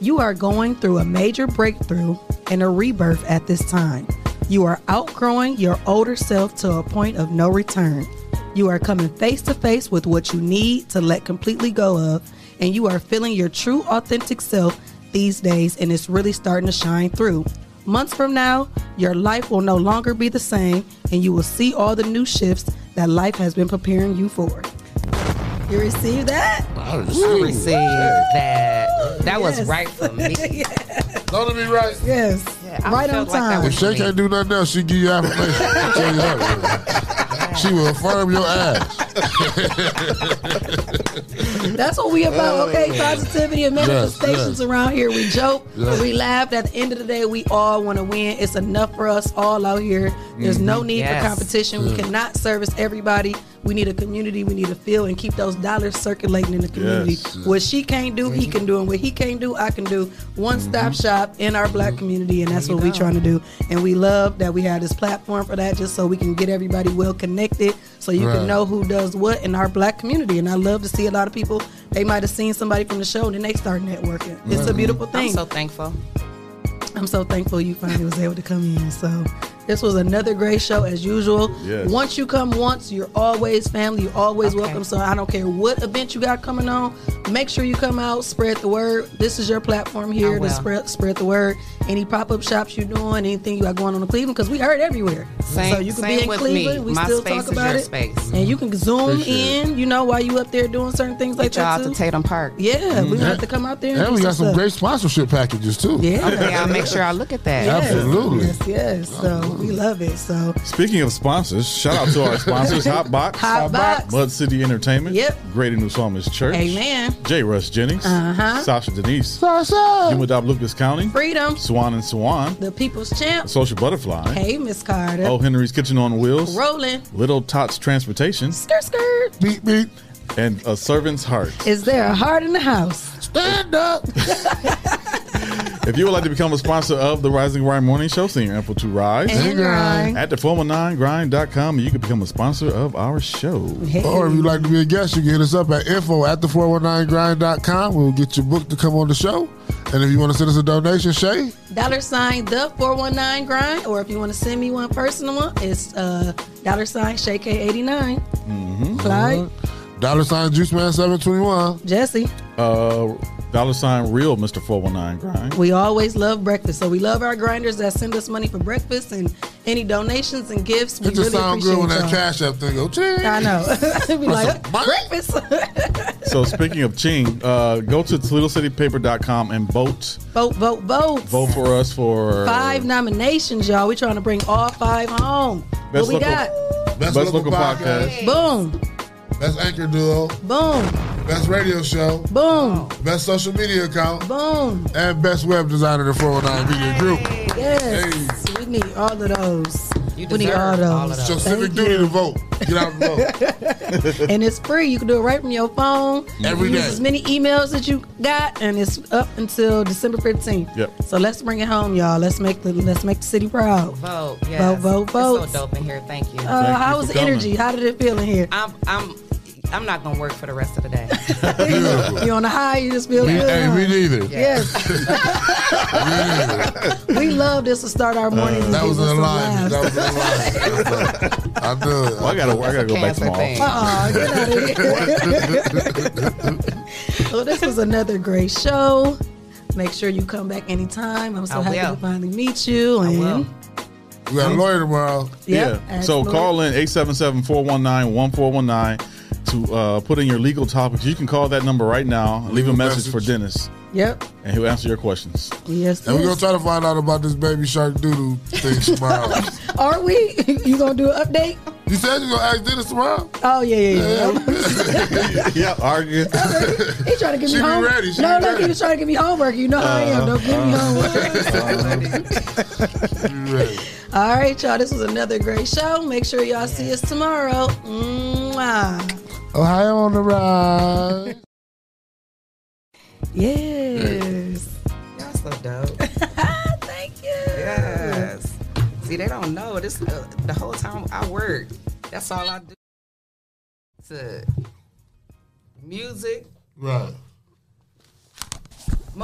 you are going through a major breakthrough and a rebirth at this time. You are outgrowing your older self to a point of no return. You are coming face to face with what you need to let completely go of, and you are feeling your true authentic self these days, and it's really starting to shine through. Months from now, your life will no longer be the same, and you will see all the new shifts that life has been preparing you for. You receive that?
I received that. That was
Yes.
right for me.
Don't be right.
Yes. right on time.
If Shay can't do nothing else, she give you affirmation. I'll tell you that. She will affirm your ass.
That's what we about, okay?
Oh, Yeah.
Positivity and
Yes,
manifestations
yes.
around here. We joke,
Yes.
we laugh. At the end of the day, we all want to win. It's enough for us all out here. There's no
Mm-hmm.
Mhm.
need
Yes.
for competition. We
Yeah.
cannot service everybody. We need a community. We need a feel and keep those dollars circulating in the community.
Yes.
What she can't do,
Mm-hmm.
he can do. And what he can't do, I can do. One stop shop in our
Mm-hmm.
black community. And that's what we're trying to do. And we love that we have this platform for that just so we can get everybody well connected so you
Right.
can know who does what in our black community. And I love to see a lot of people, they might have seen somebody from the show and then they start networking. It's a
Right.
beautiful
I'm
thing.
so thankful.
I'm so thankful you finally was able to come in. So this was another great show as usual.
Yes.
Once you come once, you're always family. You're always welcome. So I don't care what event you got coming on. Make sure you come out, spread the word. This is your platform
I
here
will.
to spread spread the word. Any pop up shops you doing, anything you got going on in Cleveland, because we heard everywhere.
Same-
so you can
same
be in
with me.
Cleveland. We
My
still
space
talk
is
about
your
it.
space.
And you can zoom
Appreciate
in, you know, while you up there doing certain things like
y'all
that.
to
Too.
Tatum Park.
Yeah, we
Mhm.
have to come out there and,
And we
do
got some
stuff.
great sponsorship packages too.
Yeah.
Okay, I'll make sure I look at that.
Yes.
Absolutely.
Yes, yes. So we love it. So
Speaking of sponsors, shout out to our sponsors: Hotbox,
Hotbox.
Mud City Entertainment,
Yep.
Greater New Psalmist Church,
Amen.
J. Russ Jennings,
Uh-huh.
Sasha Denise,
Sasha,
Yumadab Lucas County,
Freedom,
Swan and Swan,
the People's Champ.
Social Butterfly,
Hey, Miss Carter.
Oh,
O. Oh, Henry's Kitchen on Wheels,
Rolling.
Little Tots Transportation,
Skirt, skirt.
Beep, beep.
and A Servant's Heart.
Is there a heart in the house?
Stand up.
If you would like to become a sponsor of the Rising Grind Morning Show, send your info to Rise
And grind.
at the 419grind.com and you can become a sponsor of our show.
Or if you'd like to be a guest, you can hit us up at info at the 419grind.com. We'll get your book to come on the show. And if you want to send us a donation, Shay,
Dollar sign the 419 grind. Or if you want to send me one personal one, it's uh, dollar sign Shay K89.
Mm-hmm.
Clyde.
Dollar sign Juice Man 721.
Jesse.
Uh, dollar sign real Mr. 419 Grind.
We always love breakfast. So we love our grinders that send us money for breakfast and any donations and gifts. We
it just
really
sounds
appreciate
good when that
y'all.
Cash App thing goes.
I know. Be like, breakfast.
So speaking of Ching, uh, go to ToledoCityPaper.com and vote.
vote, vote, vote.
Vote for us for
Five nominations, y'all. We're trying to bring all five home.
Best
what we
local-
got?
Best,
Best
local,
local
podcast.
Boom.
Best anchor duo.
Boom.
Best radio show.
Boom.
Best social media account.
Boom.
And best web designer of the 409 Media Group.
Yes. We need all of those. we need all those.
It's your civic
Thank
duty
you.
to vote. Get out and vote.
and it's free. You can do it right from your phone.
Every
Use
day.
as many emails that you got, and it's up until December fifteenth.
Yep.
So let's bring it home, y'all. Let's make the let's make the city proud.
Vote, yes.
Vote, vote, vote.
It's so dope in here. Thank you.
Uh, how was the energy? How did it feel in here?
I'm, I'm, I'm not gonna work for the rest of the day.
You on the high? You just feel
Me-
good.
hey,
huh?
me neither.
Yes. we love this to start our mornings. and
Uh, that
give
was
us
an
some laughs.
alignment. That was an alignment. I knew it.
I gotta- I gotta go back Cancer tomorrow. thing.
Uh-uh, get Well, this was another great show. Make sure you come back anytime. I'm so
I
happy
will.
to finally meet you. And
We got a lawyer tomorrow.
Yep,
yeah. So
absolutely.
call in 877-419-1419 to uh, put in your legal topics. You can call that number right now. Leave a message, for Dennis,
Yep.
and he'll answer your questions.
Yes.
And we're gonna
yes.
try to find out about this baby shark doodle thing tomorrow.
Are we? You gonna do an update?
you said you gonna ask Dennis tomorrow?
Oh yeah, yeah, yeah.
yeah, arguing.
He trying to give
She
me
be
homework.
ready, she
No,
be
no,
ready.
he was trying to Oh,
Uh-huh.
give me homework. You know how I am. Don't give me homework. All right, y'all. This was another great show. Make sure y'all see us tomorrow. Mwah.
Ohio on the ride.
Yes. Ah,
Y'all so dope.
Thank you.
Yes. See, they don't know. This uh, the whole time I work. That's all I do. To music,
Right.